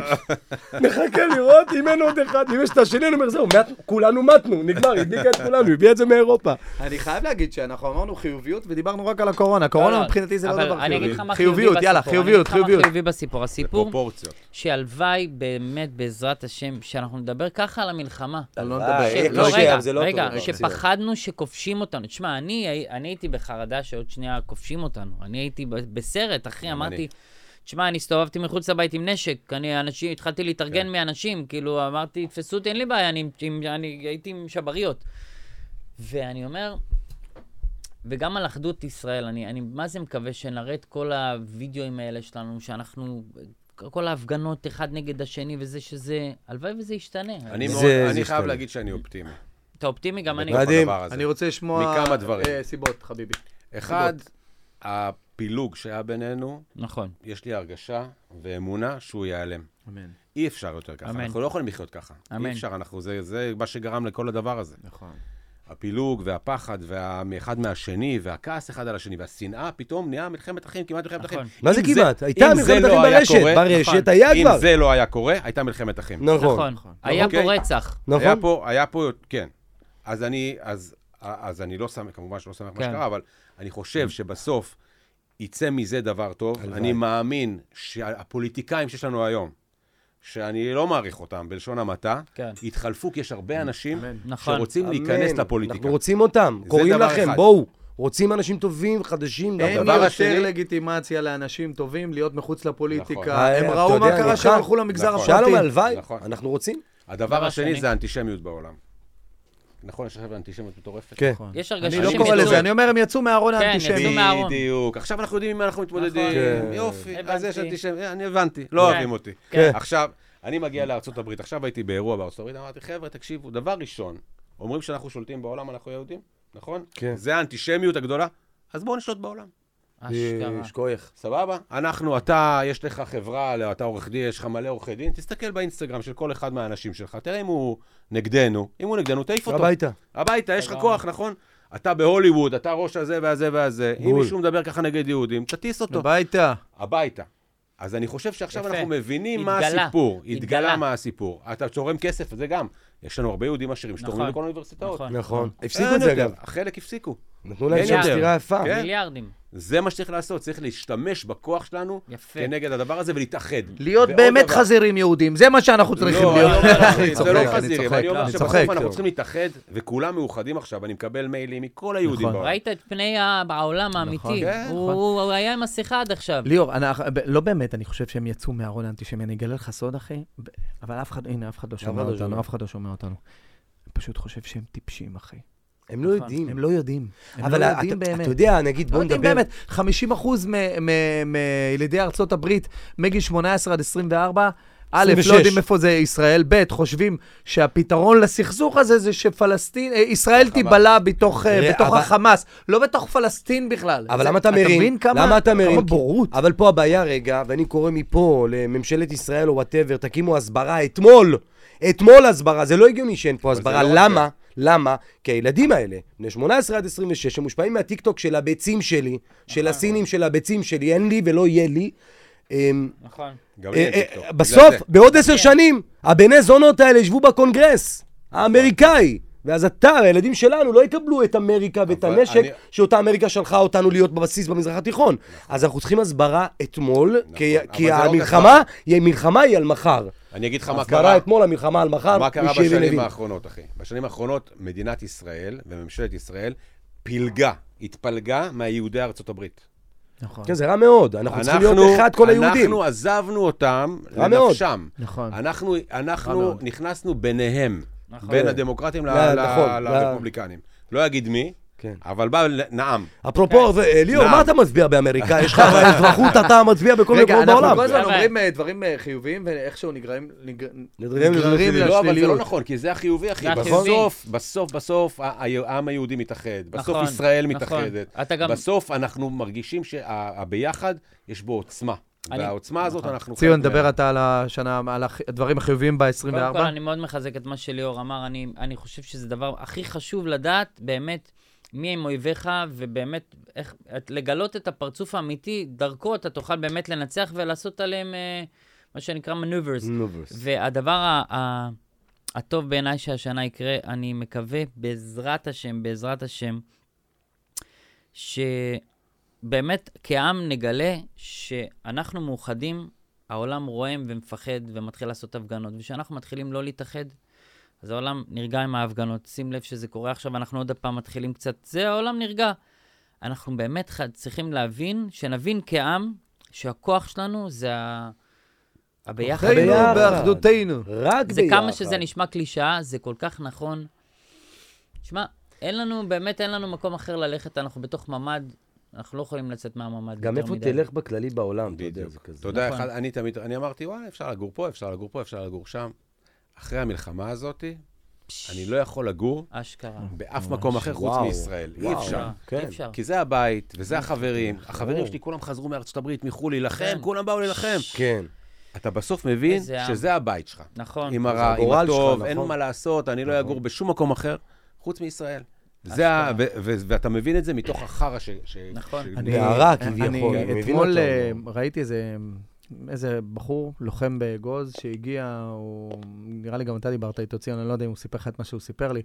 C: מחכה לראות אם אין עוד אחד, אם יש את השני, אני אומר, זהו, מת- כולנו מתנו, נגמר, היא הדליקה את כולנו, הביאה את זה מאירופה.
E: אני חייב להגיד שאנחנו אמרנו חיוביות ודיברנו רק על הקורונה. קורונה
B: לא,
E: מבחינתי זה לא
B: אבל
E: דבר חיובי.
B: אני אגיד לך מה חיובי
E: חיוביות,
B: בסיפור.
E: יאללה,
B: אני אגיד
E: חיוביות,
B: לך מה
E: חיוביות.
B: חיובי בסיפור. הסיפור,
D: *laughs* פרופורציות.
B: שהלוואי באמת, בעזרת השם, שאנחנו נדבר ככה על המלחמה.
E: לא
C: אה,
E: נדבר.
C: אה,
B: לא,
C: קשה,
B: רגע,
C: אבל זה לא
B: רגע,
C: אותו דבר,
B: שפחדנו שכובשים אותנו. תשמע, אני, הי- אני הייתי בחרדה שעוד שנייה כובשים אותנו. אני הייתי ב- בסרט, אחי, אמרתי, תשמע, אני הסתובבתי מחוץ לבית עם נשק, אני אנשים, התחלתי
C: כן.
B: להתארגן מאנשים, כאילו, אמרתי, תפסו אותי, אין לי בעיה, אני, עם, אני הייתי עם שבריות. ואני אומר, וגם על אחדות ישראל, אני, אני מה זה מקווה שנראה את כל הוידאוים האלה שלנו, שאנחנו, כל ההפגנות אחד נגד השני וזה שזה, הלוואי וזה ישתנה.
D: אני
C: זה-
D: מאוד-
C: זה
D: אני חייב
C: היסטוריה.
D: להגיד שאני אופטימי.
B: אתה אופטימי? גם אני.
D: בתוך
C: מדהים.
D: הדבר הזה.
E: אני רוצה לשמוע...
D: מכמה דברים.
E: אה, סיבות, חביבי.
D: אחד, הפילוג שהיה בינינו,
B: נכון.
D: יש לי הרגשה ואמונה שהוא ייעלם.
E: אמן.
D: אי אפשר יותר ככה.
B: אמן.
D: אנחנו לא יכולים לחיות ככה.
B: אמן.
D: אי אפשר, אנחנו, זה, זה מה שגרם לכל הדבר הזה.
E: נכון.
D: הפילוג והפחד וה- מאחד מהשני, והכעס אחד על השני, והשנאה, פתאום נהיה מלחמת אחים, כמעט מלחמת
B: נכון.
D: אחים.
C: מה זה
D: אם
C: כמעט? הייתה
D: אם
C: מלחמת
D: זה
C: אחים
D: לא היה
C: ברשת,
D: קורה-
C: ברשת
D: נכון.
C: היה כבר.
D: אם זה לא היה קורה, הייתה מלחמת אחים.
C: נכון,
B: נכון. היה
D: אוקיי.
B: פה רצח.
D: היה
C: נכון.
D: פה, היה פה, כן. אז אני, אז, אז אני לא שמח, כמובן שלא שמח מה
B: כן.
D: שקרה, אבל אני חושב שבסוף יצא מזה דבר טוב.
C: הלוואי.
D: אני מאמין שהפוליטיקאים שיש לנו היום, שאני לא מעריך אותם, בלשון המעטה,
B: כן.
D: יתחלפו, כי יש הרבה אנשים
B: נכון.
D: שרוצים
C: אמן.
D: להיכנס לפוליטיקה.
C: אנחנו רוצים אותם,
D: זה
C: קוראים
D: דבר
C: לכם,
D: אחד.
C: בואו. רוצים אנשים טובים, חדשים.
E: אין
D: הדבר
E: יותר
D: השני-
E: לגיטימציה לאנשים טובים להיות מחוץ
D: נכון.
E: לפוליטיקה.
C: אה,
E: הם
C: אתה
E: ראו
C: יודע,
E: מה
C: אני
E: קרה
C: איתך.
E: שהם הלכו למגזר
D: נכון.
E: הפרטי.
C: שלום, הלוואי,
D: נכון.
C: אנחנו רוצים.
D: הדבר השני
B: השני.
D: זה האנטישמיות בעולם. נכון, יש עכשיו אנטישמיות מטורפת? נכון.
C: כן.
B: יש הרגשה
E: אני
B: שהם
E: לא קורא
B: יצאו-
E: לזה, אני אומר, הם יצאו מהארון
B: כן,
E: האנטישמי.
B: יצאו מהארון.
D: בדיוק. עכשיו אנחנו יודעים עם מה אנחנו מתמודדים.
B: כן.
D: יופי, אז
B: הבנתי.
D: יש אנטישמיות. אני הבנתי, לא
B: כן.
D: אוהבים אותי.
B: כן.
D: עכשיו, אני מגיע לארה"ב, עכשיו הייתי באירוע בארה"ב, אמרתי, חבר'ה, תקשיבו, דבר ראשון, אומרים שאנחנו שולטים בעולם, אנחנו יהודים, נכון?
C: כן.
D: זה האנטישמיות הגדולה, אז בואו נשלוט בעולם. אה,
C: אה,
B: אשכרה.
C: יש כוח.
D: סבבה? אנחנו, אתה, יש לך חברה, לא, אתה עורך דין, יש לך מלא עורכי דין, תסתכל באינסטגרם של כל אחד מהאנשים שלך, תראה אם הוא נגדנו, אם הוא נגדנו, תעיף אותו.
C: הביתה.
D: הביתה, יש לך כוח, נכון? אתה בהוליווד, אתה ראש הזה והזה והזה. אם
C: בול.
D: מישהו מדבר ככה נגד יהודים, תטיס אותו.
E: הביתה.
D: הביתה. אז אני חושב שעכשיו
B: יפה.
D: אנחנו מבינים מה
B: התגלה.
D: הסיפור.
B: התגלה.
D: התגלה מה הסיפור. אתה תורם כסף, זה גם. יש לנו הרבה יהודים עשירים שתורמים
B: נכון.
D: לכל האוניברסיטאות.
B: נכון.
C: נכון. הפסיקו
D: אין
C: את זה
D: יותר.
C: אגב.
D: חלק הפסיקו.
C: נתנו להם שם
B: מיליארד.
C: סטירה יפה.
D: כן.
B: מיליארדים.
D: זה מה שצריך לעשות, צריך להשתמש בכוח שלנו
B: יפה.
D: כנגד הדבר הזה ולהתאחד.
E: להיות
D: ועוד
E: באמת
D: דבר-
E: חזירים יהודים, זה מה שאנחנו צריכים
D: לא, אני
E: להיות.
D: אומר, אחי,
E: אני
D: זה
E: צוחק,
D: לא
E: אני
D: חזירים. אני
E: צוחק.
D: אומר
E: אני
D: שבסוף
E: צוחק.
D: אנחנו צריכים להתאחד, וכולם מאוחדים עכשיו. אני מקבל מיילים מכל היהודים
E: נכון.
D: בעולם.
B: ראית את פני ה- העולם האמיתי.
D: כן,
B: הוא- הוא הוא היה עם מסכה עד עכשיו.
E: ליאור, אנחנו- ב- לא באמת, אני חושב שהם יצאו מהארון האנטישמי. אני אגלה לך סוד, אחי, ב- אבל אף אחד, הנה, אף אחד לא שומע
C: לא שומע.
E: אותנו, אף אחד לא שומע אותנו. אני פשוט חושב שהם טיפשים, אחי.
C: הם לא יודעים.
E: הם לא יודעים. הם
C: אבל
E: לא
C: ה-
E: יודעים
C: אתה-
E: באמת.
C: אתה יודע, נגיד,
E: לא
C: בוא
E: יודעים
C: נדבר.
E: באמת, 50 אחוז מילידי ארצות הברית, מגיל 18 עד 24, א', לא
C: 26.
E: יודעים איפה זה ישראל, ב', חושבים שהפתרון לסכסוך הזה זה שפלסטין, אה, ישראל תיבלע בתוך אה,
C: תראה,
E: בתוך
C: אבל-
E: החמאס, לא בתוך פלסטין בכלל.
C: אבל
E: זה-
C: למה אתה מרים?
E: אתה מבין כמה
C: למה אתה מרים?
E: כמה
C: כי-
E: בורות.
C: אבל פה הבעיה רגע, ואני קורא מפה לממשלת ישראל או וואטאבר, תקימו הסברה אתמול. אתמול הסברה, זה לא הגיוני שאין פה הסברה.
D: לא רק
C: למה? למה? כי הילדים האלה, בני 18 עד 26, שמושפעים מהטיקטוק של הביצים שלי, של
E: נכון.
C: הסינים של הביצים שלי, אין לי ולא יהיה לי. אמ,
B: נכון.
D: גם לי
C: אה,
D: אין טיקטוק.
C: אה,
D: בגלל
C: בסוף,
D: זה.
C: בעוד
B: כן.
C: עשר שנים, הבני זונות האלה ישבו בקונגרס האמריקאי. ואז אתה, הילדים שלנו, לא יקבלו את אמריקה ואת
D: אבל
C: הנשק
D: אני- נכון.
C: שאותה אמריקה שלחה אותנו להיות בבסיס במזרח התיכון. אז אנחנו צריכים הסברה אתמול, כי-
D: אבל
C: כי
D: זה לא רק
C: המלחמה היא- המלחמה היא על מחר.
D: אני אגיד לך מה
C: הסברה
D: קרה.
C: אתמול, המלחמה על מחר.
D: מה קרה
C: מי שהבין,
D: בשנים
C: הבין.
D: האחרונות, אחי? בשנים האחרונות מדינת ישראל וממשלת ישראל פילגה, התפלגה מהיהודי ארצות הברית.
E: נכון.
C: כן, זה רע מאוד. אנחנו צריכים להיות אחד כל היהודים.
D: אנחנו עזבנו אותם
C: רע מאוד.
D: לנפשם.
E: נכון.
D: אנחנו, אנחנו
E: מאוד.
D: נכנסנו ביניהם,
B: נכון.
D: בין הדמוקרטים ל-
C: ל-
D: ל-
C: נכון, ל-
D: לרפובליקנים. לא אגיד מי,
C: כן.
D: אבל בא נעם. כן.
C: אפרופו, אה, ליאור,
D: נעם.
C: מה אתה מצביע באמריקה?
D: *laughs*
C: יש לך אזרחות, אתה מצביע בכל
E: רגע,
C: מקומות
E: אנחנו
C: בעולם.
E: כל הזמן
B: אבל-
E: אומרים אה, דברים אה, חיוביים ואיכשהו נגררים נגר-
C: נגררים
E: נגררים
C: לשליליות.
D: לא, אבל זה לא
E: לשליליות.
D: נכון, כי זה החיובי, אחי.
B: זה החיובי.
D: בסוף, בסוף, בסוף, ה- ה- העם היהודי מתאחד. בסוף
B: נכון,
D: ישראל
B: נכון.
D: מתאחדת.
B: אתה גם-
D: בסוף אנחנו מרגישים שהביחד, יש בו עוצמה.
B: אני-
D: והעוצמה הזאת, אנחנו...
E: *laughs* ציון,
D: חלק
E: דבר
D: ממנה.
E: אתה על השנה, על הח- הדברים החיוביים ב-24.
B: קודם כל, אני מאוד מחזק את מה שליאור אמר. אני, אני חושב שזה דבר הכי חשוב לדעת, באמת, מי הם אויביך, ובאמת, איך, את, לגלות את הפרצוף האמיתי, דרכו אתה תוכל באמת לנצח ולעשות עליהם, אה, מה שנקרא מנוברס.
C: Maneuvers.
B: והדבר ה- ה- הטוב בעיניי שהשנה יקרה, אני מקווה, בעזרת השם, בעזרת השם, שבאמת כעם נגלה שאנחנו מאוחדים, העולם רועם ומפחד ומתחיל לעשות הפגנות, וכשאנחנו מתחילים לא להתאחד, אז העולם נרגע עם ההפגנות. שים לב שזה קורה עכשיו, אנחנו עוד פעם מתחילים קצת, זה העולם נרגע. אנחנו באמת ח- צריכים להבין, שנבין כעם, שהכוח שלנו זה ה... הביחד.
E: אחינו
C: ביחד.
E: באחדותנו.
C: רק ביחד.
B: זה כמה שזה נשמע קלישאה, זה כל כך נכון. שמע, אין לנו, באמת אין לנו מקום אחר ללכת, אנחנו בתוך ממ"ד, אנחנו לא יכולים לצאת מהממ"ד
C: גם
B: יותר
C: איפה
B: מדי.
C: תלך בכללי בעולם, אתה יודע, זה
D: בדיוק.
C: כזה.
D: אתה יודע,
B: נכון.
D: אחד- אני תמיד, אני אמרתי, וואלה, אפשר לגור פה, אפשר לגור פה, אפשר לגור שם. אחרי המלחמה הזאת, אני לא יכול לגור
B: אשכרה.
D: באף מקום אחר חוץ
C: וואו.
D: מישראל. אי
C: וואו.
D: אפשר.
B: אה,
C: כן.
B: אי אפשר.
D: כי זה הבית, וזה החברים. החברים שלי כולם חזרו מארצות הברית, מחו"ל להילחם,
B: כן.
D: כולם באו להילחם.
C: כן.
D: אתה בסוף מבין
B: איזה עם.
D: שזה הבית שלך.
B: נכון.
D: עם
C: זה
D: הרע, עם
C: הגורל
D: הטוב,
C: שלך,
D: אין
C: נכון.
D: מה לעשות, אני לא אגור בשום מקום אחר, חוץ מישראל. זה ה... ו- ו- ואתה מבין את זה מתוך החרא ש... ש-
B: נכון.
D: ש-
E: אני-
C: נערה,
E: אני-
C: כביכול, אני
E: אני
C: מבין
E: אתמול
C: אותו.
E: אה, ראיתי איזה... איזה בחור, לוחם באגוז, שהגיע, הוא... נראה לי גם אתה דיברת איתו, ציון, אני לא יודע אם הוא סיפר לך את מה שהוא סיפר לי.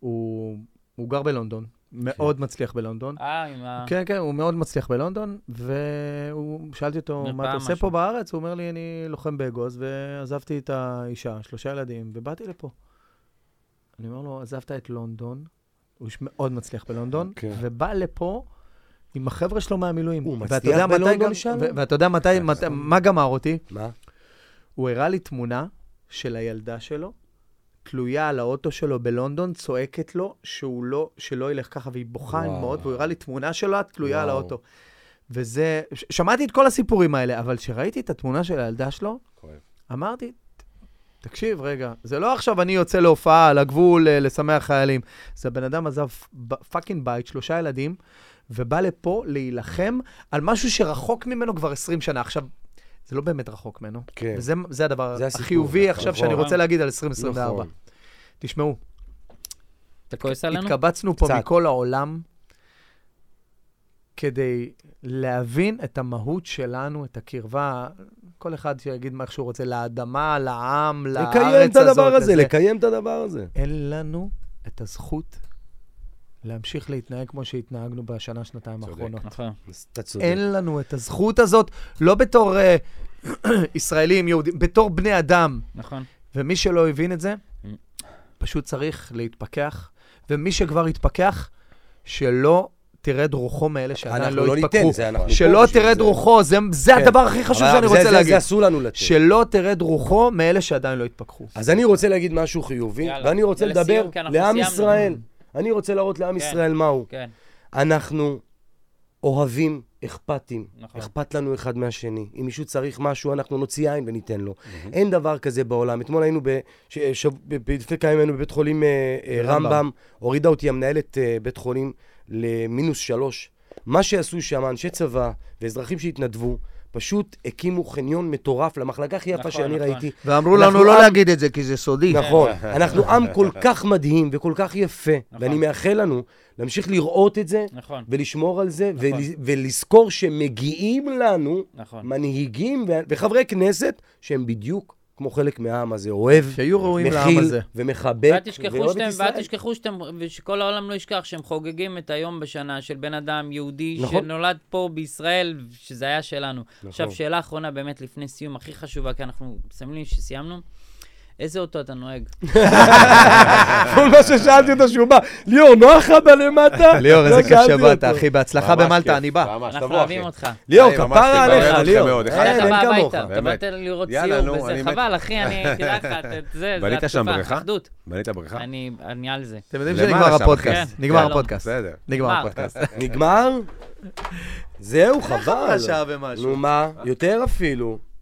E: הוא, הוא גר בלונדון,
C: כן.
E: מאוד מצליח בלונדון.
B: אה, עם ה...
E: כן, כן, הוא מאוד מצליח בלונדון, והוא, שאלתי אותו, מה
B: מרפאה,
E: אתה עושה
B: משהו."
E: פה בארץ? הוא אומר לי, אני לוחם באגוז, ועזבתי את האישה, שלושה ילדים, ובאתי לפה. אני אומר לו, עזבת את לונדון, הוא איש מאוד מצליח בלונדון,
C: כן.
E: ובא לפה עם החבר'ה שלו מהמילואים.
C: הוא
E: ואתה
C: מצליח
E: יודע מתי
C: בלונדון כן.
E: גם-
C: שלום?
E: ו- ואתה יודע מתי, מתי- מה גמר אותי?
C: מה?
E: הוא הראה לי תמונה של הילדה שלו, תלויה על האוטו שלו בלונדון, צועקת לו שהוא לא, שלא ילך ככה, והיא בוכה עם
C: וואו.
E: דמעות, והוא הראה לי תמונה שלה תלויה על
C: וואו.
E: האוטו. וזה, ש- שמעתי את כל הסיפורים האלה, אבל כשראיתי את התמונה של הילדה שלו,
D: כואב.
E: אמרתי, "ת- תקשיב, רגע, זה לא עכשיו אני יוצא להופעה על הגבול אה, לשמח חיילים. זה הבן אדם עזב ב- פאקינג בית, שלושה ילדים, ובא לפה להילחם על משהו שרחוק ממנו כבר 20 שנה. עכשיו, זה לא באמת רחוק ממנו.
C: כן.
E: וזה זה הדבר
C: זה הסיפור,
E: החיובי
C: נכון.
E: עכשיו
C: נכון.
E: שאני רוצה להגיד על 2024.
C: נכון.
E: תשמעו,
B: אתה כועס עלינו?
E: התקבצנו פה
C: קצת.
E: מכל העולם כדי להבין את המהות שלנו, את הקרבה, כל אחד שיגיד מה שהוא רוצה, לאדמה, לעם, לארץ הזאת.
C: לקיים את הדבר הזה,
E: לזה.
C: לקיים את הדבר הזה.
E: אין לנו את הזכות להמשיך להתנהג כמו שהתנהגנו בשנה, שנתיים האחרונות.
B: נכון.
C: אז אתה צודק.
E: אין לנו את הזכות הזאת, לא בתור אה, *clears throat* ישראלים, יהודים, בתור בני אדם.
B: נכון.
E: ומי שלא הבין את זה,
B: Mm.
E: פשוט צריך להתפכח, ומי שכבר התפכח, שלא תרד רוחו מאלה שעדיין
C: אנחנו
E: לא
C: לא ניתן,
E: התפכחו.
C: זה אנחנו...
E: שלא
C: פה בשביל
E: תרד
C: זה.
E: רוחו, זה- זה
C: כן.
E: הדבר הכי חשוב
C: אבל
E: שאני
C: זה-
E: רוצה
C: זה-
E: להגיד.
C: זה אסור לנו לתת.
E: שלא תרד רוחו מאלה שעדיין לא התפכחו.
C: אז אני רוצה להגיד משהו חיובי,
B: יאללה.
C: ואני רוצה
B: ולסיום,
C: לדבר
B: כי אנחנו
C: לעם
B: סיימנו.
C: ישראל. אני רוצה להראות לעם ישראל מהו.
B: כן.
C: אנחנו אוהבים, אכפתים.
B: נכון.
C: אכפת לנו אחד מהשני. אם מישהו צריך משהו, אנחנו נוציא עין וניתן לו. אין דבר כזה בעולם. אתמול היינו, ב- ש- ש- ב- ב- לפני כמה ימים היינו בבית חולים אה, אה,
A: רמב"ם.
C: רמב"ם, הורידה אותי המנהלת אה, בית חולים למינוס שלוש. מה שעשו שם אנשי צבא ואזרחים שהתנדבו, פשוט הקימו חניון מטורף למחלקה הכי יפה
B: נכון,
C: שאני
B: נכון.
C: ראיתי.
E: ואמרו
C: אנחנו
E: לנו לא
C: עם-
E: להגיד את זה, כי זה סודי.
B: *laughs*
C: נכון. אנחנו עם כל כך מדהים וכל כך יפה, ואני מאחל לנו להמשיך לראות את זה,
B: נכון.
C: ולשמור על זה,
B: נכון.
C: ול- ולזכור שמגיעים לנו
B: נכון.
C: מנהיגים ו- וחברי כנסת שהם בדיוק כמו חלק מהעם הזה, אוהב,
E: שיהיו ראויים לעם
C: מכיל
E: הזה.
C: ומחבק,
B: ואל תשכחו
C: ואוהב את
B: שאתם, ואל
C: ישראל.
B: תשכחו שאתם, ושכל העולם לא ישכח שהם חוגגים את היום בשנה של בן אדם יהודי
C: נכון.
B: נכון. שנולד פה בישראל, שזה היה שלנו. נכון. עכשיו,
C: נכון.
B: שאלה אחרונה באמת לפני סיום, הכי חשובה, כי אנחנו מסמלים שסיימנו. איזה אוטו אתה נוהג?
C: *laughs* כל מה ששאלתי אותו שהוא בא, ליאור, נוח לך
E: *laughs*
A: *laughs*
C: בלמטה?
A: ליאור,
C: לא
A: איזה כיף
C: שאלתי
A: שבאת,
C: אותו.
A: אחי, בהצלחה
D: ממש
A: במלטה,
D: כיף,
A: אני בא.
D: ממש,
B: אנחנו
D: תבוא, אחי.
B: אוהבים אותך.
C: ליאור,
D: היי, ממש
C: כפרה
D: כיף,
C: עליך,
D: אוהב אתכם
C: ליאור.
D: מאוד,
C: אין,
D: אחד
B: אתה
C: אין
B: בא
C: כמוך.
B: הביתה, אתה
D: באמת.
B: באת לראות
D: יאללה,
B: סיור,
D: נו,
B: וזה
D: אני מת.
B: חבל, אחי, אני,
D: *laughs*
B: תדע לך, ת- זה, זה
D: בנית שם בריכה? אה?
B: אחדות.
D: בנית בריכה?
B: אני אני על זה.
E: אתם יודעים
D: למעלה
E: שנגמר
D: שם,
E: הפודקאסט.
B: כן.
E: נגמר
A: לא,
B: כן,
E: הפודקאסט.
D: בסדר.
E: נגמר
A: *laughs*
B: נגמר.
E: הפודקאסט. *laughs*
C: נגמר? זהו, חבל.
E: שעה ומשהו. אה,
C: נו מה, יותר אפילו.